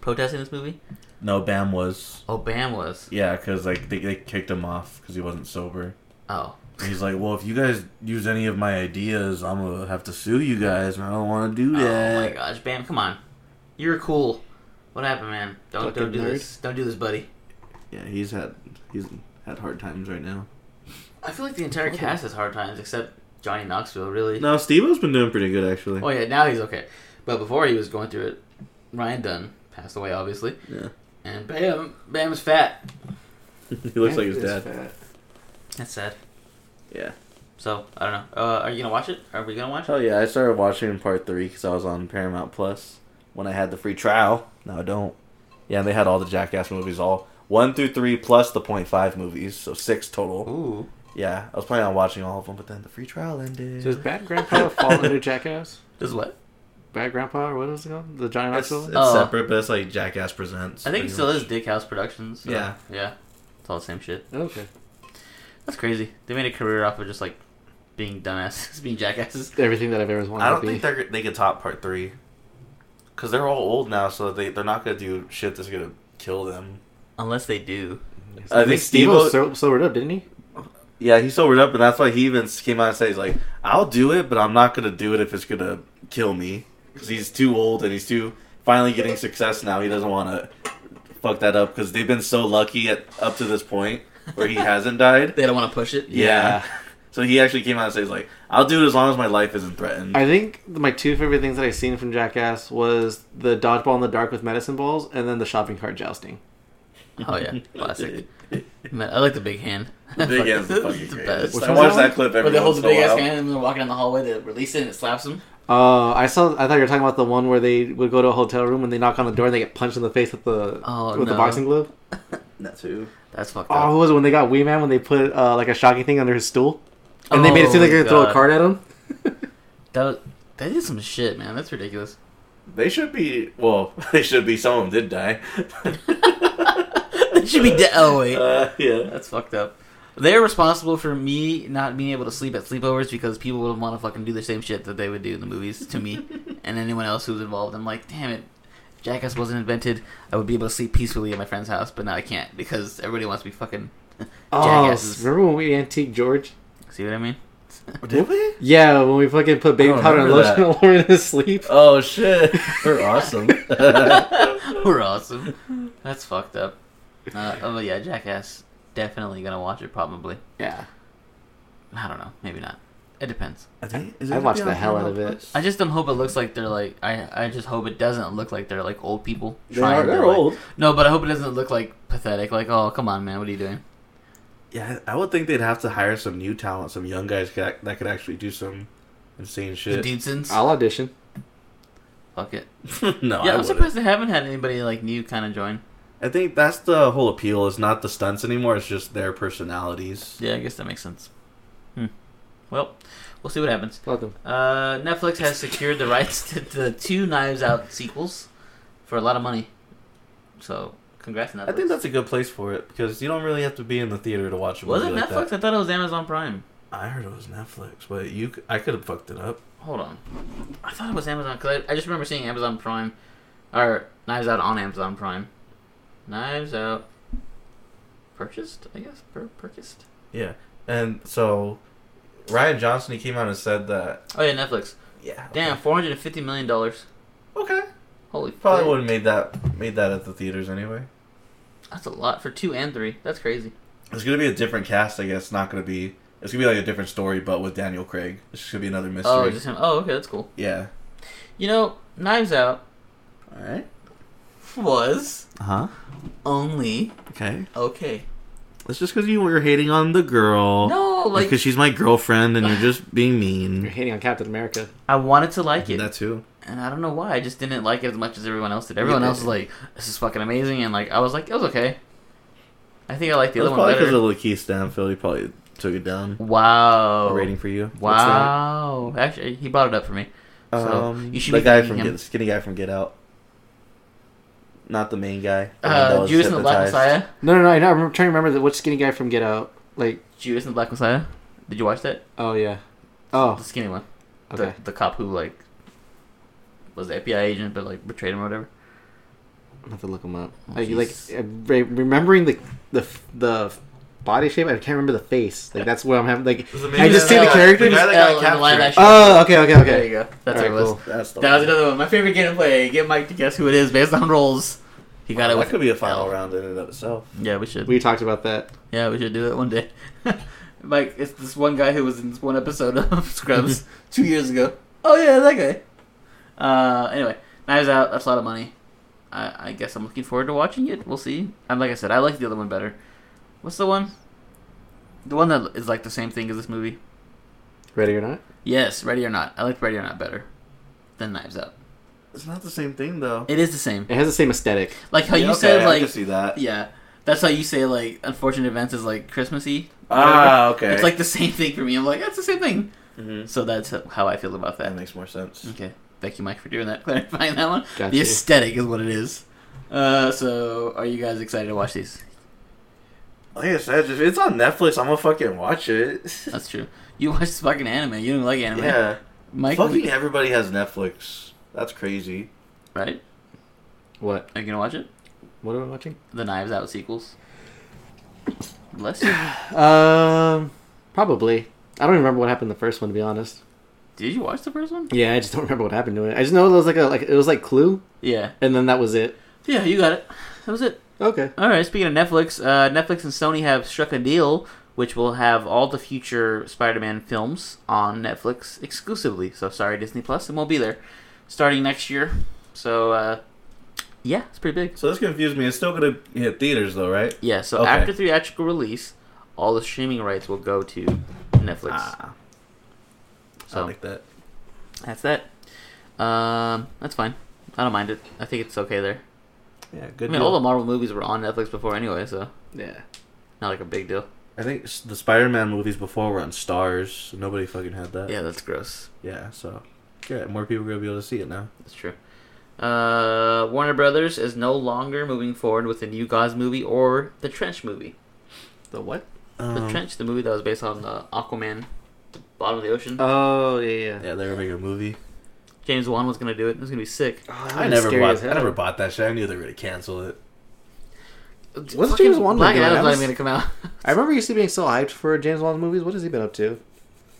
[SPEAKER 3] protesting this movie?
[SPEAKER 2] No, Bam was.
[SPEAKER 3] Oh, Bam was.
[SPEAKER 2] Yeah, because like they, they kicked him off because he wasn't sober.
[SPEAKER 3] Oh,
[SPEAKER 2] And he's like, well, if you guys use any of my ideas, I'm gonna have to sue you guys, and I don't want to do
[SPEAKER 3] oh my
[SPEAKER 2] that.
[SPEAKER 3] gosh, Bam! Come on, you're cool. What happened, man? Don't
[SPEAKER 4] Fucking
[SPEAKER 3] don't do
[SPEAKER 4] nerd.
[SPEAKER 3] this. Don't do this, buddy.
[SPEAKER 2] yeah, he's had he's had hard times right now.
[SPEAKER 3] I feel like the entire cast has hard times except Johnny Knoxville. Really?
[SPEAKER 2] No, Steve-O's been doing pretty good actually.
[SPEAKER 3] Oh yeah, now he's okay. But before he was going through it, Ryan Dunn passed away, obviously.
[SPEAKER 2] Yeah.
[SPEAKER 3] And Bam, Bam is fat.
[SPEAKER 2] he looks like his dad.
[SPEAKER 3] That's sad.
[SPEAKER 2] Yeah.
[SPEAKER 3] So I don't know. Uh, are you gonna watch it? Are we gonna watch it?
[SPEAKER 2] Oh yeah, I started watching part three because I was on Paramount Plus when I had the free trial. Now I don't. Yeah, and they had all the Jackass movies, all one through three plus the point five movies, so six total.
[SPEAKER 3] Ooh.
[SPEAKER 2] Yeah, I was planning on watching all of them, but then the free trial ended.
[SPEAKER 4] Does Bad Grandpa fall under Jackass?
[SPEAKER 3] Does what?
[SPEAKER 4] Bad Grandpa, or what was it called? The Johnny
[SPEAKER 2] it's it's
[SPEAKER 4] Knoxville?
[SPEAKER 3] Oh.
[SPEAKER 2] separate, but it's like Jackass Presents.
[SPEAKER 3] I think
[SPEAKER 2] pretty
[SPEAKER 3] it still
[SPEAKER 2] much.
[SPEAKER 3] is Dick House Productions. so-
[SPEAKER 2] Yeah.
[SPEAKER 3] Yeah. It's all the same shit.
[SPEAKER 4] Okay.
[SPEAKER 3] That's crazy. They made a career off of just like being dumbasses, being jackasses.
[SPEAKER 4] Everything that I've ever wanted
[SPEAKER 2] I don't
[SPEAKER 4] to be.
[SPEAKER 2] think they're, they could top part three because they're all old now, so they they're not gonna do shit that's gonna kill them.
[SPEAKER 3] Unless they do.
[SPEAKER 2] I think
[SPEAKER 4] Steve
[SPEAKER 2] Steve-O-
[SPEAKER 4] was so- sobered up, didn't he?
[SPEAKER 2] Yeah, he sobered up, and that's why he even came out and said, "He's like, I'll do it, but I'm not gonna do it if it's gonna kill me, because he's too old and he's too finally getting success now. He doesn't want to fuck that up because they've been so lucky at up to this point where he hasn't died.
[SPEAKER 3] They don't want to push it.
[SPEAKER 2] Yeah. So he actually came out and says like, "I'll do it as long as my life isn't threatened."
[SPEAKER 4] I think my two favorite things that I seen from Jackass was the dodgeball in the dark with medicine balls, and then the shopping cart jousting.
[SPEAKER 3] Oh yeah, classic. Man, I like the big hand.
[SPEAKER 2] Big hand's the fucking
[SPEAKER 3] the
[SPEAKER 2] greatest.
[SPEAKER 3] best.
[SPEAKER 2] I watch that clip every
[SPEAKER 3] Where they hold
[SPEAKER 2] once
[SPEAKER 3] the
[SPEAKER 2] in a
[SPEAKER 3] big ass
[SPEAKER 2] while.
[SPEAKER 3] hand and they're walking down the hallway, they release it and it slaps them.
[SPEAKER 4] Uh, I saw. I thought you were talking about the one where they would go to a hotel room and they knock on the door and they get punched in the face with the
[SPEAKER 3] Oh,
[SPEAKER 4] with
[SPEAKER 3] no.
[SPEAKER 4] the boxing glove.
[SPEAKER 2] That too.
[SPEAKER 3] That's fucked
[SPEAKER 4] Oh,
[SPEAKER 3] up.
[SPEAKER 4] who was it when they got Wee Man when they put uh, like a shocking thing under his stool and they made it seem like
[SPEAKER 3] Oh,
[SPEAKER 4] they could throw a
[SPEAKER 3] God.
[SPEAKER 4] card at him?
[SPEAKER 3] That was, that is some shit, man. That's ridiculous.
[SPEAKER 2] They should be. Well, they should be. Someone did die.
[SPEAKER 3] That should be dead. Oh wait,
[SPEAKER 2] Uh, yeah.
[SPEAKER 3] that's fucked up. They're responsible for me not being able to sleep at sleepovers because people would want to fucking do the same shit that they would do in the movies to me and anyone else who's involved. I'm like, damn it, Jackass wasn't invented. I would be able to sleep peacefully at my friend's house, but now I can't because everybody wants to be fucking
[SPEAKER 4] Oh,
[SPEAKER 3] jackasses.
[SPEAKER 4] remember when we antique George?
[SPEAKER 3] See what I mean?
[SPEAKER 2] Did we?
[SPEAKER 4] Yeah, when we fucking put baby
[SPEAKER 2] I don't
[SPEAKER 4] powder and
[SPEAKER 2] remember
[SPEAKER 4] lotion on him in his sleep.
[SPEAKER 3] Uh,
[SPEAKER 2] Oh shit! They're awesome.
[SPEAKER 3] We're awesome. That's fucked up. Uh, oh yeah, Jackass. Definitely gonna watch it. Probably.
[SPEAKER 4] Yeah,
[SPEAKER 3] I don't know. Maybe not. It depends.
[SPEAKER 4] I watched the hell out of it.
[SPEAKER 3] I just don't hope it looks like they're like. I I just hope it doesn't look like they're like old people.
[SPEAKER 2] They
[SPEAKER 3] trying
[SPEAKER 2] are,
[SPEAKER 3] to,
[SPEAKER 2] they're
[SPEAKER 3] like-
[SPEAKER 2] old.
[SPEAKER 3] No, but I hope it doesn't look like pathetic. Like, oh come on, man, what are you doing?
[SPEAKER 2] Yeah, I would think they'd have to hire some new talent, some young guys ca- that could actually do some insane
[SPEAKER 3] The
[SPEAKER 2] shit.
[SPEAKER 3] Dudesons.
[SPEAKER 4] I'll audition.
[SPEAKER 3] Fuck it.
[SPEAKER 2] no,
[SPEAKER 3] yeah,
[SPEAKER 2] I
[SPEAKER 3] I'm
[SPEAKER 2] wouldn't.
[SPEAKER 3] surprised they haven't had anybody like new kind of join.
[SPEAKER 2] I think that's the whole appeal. Is not the stunts anymore. It's just their personalities.
[SPEAKER 3] Yeah, I guess that makes sense. Hmm. Well, we'll see what happens.
[SPEAKER 4] Welcome.
[SPEAKER 3] Uh, Netflix has secured the rights to the two Knives Out sequels for a lot of money. So, congrats, Netflix.
[SPEAKER 2] I think that's a good place for it because you don't really have to be in the theater to watch a
[SPEAKER 3] was
[SPEAKER 2] movie
[SPEAKER 3] it
[SPEAKER 2] like
[SPEAKER 3] Netflix.
[SPEAKER 2] that.
[SPEAKER 3] I thought it was Amazon Prime.
[SPEAKER 2] I heard it was Netflix, but you, c- I could have fucked it up.
[SPEAKER 3] Hold on, I thought it was Amazon because I, I just remember seeing Amazon Prime or Knives Out on Amazon Prime. Knives Out purchased, I guess. Pur- purchased.
[SPEAKER 2] Yeah, and so Ryan Johnson he came out and said that.
[SPEAKER 3] Oh yeah, Netflix.
[SPEAKER 2] Yeah.
[SPEAKER 3] Damn, four hundred and fifty million dollars.
[SPEAKER 2] Okay.
[SPEAKER 3] Holy
[SPEAKER 2] Probably
[SPEAKER 3] fuck.
[SPEAKER 2] would have made that made that at the theaters anyway.
[SPEAKER 3] That's a lot for two and three. That's crazy.
[SPEAKER 2] It's gonna be a different cast, I guess. Not gonna be. It's gonna be like a different story, but with Daniel Craig. It's just gonna be another mystery.
[SPEAKER 3] Oh, just him. Oh, okay, that's cool.
[SPEAKER 2] yeah.
[SPEAKER 3] You know, Knives Out
[SPEAKER 2] All right.
[SPEAKER 3] was
[SPEAKER 2] Uh huh.
[SPEAKER 3] only
[SPEAKER 2] Okay.
[SPEAKER 3] okay.
[SPEAKER 2] It's just because you were hating on the girl.
[SPEAKER 3] No, like
[SPEAKER 2] because she's my girlfriend, and you're just being
[SPEAKER 4] You're
[SPEAKER 2] mean.
[SPEAKER 4] hating on Captain America.
[SPEAKER 3] I wanted to like it,
[SPEAKER 2] That too.
[SPEAKER 3] and I don't know why. I just didn't like it as much as everyone else did. Everyone
[SPEAKER 2] Yeah.
[SPEAKER 3] else was like, "This is fucking amazing," and like I was like, "It was okay." I think I liked the
[SPEAKER 2] That's
[SPEAKER 3] other one
[SPEAKER 2] probably because
[SPEAKER 3] better.
[SPEAKER 2] of Lakeith Stanfield. He probably took it down.
[SPEAKER 3] wow.
[SPEAKER 2] Rating for you.
[SPEAKER 3] Wow. Actually, he brought it up for me. So
[SPEAKER 2] Um,
[SPEAKER 3] you should
[SPEAKER 2] the
[SPEAKER 3] be
[SPEAKER 2] guy
[SPEAKER 3] thanking
[SPEAKER 2] from
[SPEAKER 3] him.
[SPEAKER 2] Get, skinny guy from Get Out. Not the main guy. The one that
[SPEAKER 3] Uh,
[SPEAKER 2] was
[SPEAKER 3] Judas and the Black
[SPEAKER 2] hypnotized.
[SPEAKER 3] Messiah.
[SPEAKER 4] No, no, no. I know, I'm trying to remember the, which skinny guy from Get Out. Like,
[SPEAKER 3] Judas and the Black Messiah. Did you watch that?
[SPEAKER 4] oh yeah.
[SPEAKER 3] The
[SPEAKER 4] Oh,
[SPEAKER 3] skinny one.
[SPEAKER 4] okay.
[SPEAKER 3] The, the cop who like was the FBI agent, but like betrayed him or whatever.
[SPEAKER 4] I have to look him up.
[SPEAKER 3] Oh,
[SPEAKER 4] like, like
[SPEAKER 3] jeez.
[SPEAKER 4] uh, re- remembering the the the body shape. I can't remember the face. Like that's where I'm having. Like I just see
[SPEAKER 2] that-
[SPEAKER 4] the character.
[SPEAKER 2] the guy that got
[SPEAKER 4] just-
[SPEAKER 3] L in the
[SPEAKER 2] captured.
[SPEAKER 3] live action.
[SPEAKER 4] Oh, okay, okay,
[SPEAKER 3] There you
[SPEAKER 4] okay.
[SPEAKER 3] go. That's
[SPEAKER 4] Alright,
[SPEAKER 3] what it was.
[SPEAKER 4] cool.
[SPEAKER 2] Oh, That's the
[SPEAKER 3] That was
[SPEAKER 2] one.
[SPEAKER 3] another one. My favorite game to play. Get Mike to guess who it is based on rolls. He got it.
[SPEAKER 2] That
[SPEAKER 3] With
[SPEAKER 2] could be a final
[SPEAKER 3] L.
[SPEAKER 2] round in and of itself.
[SPEAKER 3] Yeah, we should.
[SPEAKER 4] We talked about that.
[SPEAKER 3] yeah, we should do it one day. Mike, it's this one guy who was in this one episode of Scrubs two years ago. Oh yeah, that guy. Uh, anyway, Knives Out. That's a lot of money. I, I guess I'm looking forward to watching it. We'll see. And like I said, I like the other one better. What's the one? The one that is like the same thing as this movie.
[SPEAKER 4] Ready or not?
[SPEAKER 3] Yes, Ready or Not. I liked Ready or Not better than Knives Out.
[SPEAKER 2] It's not the same thing though.
[SPEAKER 3] It is the same.
[SPEAKER 4] It has the same aesthetic.
[SPEAKER 3] Like how
[SPEAKER 2] Yeah,
[SPEAKER 3] you
[SPEAKER 2] okay,
[SPEAKER 3] said,
[SPEAKER 2] I
[SPEAKER 3] like
[SPEAKER 2] can see that.
[SPEAKER 3] Yeah. That's how you say like unfortunate events is like Christmassy.
[SPEAKER 2] Ah, okay.
[SPEAKER 3] It's like the same thing for me. I'm like, that's the same thing.
[SPEAKER 2] Mhm.
[SPEAKER 3] So that's how I feel about
[SPEAKER 2] that
[SPEAKER 3] that.
[SPEAKER 2] makes more sense.
[SPEAKER 3] Okay. Thank you, Mike, for doing that, clarifying that one.
[SPEAKER 4] Got
[SPEAKER 3] the
[SPEAKER 4] you.
[SPEAKER 3] aesthetic is what it is. Uh, so are you guys excited to watch these?
[SPEAKER 2] Like I said, if it's on Netflix, I'm gonna fucking watch it.
[SPEAKER 3] That's true. You watch fucking anime. You don't like anime.
[SPEAKER 2] yeah,
[SPEAKER 3] Mike,
[SPEAKER 2] fucking
[SPEAKER 3] we-
[SPEAKER 2] everybody has Netflix. That's crazy.
[SPEAKER 3] right?
[SPEAKER 4] What?
[SPEAKER 3] Are you gonna watch it?
[SPEAKER 4] What am I watching?
[SPEAKER 3] The Knives Out sequels. Bless you.
[SPEAKER 4] Um, probably. I don't remember what happened in the first one to be honest.
[SPEAKER 3] Did you watch the first one?
[SPEAKER 4] Yeah, I just don't remember what happened to it. I just know it was like a like it was like Clue,
[SPEAKER 3] Yeah.
[SPEAKER 4] and then that was it.
[SPEAKER 3] Yeah, you got it. That was it.
[SPEAKER 4] Okay.
[SPEAKER 3] All right. Speaking of Netflix, uh, Netflix and Sony have struck a deal, which will have all the future Spider-Man films on Netflix exclusively. So sorry, Disney Plus, it won't be there starting next year. So uh, yeah, it's pretty big.
[SPEAKER 2] So this confused me. It's still gonna hit theaters though, right?
[SPEAKER 3] Yeah. So
[SPEAKER 2] Okay.
[SPEAKER 3] after theatrical release, all the streaming rights will go to Netflix.
[SPEAKER 2] Ah, I
[SPEAKER 3] so
[SPEAKER 2] like that.
[SPEAKER 3] that's that. Um, that's fine. I don't mind it. I think it's okay there.
[SPEAKER 2] Yeah, good.
[SPEAKER 3] I mean, all the Marvel movies were on Netflix before anyway, so
[SPEAKER 4] Yeah.
[SPEAKER 3] not like a big deal.
[SPEAKER 2] I think s- the Spider-Man movies before were on Stars. So nobody fucking had that.
[SPEAKER 3] Yeah, that's gross.
[SPEAKER 2] Yeah. So good. More people are gonna be able to see it now.
[SPEAKER 3] That's true. Uh, Warner Brothers is no longer moving forward with the New Gods movie or the Trench movie.
[SPEAKER 4] The what?
[SPEAKER 2] Um,
[SPEAKER 3] The
[SPEAKER 4] Oh.
[SPEAKER 3] Trench, the movie that was based on the Aquaman, the bottom of the ocean.
[SPEAKER 4] Oh yeah, yeah.
[SPEAKER 2] Yeah, they were making a movie.
[SPEAKER 3] James Wan was gonna do it. It was gonna be sick.
[SPEAKER 4] Oh, that
[SPEAKER 2] I
[SPEAKER 4] was
[SPEAKER 2] never
[SPEAKER 4] scary as
[SPEAKER 2] bought.
[SPEAKER 4] hell.
[SPEAKER 2] I never bought that shit. I knew they were gonna cancel it.
[SPEAKER 4] What's
[SPEAKER 3] Fucking
[SPEAKER 4] James Wan
[SPEAKER 3] Black
[SPEAKER 4] been doing?
[SPEAKER 3] Adam's
[SPEAKER 4] I
[SPEAKER 3] not
[SPEAKER 4] was-
[SPEAKER 3] even gonna come out.
[SPEAKER 4] I remember you used to being so hyped for James Wan movies. What has he been up to?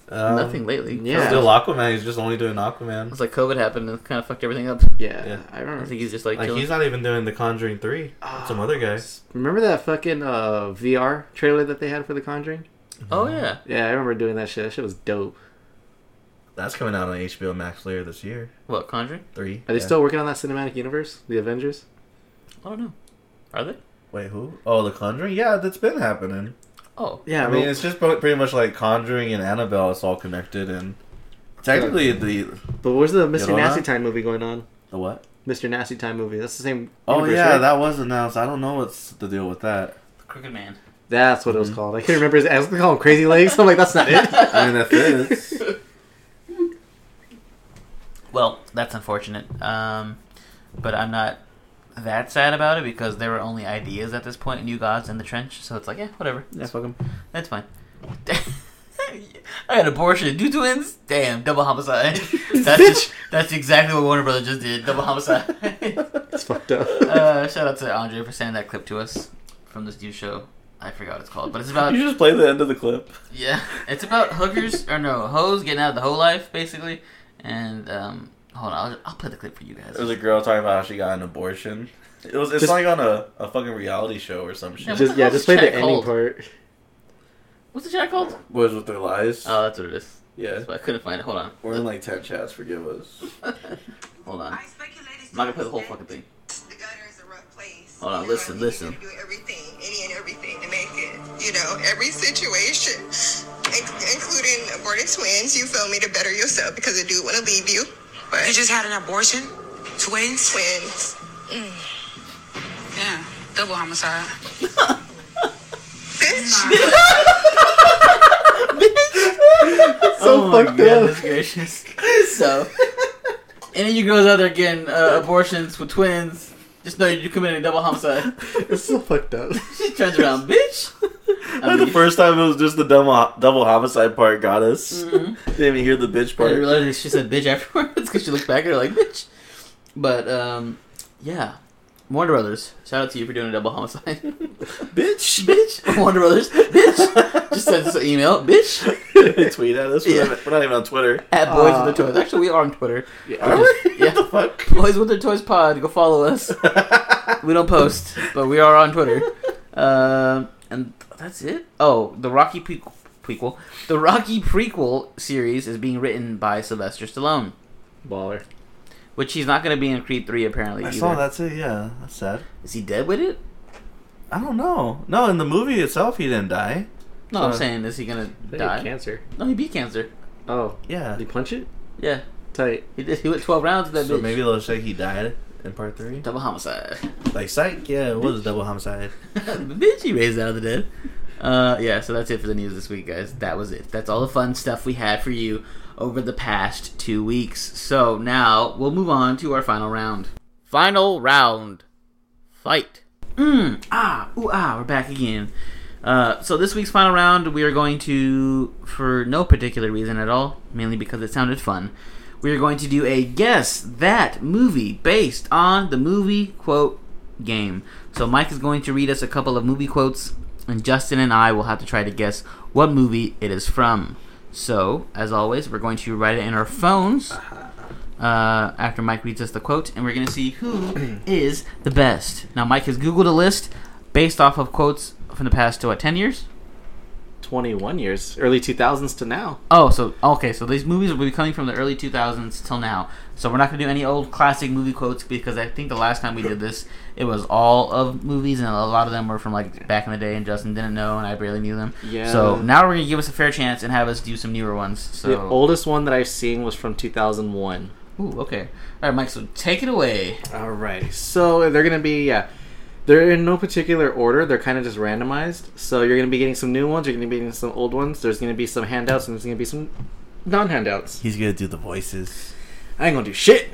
[SPEAKER 2] Um,
[SPEAKER 3] Nothing lately.
[SPEAKER 4] Oh. yeah.
[SPEAKER 2] Still Aquaman. He's just only doing Aquaman.
[SPEAKER 3] It's like COVID happened and kind of fucked everything up.
[SPEAKER 4] Yeah,
[SPEAKER 2] Yeah.
[SPEAKER 4] I
[SPEAKER 3] I
[SPEAKER 4] remember.
[SPEAKER 3] think he's just like, Ah.
[SPEAKER 2] Like
[SPEAKER 3] chilling.
[SPEAKER 2] he's not even doing The Conjuring Three. It's some other guy.
[SPEAKER 4] Remember that fucking uh, VR trailer that they had for The Conjuring?
[SPEAKER 3] oh yeah.
[SPEAKER 4] Yeah, I remember doing that shit. That shit was dope.
[SPEAKER 2] That's coming out on HBO Max later this year.
[SPEAKER 3] What Conjuring?
[SPEAKER 2] Three.
[SPEAKER 4] Are they
[SPEAKER 2] Yeah.
[SPEAKER 4] still working on that cinematic universe, the Avengers?
[SPEAKER 3] I don't know. Are they?
[SPEAKER 2] Wait, who? Oh, The Conjuring. Yeah, that's been happening.
[SPEAKER 3] Oh
[SPEAKER 4] Yeah,
[SPEAKER 2] I mean, it's just pre- pretty much like Conjuring and Annabelle. It's all connected, and technically the
[SPEAKER 4] but where's the Mr.
[SPEAKER 2] Yolanda?
[SPEAKER 4] Nasty Time movie going on?
[SPEAKER 2] the what?
[SPEAKER 4] Mr. Nasty Time movie. That's the same.
[SPEAKER 2] Oh
[SPEAKER 4] universe,
[SPEAKER 2] yeah,
[SPEAKER 4] right?
[SPEAKER 2] that was announced. I don't know what's the deal with that.
[SPEAKER 3] Crooked Man.
[SPEAKER 4] that's what it was called. I can't remember. His, I was gonna call him Crazy Legs. I'm like, that's not it.
[SPEAKER 2] Mm-hmm. I mean, that's it.
[SPEAKER 3] Well, that's unfortunate. Um, but I'm not that sad about it because there were only ideas at this point, New Gods in the Trench. So it's like, yeah, whatever.
[SPEAKER 2] yeah, fuck 'em.
[SPEAKER 3] That's fine. I had abortion. Two twins? Damn, double homicide. that's, that's exactly what Warner Brothers just did. Double homicide.
[SPEAKER 4] it's fucked up.
[SPEAKER 3] uh, shout out to Andre for sending that clip to us from this new show. I forgot what it's called, but it's about
[SPEAKER 2] You just play the end of the clip.
[SPEAKER 3] yeah, it's about hookers or no hoes getting out of the whole life basically. And um, hold on, I'll, I'll play the clip for you guys.
[SPEAKER 2] There was a girl talking about how she got an abortion. It was. It's
[SPEAKER 4] Just-
[SPEAKER 2] like on a, a fucking reality show or some shit.
[SPEAKER 3] Yeah,
[SPEAKER 4] just yeah, just play the ending
[SPEAKER 3] Cold.
[SPEAKER 4] part.
[SPEAKER 3] What's the chat called?
[SPEAKER 2] Boys with their lies.
[SPEAKER 3] Oh, that's what it is.
[SPEAKER 2] yeah,
[SPEAKER 3] That's why I couldn't find it. Hold on.
[SPEAKER 2] we're in like ten chats. Forgive us.
[SPEAKER 3] Hold on.
[SPEAKER 6] I
[SPEAKER 3] I'm not
[SPEAKER 6] speculated.
[SPEAKER 3] gonna play the whole fucking thing.
[SPEAKER 6] The gutter is a rough place.
[SPEAKER 3] Hold on,
[SPEAKER 6] You know
[SPEAKER 3] listen,
[SPEAKER 6] what I mean?
[SPEAKER 3] listen.
[SPEAKER 6] You gotta do everything, any and everything to make it. You know, every situation, in- including aborted twins. You feel me to better yourself because a dude want to leave you. But
[SPEAKER 7] You just had an abortion? Twins?
[SPEAKER 6] twins,
[SPEAKER 7] Yeah. Double homicide.
[SPEAKER 6] bitch.
[SPEAKER 4] so fucked up.
[SPEAKER 3] gracious. So, and then you girls out there getting uh, abortions with twins. Just know you committed a double homicide.
[SPEAKER 4] It's so fucked up.
[SPEAKER 3] She turns around, bitch. I mean,
[SPEAKER 2] Like the first time, it was just the double double homicide part got us. Didn't even hear the bitch
[SPEAKER 3] I
[SPEAKER 2] part.
[SPEAKER 3] realized that she said bitch afterwards because she looked back at her like bitch. But um, yeah, Warner Brothers. Shout out to you for doing a double homicide,
[SPEAKER 2] bitch,
[SPEAKER 3] bitch. Warner Brothers, bitch. Just send us an email, bitch.
[SPEAKER 2] tweet at us. We're,
[SPEAKER 3] Yeah.
[SPEAKER 2] not, we're not even on Twitter.
[SPEAKER 3] At boys
[SPEAKER 4] Uh.
[SPEAKER 3] with their toys. Actually, we are on Twitter.
[SPEAKER 2] Are
[SPEAKER 3] We're just-
[SPEAKER 2] we?
[SPEAKER 3] yeah.
[SPEAKER 2] What the fuck?
[SPEAKER 3] Boys with their toys pod. Go follow us. we don't post, but we are on Twitter. Um, and that's it. Oh, the Rocky pre- prequel. The Rocky prequel series is being written by Sylvester Stallone,
[SPEAKER 4] Baller.
[SPEAKER 3] which he's not going to be in Creed three apparently.
[SPEAKER 2] I
[SPEAKER 3] either.
[SPEAKER 2] saw that too. Yeah, that's sad.
[SPEAKER 3] Is he dead with it?
[SPEAKER 2] I don't know. No, in the movie itself, he didn't die.
[SPEAKER 3] No,
[SPEAKER 2] So-
[SPEAKER 3] I'm saying is he gonna
[SPEAKER 4] They
[SPEAKER 3] die?
[SPEAKER 4] had cancer.
[SPEAKER 3] No, he beat cancer.
[SPEAKER 4] Oh,
[SPEAKER 2] Yeah.
[SPEAKER 4] did he punch it?
[SPEAKER 3] Yeah,
[SPEAKER 4] Tight.
[SPEAKER 3] he did. He went twelve rounds with that
[SPEAKER 2] So
[SPEAKER 3] bitch.
[SPEAKER 2] maybe they'll say he died in part three.
[SPEAKER 3] double homicide.
[SPEAKER 2] Like psych. Yeah, it was a double homicide.
[SPEAKER 3] bitch, he raised out of the dead. Uh, yeah. So that's it for the news this week, guys. That was it. That's all the fun stuff we had for you over the past two weeks. So now we'll move on to our final round. Final round, fight. Mm, ah, ooh, ah, we're back again. Uh, so this week's final round, we are going to, for no particular reason at all, mainly because it sounded fun, we are going to do a guess that movie based on the movie quote game. So Mike is going to read us a couple of movie quotes, and Justin and I will have to try to guess what movie it is from. So, as always, we're going to write it in our phones uh, after Mike reads us the quote, and we're going to see who is the best. Now, Mike has Googled a list based off of quotes from the past, to what, 10 years?
[SPEAKER 4] 21 years, early 2000s to now.
[SPEAKER 3] Oh, so, okay, so these movies will be coming from the early 2000s till now. So, we're not going to do any old classic movie quotes because I think the last time we did this, it was all of movies, and a lot of them were from like back in the day, and Justin didn't know, and I barely knew them.
[SPEAKER 4] Yeah.
[SPEAKER 3] So, now we're going to give us a fair chance and have us do some newer ones. So,
[SPEAKER 4] The oldest one that I've seen was from 2001.
[SPEAKER 3] Ooh, okay. All right, Mike. So take it away.
[SPEAKER 4] Alrighty. So they're gonna be yeah. They're in no particular order. They're kind of just randomized. So you're gonna be getting some new ones. You're gonna be getting some old ones. There's gonna be some handouts and there's gonna be some non-handouts.
[SPEAKER 2] He's gonna do the voices.
[SPEAKER 4] I ain't gonna do shit.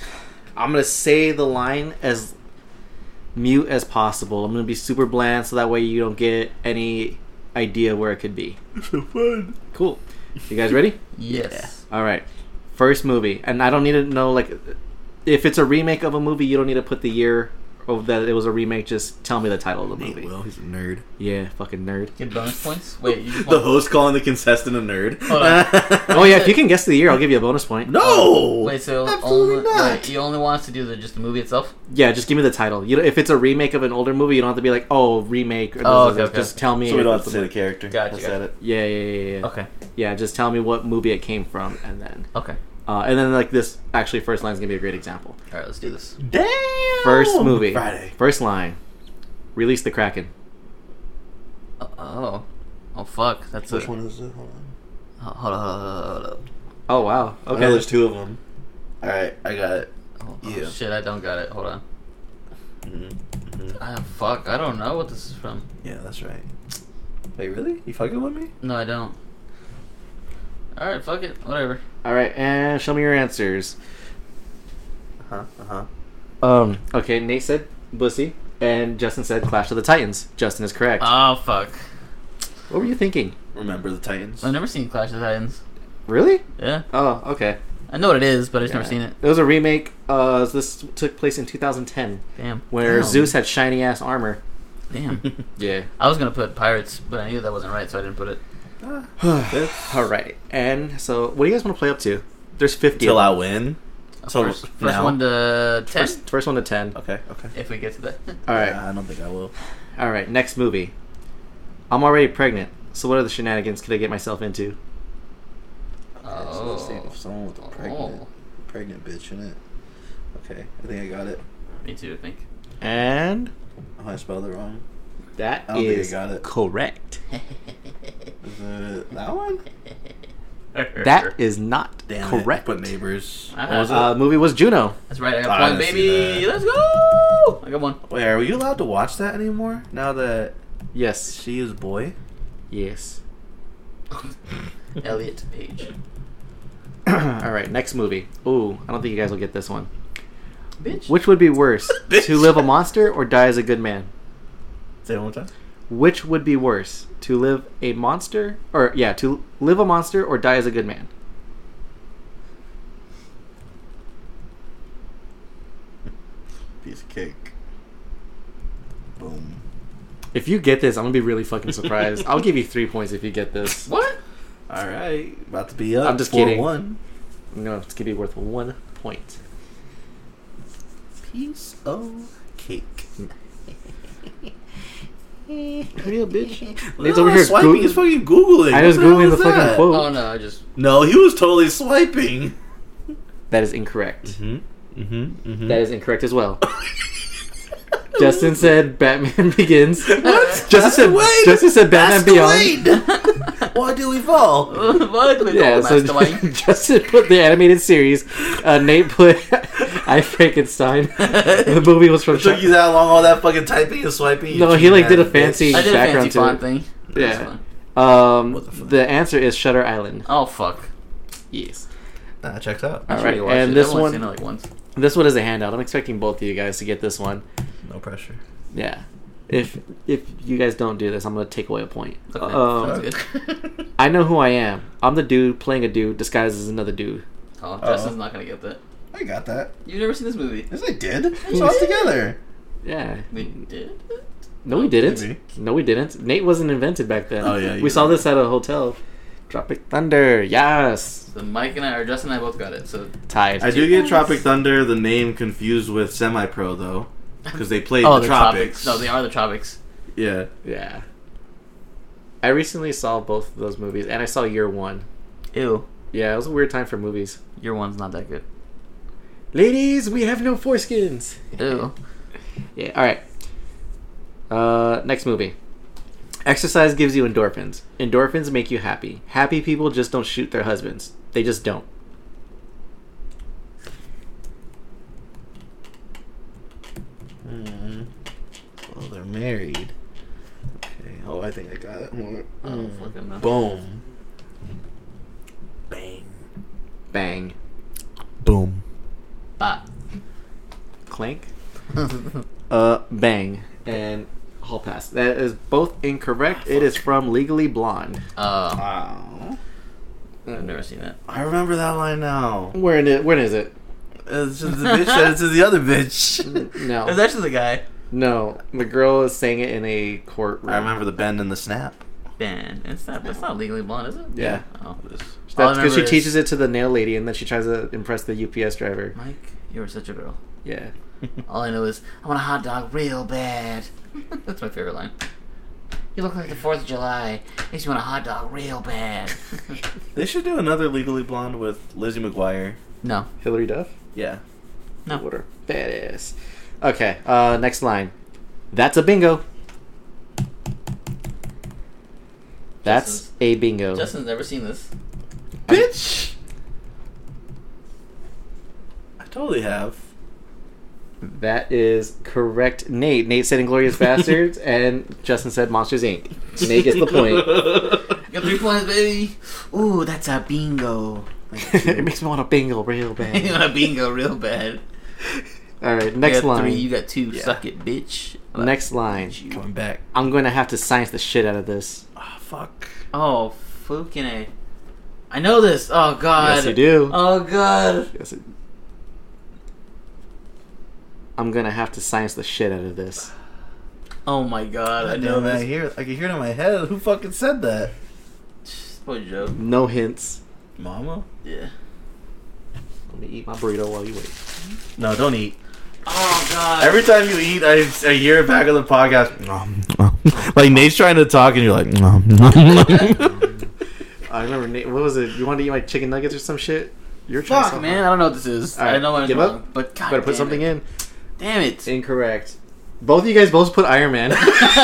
[SPEAKER 4] I'm gonna say the line as mute as possible. I'm gonna be super bland so that way you don't get any idea where it could be.
[SPEAKER 2] So fun.
[SPEAKER 4] Cool. You guys ready?
[SPEAKER 3] Yes.
[SPEAKER 4] All right. First movie, and I don't need to know like if it's a remake of a movie. You don't need to put the year of that it was a remake. Just tell me the title of the
[SPEAKER 2] Nate
[SPEAKER 4] movie.
[SPEAKER 2] Will, he's a nerd.
[SPEAKER 4] Yeah, fucking nerd.
[SPEAKER 3] Get bonus points. Wait. You just
[SPEAKER 2] The
[SPEAKER 3] want-
[SPEAKER 2] host calling the contestant a nerd.
[SPEAKER 3] Hold on. Oh,
[SPEAKER 4] Oh yeah, if you can guess the year, I'll give you a bonus point.
[SPEAKER 2] no.
[SPEAKER 3] Wait. So
[SPEAKER 2] absolutely
[SPEAKER 3] only,
[SPEAKER 2] not.
[SPEAKER 3] Wait, you only want us to do the just the movie itself.
[SPEAKER 4] Yeah, just give me the title. You know, if it's a remake of an older movie, you don't have to be like, oh, remake. Or
[SPEAKER 3] Oh,
[SPEAKER 4] this,
[SPEAKER 3] okay,
[SPEAKER 4] this,
[SPEAKER 3] okay.
[SPEAKER 4] Just tell me.
[SPEAKER 2] so we
[SPEAKER 4] if
[SPEAKER 2] don't have
[SPEAKER 4] it's
[SPEAKER 2] to
[SPEAKER 4] a
[SPEAKER 2] say the
[SPEAKER 4] movie.
[SPEAKER 2] character.
[SPEAKER 3] Gotcha,
[SPEAKER 2] I said it.
[SPEAKER 4] Yeah, yeah, yeah, yeah, yeah.
[SPEAKER 3] Okay.
[SPEAKER 4] Yeah, just tell me what movie it came from, and then,
[SPEAKER 3] Okay.
[SPEAKER 4] uh, and then like this. Actually, first line's gonna be a great example.
[SPEAKER 3] All right. Let's do this.
[SPEAKER 2] Damn.
[SPEAKER 4] First movie,
[SPEAKER 2] Oh, Friday.
[SPEAKER 4] First line, release the Kraken.
[SPEAKER 3] Oh. Oh fuck. That's
[SPEAKER 2] Which
[SPEAKER 3] a,
[SPEAKER 2] one is it? Hold on.
[SPEAKER 3] Hold on. Hold on. Hold on, hold on.
[SPEAKER 4] Oh wow.
[SPEAKER 2] I
[SPEAKER 4] Okay.
[SPEAKER 2] know there's two of them. All right, I got it.
[SPEAKER 3] Oh, oh,
[SPEAKER 2] Yeah.
[SPEAKER 3] Shit. I don't got it. Hold on.
[SPEAKER 2] Mm-hmm.
[SPEAKER 3] Ah, fuck. I don't know what this is from.
[SPEAKER 2] Yeah, that's right. Wait, really? You fucking with me?
[SPEAKER 3] No, I don't. All right. Fuck it. Whatever.
[SPEAKER 4] All right, and show me your answers.
[SPEAKER 2] Uh huh. Uh huh.
[SPEAKER 4] Um. Okay, Nate said Bussy, and Justin said Clash of the Titans. Justin is correct.
[SPEAKER 3] Oh fuck.
[SPEAKER 4] what were you thinking?
[SPEAKER 2] Remember the Titans?
[SPEAKER 3] I've never seen Clash of the Titans.
[SPEAKER 4] Really?
[SPEAKER 3] Yeah.
[SPEAKER 4] Oh, okay.
[SPEAKER 3] I know what it is, but I've just never
[SPEAKER 4] Yeah.
[SPEAKER 3] seen it.
[SPEAKER 4] It was a remake. Uh, this took place in 2010,
[SPEAKER 3] Damn.
[SPEAKER 4] where
[SPEAKER 3] Damn.
[SPEAKER 4] Zeus had shiny ass armor.
[SPEAKER 3] Damn.
[SPEAKER 4] Yeah.
[SPEAKER 3] I was gonna put pirates, but I knew that wasn't right, so I didn't put it.
[SPEAKER 2] That's-
[SPEAKER 4] All right, and so what do you guys want to play up to? There's 50.
[SPEAKER 2] Till I win. So
[SPEAKER 3] first, first
[SPEAKER 2] now?
[SPEAKER 3] one to ten,
[SPEAKER 4] First, first one to 10.
[SPEAKER 2] Okay. Okay.
[SPEAKER 3] if we get to that.
[SPEAKER 4] All right.
[SPEAKER 2] Uh, I don't think I will.
[SPEAKER 4] All right, next movie. I'm already pregnant, so what other shenanigans could I get myself into?
[SPEAKER 2] Okay, so let's see if someone with a pregnant,
[SPEAKER 3] Oh.
[SPEAKER 2] pregnant bitch in it. Okay, I think I got it.
[SPEAKER 3] Me too, I think.
[SPEAKER 4] And
[SPEAKER 2] Oh, I spelled it wrong.
[SPEAKER 4] that
[SPEAKER 2] I don't think I
[SPEAKER 4] is
[SPEAKER 2] got it.
[SPEAKER 4] correct.
[SPEAKER 2] Is it that one?
[SPEAKER 4] That is not
[SPEAKER 2] Damn it,
[SPEAKER 4] correct.
[SPEAKER 2] But neighbors.
[SPEAKER 3] Ah.
[SPEAKER 2] What was it?
[SPEAKER 4] Uh, movie was Juno.
[SPEAKER 3] That's right. I
[SPEAKER 2] I
[SPEAKER 3] got one,
[SPEAKER 2] didn't see
[SPEAKER 3] baby.
[SPEAKER 2] that.
[SPEAKER 3] Let's go. I got one.
[SPEAKER 2] Wait, are you allowed to watch that anymore? Now that
[SPEAKER 4] Yes.
[SPEAKER 2] she is boy.
[SPEAKER 4] Yes.
[SPEAKER 3] Elliot Page.
[SPEAKER 4] All right, next movie. Ooh, I don't think you guys will get this one.
[SPEAKER 3] Bitch.
[SPEAKER 4] Which would be worse,
[SPEAKER 2] Bitch.
[SPEAKER 4] to live a monster or die as a good man?
[SPEAKER 2] Say it one more time.
[SPEAKER 4] Which would be worse, to live a monster or yeah, to live a monster or die as a good man?
[SPEAKER 2] Piece of cake. Boom.
[SPEAKER 4] If you get this, I'm gonna be really fucking surprised. I'll give you three points if you get this.
[SPEAKER 3] What?
[SPEAKER 2] All right, about to be up.
[SPEAKER 4] I'm just
[SPEAKER 2] 4
[SPEAKER 4] kidding.
[SPEAKER 2] One
[SPEAKER 4] No, it's gonna be worth one point.
[SPEAKER 2] piece of cake.
[SPEAKER 4] Real bitch.
[SPEAKER 2] Nate's
[SPEAKER 4] over here
[SPEAKER 2] swiping.
[SPEAKER 4] Goog-
[SPEAKER 2] He's fucking googling.
[SPEAKER 4] I was
[SPEAKER 2] What hell
[SPEAKER 4] googling
[SPEAKER 2] is
[SPEAKER 4] the fucking
[SPEAKER 2] that?
[SPEAKER 4] quote.
[SPEAKER 3] Oh no, I just.
[SPEAKER 2] No, he was totally swiping.
[SPEAKER 4] That is incorrect.
[SPEAKER 2] Mm-hmm. Mm-hmm. Mm-hmm.
[SPEAKER 4] That is incorrect as well. Justin said Batman Begins. Justin said
[SPEAKER 2] Wayne!
[SPEAKER 4] Justin said Batman Beyond.
[SPEAKER 2] Why do we fall?
[SPEAKER 3] what? We
[SPEAKER 4] Yeah,
[SPEAKER 3] yeah,
[SPEAKER 4] so Justin put the animated series. Uh, Nate put I Frankenstein. the movie was from.
[SPEAKER 2] It took you that long, all that fucking typing and swiping. you
[SPEAKER 4] No, he,
[SPEAKER 2] cheating
[SPEAKER 4] like, did a
[SPEAKER 2] ass bitch.
[SPEAKER 4] fancy-
[SPEAKER 3] I did a
[SPEAKER 4] background
[SPEAKER 3] fancy
[SPEAKER 4] to
[SPEAKER 3] font
[SPEAKER 4] it.
[SPEAKER 3] thing. That's
[SPEAKER 4] Yeah.
[SPEAKER 3] fun.
[SPEAKER 4] um,
[SPEAKER 2] What the
[SPEAKER 4] the,
[SPEAKER 2] fuck?
[SPEAKER 4] answer is Shutter Island.
[SPEAKER 3] Oh fuck.
[SPEAKER 4] Yes.
[SPEAKER 2] Nah, it checks out.
[SPEAKER 3] I
[SPEAKER 4] All
[SPEAKER 3] should
[SPEAKER 4] right,
[SPEAKER 3] rewatch
[SPEAKER 4] and
[SPEAKER 3] it.
[SPEAKER 4] this
[SPEAKER 3] I've only
[SPEAKER 4] one-
[SPEAKER 3] seen it, like once.
[SPEAKER 4] This one is a handout. I'm expecting both of you guys to get this one.
[SPEAKER 2] No pressure.
[SPEAKER 4] Yeah. If if you guys don't do this, I'm gonna take away a point.
[SPEAKER 3] Okay,
[SPEAKER 4] Um,
[SPEAKER 3] sounds good.
[SPEAKER 4] I know who I am. I'm the dude playing a dude disguised as another dude.
[SPEAKER 3] oh, Justin's not gonna get that.
[SPEAKER 2] I got that.
[SPEAKER 3] You've never seen this movie.
[SPEAKER 2] Yes, I did. So us together.
[SPEAKER 4] Yeah.
[SPEAKER 3] We did.
[SPEAKER 4] No, we didn't.
[SPEAKER 2] Maybe.
[SPEAKER 4] No, we didn't. Nate wasn't invented back then.
[SPEAKER 2] Oh, yeah,
[SPEAKER 4] We
[SPEAKER 2] you're
[SPEAKER 4] saw
[SPEAKER 2] right.
[SPEAKER 4] this at a hotel. Tropic Thunder. Yes.
[SPEAKER 3] So Mike and I, or Justin and I both got it. So
[SPEAKER 4] Tied.
[SPEAKER 2] I do get Tropic Thunder the name confused with Semi Pro though, because they played
[SPEAKER 4] Oh,
[SPEAKER 2] the, Tropics.
[SPEAKER 3] No, they are the tropics.
[SPEAKER 2] Yeah,
[SPEAKER 4] Yeah. I recently saw both of those movies, and I saw Year One.
[SPEAKER 3] Ew,
[SPEAKER 4] Yeah, it was a weird time for movies.
[SPEAKER 3] your one's not that good.
[SPEAKER 4] Ladies, we have no foreskins.
[SPEAKER 3] Ew.
[SPEAKER 4] Yeah. All right. Uh, next movie. Exercise gives you endorphins. Endorphins make you happy. Happy people just don't shoot their husbands. They just don't.
[SPEAKER 2] Well, they're married. Okay. Oh, I think I got it. Hold
[SPEAKER 3] Oh,
[SPEAKER 2] on.
[SPEAKER 3] fucking no.
[SPEAKER 2] Hmm. Boom. Bang.
[SPEAKER 4] Bang.
[SPEAKER 2] Boom.
[SPEAKER 3] Bah.
[SPEAKER 4] Clank. uh, bang. And hall pass. That is both incorrect. It is from Legally Blonde.
[SPEAKER 3] Uh,
[SPEAKER 2] Wow.
[SPEAKER 3] I've never seen that.
[SPEAKER 2] I remember that line now.
[SPEAKER 4] Where in it? When is it?
[SPEAKER 2] It's just the bitch said it to the other bitch.
[SPEAKER 4] No.
[SPEAKER 3] It's actually the guy.
[SPEAKER 4] No, the girl is saying it in a courtroom.
[SPEAKER 2] I remember the bend and the snap.
[SPEAKER 3] Ben. It's not. That's not legally blonde, is it?
[SPEAKER 4] Yeah.
[SPEAKER 3] Oh. All I
[SPEAKER 4] That's because she
[SPEAKER 3] remember is-
[SPEAKER 4] teaches it to the nail lady, and then she tries to impress the UPS driver.
[SPEAKER 3] Mike, you are such a girl.
[SPEAKER 4] Yeah.
[SPEAKER 3] All I know is I want a hot dog real bad. That's my favorite line. You look like the Fourth of July. Makes you want a hot dog real bad.
[SPEAKER 2] They should do another Legally Blonde with Lizzie McGuire.
[SPEAKER 3] no,
[SPEAKER 4] Hillary Duff.
[SPEAKER 2] Yeah.
[SPEAKER 3] no.
[SPEAKER 4] Water. Badass. Okay. Uh, next line. That's a bingo. That's
[SPEAKER 3] Justin's-
[SPEAKER 4] a bingo.
[SPEAKER 3] Justin's never seen this.
[SPEAKER 2] Bitch! I totally have.
[SPEAKER 4] That is correct, Nate. Nate said Inglorious Bastards, and Justin said Monsters Inc. Nate gets the point.
[SPEAKER 3] You got three points, baby. Ooh, that's a bingo.
[SPEAKER 4] it makes me want a bingo real
[SPEAKER 3] you
[SPEAKER 4] bad.
[SPEAKER 3] want a bingo real bad.
[SPEAKER 4] All right, next
[SPEAKER 3] you got
[SPEAKER 4] line.
[SPEAKER 3] Three, you got two. Suck it, bitch.
[SPEAKER 4] Next line.
[SPEAKER 2] Coming back.
[SPEAKER 4] I'm going to have to science the shit out of this.
[SPEAKER 2] Ah, fuck.
[SPEAKER 3] Oh, fucking a. I know this. Oh god.
[SPEAKER 4] Yes, you do.
[SPEAKER 3] Oh god.
[SPEAKER 4] Yes, it- I'm going to have to science the shit out of this.
[SPEAKER 3] Oh my god. I
[SPEAKER 2] I
[SPEAKER 3] know
[SPEAKER 2] know that. I,
[SPEAKER 3] this.
[SPEAKER 2] hear, I can hear it in my head. Who fucking said that?
[SPEAKER 3] Poor Joe.
[SPEAKER 4] No hints.
[SPEAKER 2] Mama?
[SPEAKER 3] Yeah.
[SPEAKER 4] Let me eat my burrito while you wait.
[SPEAKER 2] No, don't eat.
[SPEAKER 3] Oh god.
[SPEAKER 2] Every time you eat, I, I hear it back on the podcast. Nom, nom. like Nate's trying to talk, and you're like, nom, nom, nom.
[SPEAKER 4] I remember, Nate, what was it? You wanted to eat my chicken nuggets or some shit? You're trying
[SPEAKER 3] Fuck, man. I don't know what this is.
[SPEAKER 4] All right,
[SPEAKER 3] I know what I'm
[SPEAKER 4] give
[SPEAKER 3] wrong,
[SPEAKER 4] up.
[SPEAKER 3] but god.
[SPEAKER 4] Better put
[SPEAKER 3] damn
[SPEAKER 4] something
[SPEAKER 3] it.
[SPEAKER 4] in.
[SPEAKER 3] Damn it. It's
[SPEAKER 4] Incorrect. Both of you guys both put Iron Man.
[SPEAKER 3] not
[SPEAKER 4] it's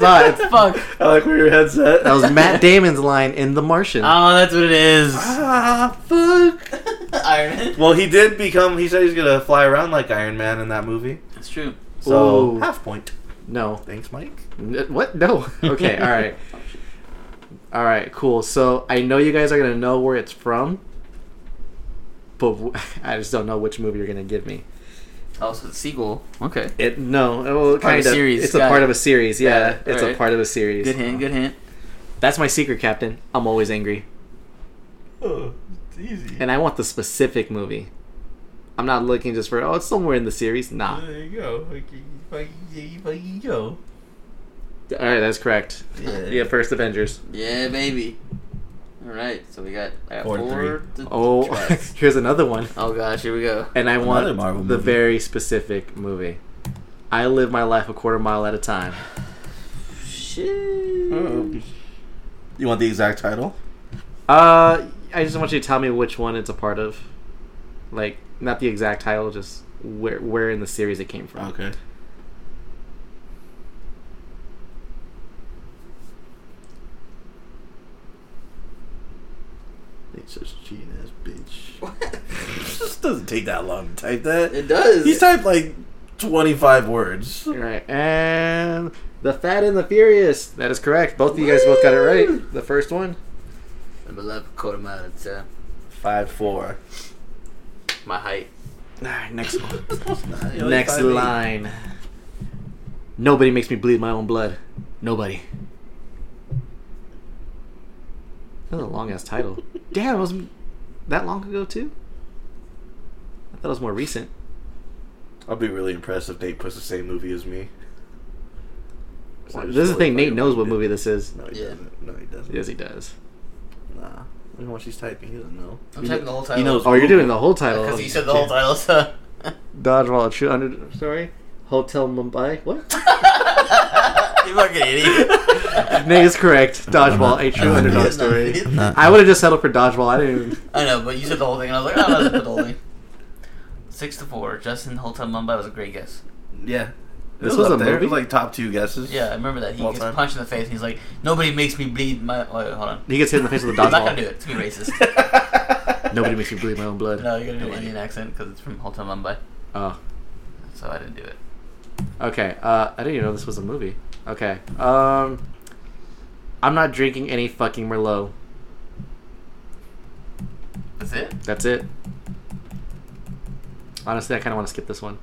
[SPEAKER 4] not. It's-
[SPEAKER 3] Fuck.
[SPEAKER 2] I like where your head's at.
[SPEAKER 4] that was Matt Damon's line in The Martian.
[SPEAKER 3] Oh, that's what it is.
[SPEAKER 2] ah, fuck.
[SPEAKER 3] Iron Man.
[SPEAKER 2] Well, he did become. He said he's gonna fly around like Iron Man in that movie.
[SPEAKER 3] That's true.
[SPEAKER 2] So
[SPEAKER 4] Ooh.
[SPEAKER 2] half point.
[SPEAKER 4] no.
[SPEAKER 2] Thanks, Mike.
[SPEAKER 4] N- What? No. Okay. All right. All right. Cool. So I know you guys are gonna know where it's from, but w- I just don't know which movie you're gonna give me.
[SPEAKER 3] Oh, so the sequel. Okay.
[SPEAKER 4] It no. Well,
[SPEAKER 3] Part
[SPEAKER 4] kind
[SPEAKER 3] of
[SPEAKER 4] of.
[SPEAKER 3] a series,
[SPEAKER 4] It's a
[SPEAKER 3] got
[SPEAKER 4] part
[SPEAKER 3] it.
[SPEAKER 4] of a series.
[SPEAKER 3] Got
[SPEAKER 4] Yeah.
[SPEAKER 3] it,
[SPEAKER 4] It's a
[SPEAKER 3] alright.
[SPEAKER 4] part of a series.
[SPEAKER 3] Good hint. Good hint.
[SPEAKER 4] That's my secret, Captain. I'm always angry,
[SPEAKER 2] Oh, it's easy.
[SPEAKER 4] and I want the specific movie. I'm not looking just for oh, it's somewhere in the series. Nah. All
[SPEAKER 2] you go. You fucking go.
[SPEAKER 4] right. That's correct.
[SPEAKER 2] Yeah.
[SPEAKER 4] Yeah. First Avengers.
[SPEAKER 3] Yeah, baby. All right. So we got, I got
[SPEAKER 2] Four
[SPEAKER 3] four.
[SPEAKER 2] to
[SPEAKER 3] to-
[SPEAKER 4] Oh,
[SPEAKER 3] tries.
[SPEAKER 4] here's another one.
[SPEAKER 3] oh gosh. Here we go.
[SPEAKER 4] and I
[SPEAKER 2] Another
[SPEAKER 4] want
[SPEAKER 2] Marvel
[SPEAKER 4] the
[SPEAKER 2] movie.
[SPEAKER 4] very specific movie. I live my life a quarter mile at a time.
[SPEAKER 3] Shit.
[SPEAKER 2] Mm-hmm. You want the exact title?
[SPEAKER 4] Uh, I just want you to tell me which one it's a part of, like not the exact title, just where where in the series it came from.
[SPEAKER 2] Okay. Nate's such a cheating ass bitch. This doesn't take that long to type that.
[SPEAKER 3] It does.
[SPEAKER 2] He's typed like 25 words.
[SPEAKER 4] All right, and the Fat and the Furious. That is correct. Both of you guys both got it right. The first one.
[SPEAKER 3] I'm a left quarter mile at uh,
[SPEAKER 2] 5 4.
[SPEAKER 3] my height.
[SPEAKER 4] All right, next one. next line. Nobody makes me bleed my own blood. Nobody. That's a long ass title. Damn, it was that long ago too. I thought it was more recent.
[SPEAKER 2] I'll be really impressed if Nate puts the same movie as me.
[SPEAKER 4] This is the thing. Nate knows what movie this is.
[SPEAKER 2] No, he
[SPEAKER 3] Yeah.
[SPEAKER 2] doesn't. No, he doesn't.
[SPEAKER 4] Yes, he does.
[SPEAKER 2] Nah. Look how much he's typing. He doesn't know.
[SPEAKER 3] I'm
[SPEAKER 2] He
[SPEAKER 3] typing
[SPEAKER 2] kn-
[SPEAKER 3] the whole
[SPEAKER 2] He
[SPEAKER 3] title.
[SPEAKER 2] knows.
[SPEAKER 4] Oh, you're
[SPEAKER 2] Google.
[SPEAKER 4] doing the whole title.
[SPEAKER 3] Because you said the whole title, so.
[SPEAKER 4] Dodgeball, true under. Sorry, Hotel Mumbai. What?
[SPEAKER 3] you fucking idiot.
[SPEAKER 4] Nate is correct. Dodgeball, a true
[SPEAKER 2] I'm
[SPEAKER 4] underdog
[SPEAKER 2] not-
[SPEAKER 4] story.
[SPEAKER 3] I'm not-
[SPEAKER 4] I would have just settled for dodgeball. I didn't. Even,
[SPEAKER 3] I know, but you said the whole thing, and I was like, oh, that's the whole thing. Six to four. Justin Hotel Mumbai was a great guess.
[SPEAKER 2] Yeah.
[SPEAKER 4] This
[SPEAKER 2] It
[SPEAKER 4] was
[SPEAKER 2] up
[SPEAKER 4] a
[SPEAKER 2] there. It was
[SPEAKER 4] movie?
[SPEAKER 2] like top two guesses.
[SPEAKER 3] Yeah, I remember that. He
[SPEAKER 2] All
[SPEAKER 3] gets
[SPEAKER 2] time.
[SPEAKER 3] punched in the face, and he's like, "Nobody makes me bleed my." Wait, hold on.
[SPEAKER 4] he gets hit in the face with a
[SPEAKER 3] I'm not gonna do
[SPEAKER 4] dodgeball.
[SPEAKER 3] it. It's gonna be racist.
[SPEAKER 4] Nobody makes me bleed my own blood.
[SPEAKER 3] no, you're gonna do an Indian accent because it's from Hotel Mumbai.
[SPEAKER 4] Oh,
[SPEAKER 3] So I didn't do it.
[SPEAKER 4] okay. Uh, I didn't even know this was a movie. Okay. Um, I'm not drinking any fucking Merlot.
[SPEAKER 3] That's it.
[SPEAKER 4] That's it. Honestly, I kind of want to skip this one.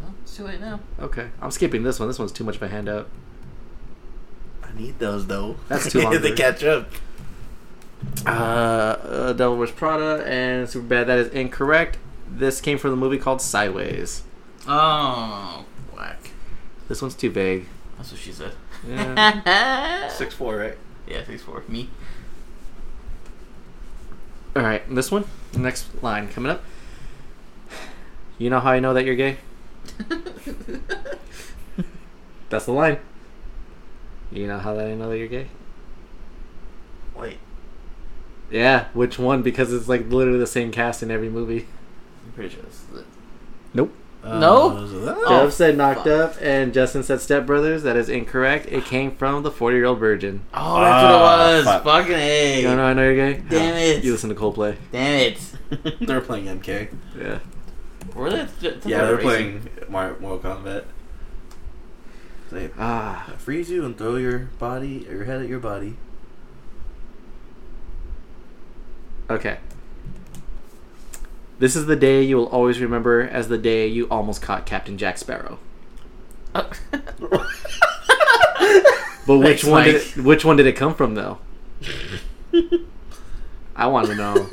[SPEAKER 3] Well, it's too late now.
[SPEAKER 4] Okay, I'm skipping this one. This one's too much of a handout.
[SPEAKER 2] I need those though.
[SPEAKER 4] That's too
[SPEAKER 2] they
[SPEAKER 4] hungry.
[SPEAKER 2] catch up.
[SPEAKER 4] Uh, uh, Devil Wears Prada and Superbad. That is incorrect. This came from the movie called Sideways.
[SPEAKER 3] Oh, whack.
[SPEAKER 4] This one's too vague.
[SPEAKER 3] That's what she said.
[SPEAKER 4] Yeah.
[SPEAKER 2] Six four, right?
[SPEAKER 3] Yeah, six four. Me.
[SPEAKER 4] All right, and this one, the next line coming up. You know how I know that you're gay? That's the line. You know how that I know that you're gay?
[SPEAKER 2] Wait.
[SPEAKER 4] Yeah, which one? Because it's like literally the same cast in every movie.
[SPEAKER 3] I'm pretty sure this is it.
[SPEAKER 4] Nope.
[SPEAKER 2] Uh,
[SPEAKER 4] No?
[SPEAKER 2] is it that?
[SPEAKER 3] Oh,
[SPEAKER 4] Dev said knocked
[SPEAKER 3] fuck.
[SPEAKER 4] up, and Justin said Step Brothers. That is incorrect. It came from the Forty Year Old Virgin.
[SPEAKER 3] Oh, that's what it
[SPEAKER 2] Ah,
[SPEAKER 3] was.
[SPEAKER 2] fuck.
[SPEAKER 3] Fucking a.
[SPEAKER 4] You know I know you're gay.
[SPEAKER 3] Damn it.
[SPEAKER 4] You listen to Coldplay.
[SPEAKER 3] Damn it.
[SPEAKER 2] They were playing MK.
[SPEAKER 4] Yeah.
[SPEAKER 3] Were they? I thought
[SPEAKER 2] yeah, they were
[SPEAKER 3] racist.
[SPEAKER 2] playing Mar- Mortal Kombat. They
[SPEAKER 4] Ah,
[SPEAKER 2] freeze you and throw your body, your head at your body.
[SPEAKER 4] okay. This is the day you will always remember as the day you almost caught Captain Jack Sparrow.
[SPEAKER 3] Oh.
[SPEAKER 4] But
[SPEAKER 3] Thanks,
[SPEAKER 4] which one? Did
[SPEAKER 3] Mike.
[SPEAKER 4] it, which one did it come from, though? I want to know.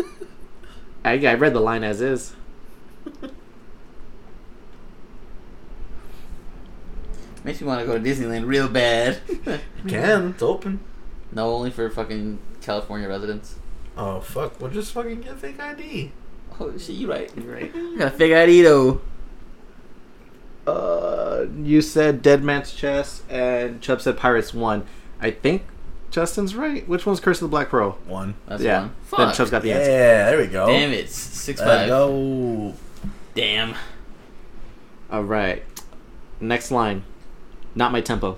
[SPEAKER 4] I, I read the line as is.
[SPEAKER 3] Makes me want to go to Disneyland real bad.
[SPEAKER 2] Can it's open.
[SPEAKER 3] no, only for fucking California residents.
[SPEAKER 2] Oh fuck! We'll just fucking get fake ID.
[SPEAKER 3] Oh shit, you right.
[SPEAKER 4] You're right.
[SPEAKER 3] You got a fake ID though.
[SPEAKER 4] Uh, you said Dead Man's Chest, and Chubb said Pirates One. I think Justin's right. Which one's Curse of the Black Pearl?
[SPEAKER 2] One.
[SPEAKER 3] That's
[SPEAKER 4] yeah.
[SPEAKER 3] one.
[SPEAKER 4] Then
[SPEAKER 3] Fuck.
[SPEAKER 4] Chubb's got the
[SPEAKER 2] Yeah,
[SPEAKER 4] answer.
[SPEAKER 2] there we go.
[SPEAKER 3] Damn it, six
[SPEAKER 2] There we
[SPEAKER 3] five.
[SPEAKER 2] go.
[SPEAKER 3] Damn.
[SPEAKER 4] All right. Next line. Not my tempo.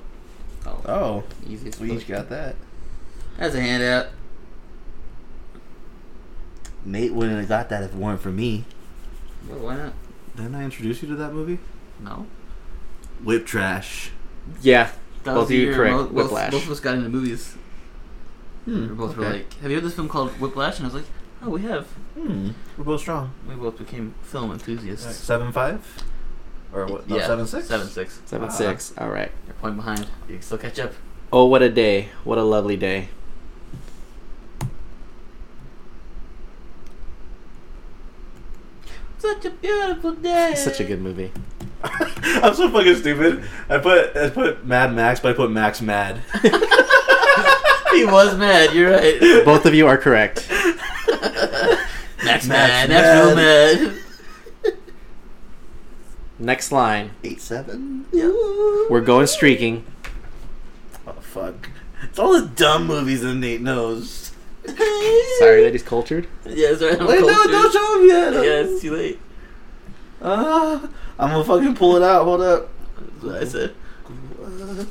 [SPEAKER 3] Oh,
[SPEAKER 2] Oh,
[SPEAKER 3] easy. as
[SPEAKER 2] we each
[SPEAKER 3] fuck.
[SPEAKER 2] got that.
[SPEAKER 3] That's a handout.
[SPEAKER 2] Nate wouldn't have got that if it weren't for me.
[SPEAKER 3] Well, why not?
[SPEAKER 2] Didn't I introduce you to that movie?
[SPEAKER 3] No.
[SPEAKER 2] Whip Trash.
[SPEAKER 4] Yeah.
[SPEAKER 3] That
[SPEAKER 4] Both
[SPEAKER 3] was
[SPEAKER 4] of you
[SPEAKER 3] your-
[SPEAKER 4] correct.
[SPEAKER 3] Both,
[SPEAKER 4] Whiplash.
[SPEAKER 3] Both of us got into movies. We
[SPEAKER 2] Hmm.
[SPEAKER 3] both were
[SPEAKER 4] okay.
[SPEAKER 3] like, "Have you heard this film called Whiplash?" And I was like, "Oh, we have."
[SPEAKER 2] Hmm. We're both strong.
[SPEAKER 3] We both became film enthusiasts.
[SPEAKER 2] Seven five, or what? No,
[SPEAKER 3] yeah,
[SPEAKER 2] seven six.
[SPEAKER 3] Seven six.
[SPEAKER 4] Seven
[SPEAKER 2] Ah.
[SPEAKER 4] six. All right.
[SPEAKER 3] You're a point behind. You can still catch up.
[SPEAKER 4] Oh, what a day! What a lovely day.
[SPEAKER 3] Such a beautiful day.
[SPEAKER 4] Such a good movie.
[SPEAKER 2] I'm so fucking stupid. I put I put Mad Max, but I put Max Mad.
[SPEAKER 3] he was mad. You're right.
[SPEAKER 4] Both of you are correct.
[SPEAKER 3] Max
[SPEAKER 2] Max
[SPEAKER 3] mad. Max real mad.
[SPEAKER 4] Next line.
[SPEAKER 2] Eight seven.
[SPEAKER 4] We're going streaking.
[SPEAKER 2] Oh fuck! It's all the dumb movies that Nate knows.
[SPEAKER 4] Sorry that he's cultured.
[SPEAKER 3] Yeah, sorry. I'm
[SPEAKER 2] Wait, no,
[SPEAKER 3] cultured.
[SPEAKER 2] don't show him yet.
[SPEAKER 3] Yeah, it's too late.
[SPEAKER 2] Ah, I'm gonna fucking pull it out. Hold up.
[SPEAKER 3] That's what I said.
[SPEAKER 2] Uh,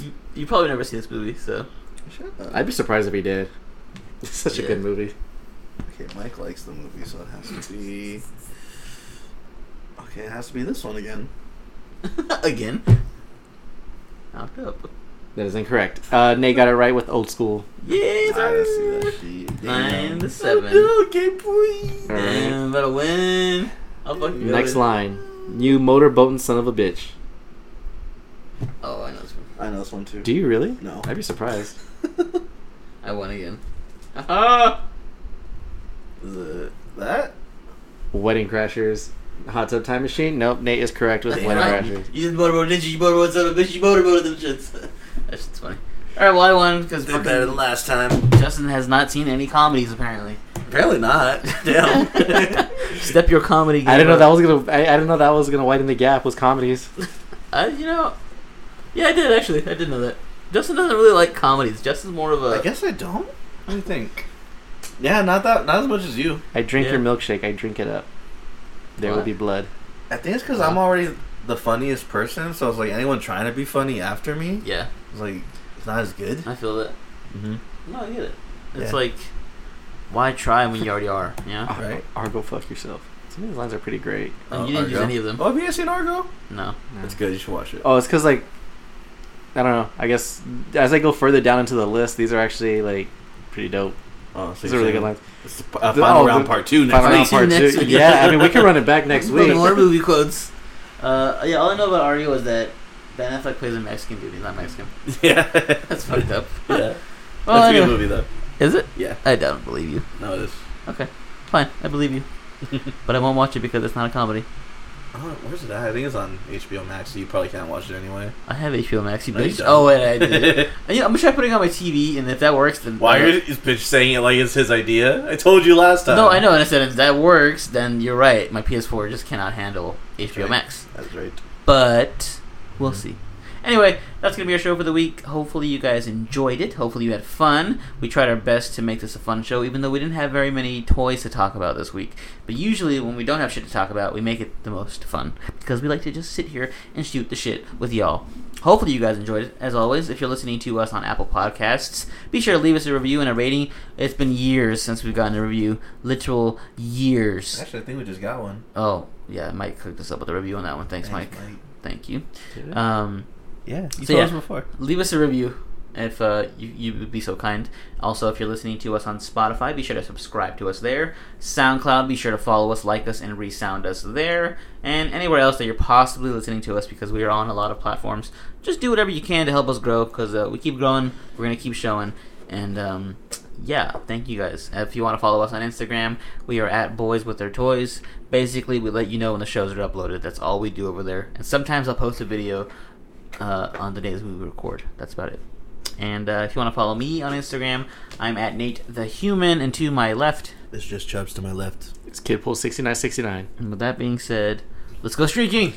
[SPEAKER 3] You, you probably never see this movie, so.
[SPEAKER 2] shut up.
[SPEAKER 4] I'd be surprised if he did. It's such a
[SPEAKER 3] Yeah.
[SPEAKER 4] good movie.
[SPEAKER 2] Okay, Mike likes the movie, so it has to be. Okay, it has to be this one again.
[SPEAKER 3] Again. Knocked up.
[SPEAKER 4] That is incorrect. Uh, Nate got it right with old school.
[SPEAKER 3] Yeah,
[SPEAKER 4] Ah,
[SPEAKER 2] I
[SPEAKER 3] sir.
[SPEAKER 2] didn't see that shit.
[SPEAKER 3] Nine
[SPEAKER 2] Damn.
[SPEAKER 3] to seven.
[SPEAKER 2] Oh, no, okay, please.
[SPEAKER 4] All
[SPEAKER 3] Damn,
[SPEAKER 4] right.
[SPEAKER 3] I'm about to win. I'll fucking do
[SPEAKER 4] Next
[SPEAKER 3] it.
[SPEAKER 4] line. You motorboating son of a bitch.
[SPEAKER 3] Oh, I know this one.
[SPEAKER 2] I know this one too.
[SPEAKER 4] Do you really?
[SPEAKER 2] No.
[SPEAKER 4] I'd be surprised.
[SPEAKER 3] I won again. Ah!
[SPEAKER 2] Is it that?
[SPEAKER 4] Wedding Crashers. Hot tub time machine. Nope, Nate is correct with
[SPEAKER 3] Yeah.
[SPEAKER 4] Winter Crashers.
[SPEAKER 3] You did motorboat ninja, you motorboat son of a bitch, you motorboat them shits. That shit's funny. Alright, well I won because
[SPEAKER 2] Did better than last time.
[SPEAKER 3] Justin has not seen any comedies apparently.
[SPEAKER 2] Apparently not. Damn.
[SPEAKER 3] Step your comedy game.
[SPEAKER 4] I didn't know
[SPEAKER 3] up.
[SPEAKER 4] that was gonna. I, I didn't know that was gonna widen the gap. Was comedies.
[SPEAKER 3] I, you know, yeah, I did actually. I did know that. Justin doesn't really like comedies. Justin's more of a.
[SPEAKER 2] I guess I don't. What do you think? Yeah, not that, not as much as you.
[SPEAKER 4] I drink
[SPEAKER 3] Yeah.
[SPEAKER 4] your milkshake. I drink it up. There will
[SPEAKER 3] What?
[SPEAKER 4] be blood.
[SPEAKER 2] I think it's because I'm already the funniest person, so it's like anyone trying to be funny after me,
[SPEAKER 3] Yeah,
[SPEAKER 2] it's like it's not as good.
[SPEAKER 3] I feel that.
[SPEAKER 2] Mm-hmm.
[SPEAKER 3] No, I get it. It's
[SPEAKER 2] Yeah.
[SPEAKER 3] like, why try when you already are?
[SPEAKER 4] Oh,
[SPEAKER 3] Yeah.
[SPEAKER 2] Right.
[SPEAKER 4] Argo, fuck yourself. Some of these lines are pretty great.
[SPEAKER 3] you didn't use any of them.
[SPEAKER 2] Oh, have you guys seen Argo?
[SPEAKER 3] No.
[SPEAKER 2] It's good. You should watch it.
[SPEAKER 4] Oh, it's because like, I don't know. I guess as I go further down into the list, these are actually like pretty dope.
[SPEAKER 2] Oh, so
[SPEAKER 4] These are
[SPEAKER 2] you're
[SPEAKER 4] really
[SPEAKER 2] saying
[SPEAKER 4] good lines.
[SPEAKER 2] It's the, uh,
[SPEAKER 4] The-
[SPEAKER 2] final
[SPEAKER 4] oh,
[SPEAKER 2] round
[SPEAKER 4] the-
[SPEAKER 2] part two next
[SPEAKER 4] Final
[SPEAKER 2] week.
[SPEAKER 4] round
[SPEAKER 3] week.
[SPEAKER 4] part
[SPEAKER 3] Next
[SPEAKER 4] two.
[SPEAKER 3] week.
[SPEAKER 4] Yeah, I mean we can run it back next week.
[SPEAKER 3] More movie quotes. Uh, yeah. All I know about Argo is that Ben Affleck plays a Mexican dude. He's not Mexican.
[SPEAKER 2] Yeah. yeah.
[SPEAKER 3] That's fucked up.
[SPEAKER 2] That's
[SPEAKER 3] Well,
[SPEAKER 2] a good
[SPEAKER 3] anyway.
[SPEAKER 2] movie though.
[SPEAKER 3] Is it?
[SPEAKER 2] Yeah.
[SPEAKER 3] I don't believe you.
[SPEAKER 2] No, it is.
[SPEAKER 3] Fine, I believe you, but I won't watch it because it's not a comedy.
[SPEAKER 2] Oh, where's it at? I think it's on HBO Max, so you probably can't watch it anyway.
[SPEAKER 3] I have HBO Max. You
[SPEAKER 2] No, you
[SPEAKER 3] bitch.
[SPEAKER 2] don't.
[SPEAKER 3] oh wait, I did. Yeah, I'm gonna try putting it on my TV, and if that works, then
[SPEAKER 2] Why are you is bitch saying it like it's his idea? I told you last time.
[SPEAKER 3] No, I know, and I said if that works, then you're right. My PS4 just cannot handle HBO
[SPEAKER 2] right.
[SPEAKER 3] Max,
[SPEAKER 2] That's right.
[SPEAKER 3] but we'll see. Anyway, that's gonna be our show for the week. Hopefully, you guys enjoyed it. Hopefully, you had fun. We tried our best to make this a fun show, even though we didn't have very many toys to talk about this week. But usually, when we don't have shit to talk about, we make it the most fun because we like to just sit here and shoot the shit with y'all. Hopefully, you guys enjoyed it. As always, if you're listening to us on Apple Podcasts, be sure to leave us a review and a rating. It's been years since we've gotten a review, literal years.
[SPEAKER 2] Actually, I think we just got one.
[SPEAKER 3] Oh, yeah, Mike hooked us up with a review on that one. Thanks, Mike. Thank you. Um,
[SPEAKER 2] Yeah. You
[SPEAKER 3] So,
[SPEAKER 2] told
[SPEAKER 3] yeah.
[SPEAKER 2] us before.
[SPEAKER 3] leave us a review if uh, you, you would be so kind. Also, if you're listening to us on Spotify, be sure to subscribe to us there. SoundCloud, be sure to follow us, like us, and resound us there. And anywhere else that you're possibly listening to us because we are on a lot of platforms. Just do whatever you can to help us grow because uh, we keep growing. We're going to keep showing. And um, yeah, thank you guys. If you want to follow us on Instagram, we are at Boys With Their Toys. Basically, we let you know when the shows are uploaded. That's all we do over there. And sometimes I'll post a video uh, on the days we record. That's about it. And uh, if you want to follow me on Instagram, I'm at Nate the Human, and to my left.
[SPEAKER 2] It's just Chubbs to my left.
[SPEAKER 4] It's Kidpool sixty nine sixty nine.
[SPEAKER 3] And with that being said, let's go streaking.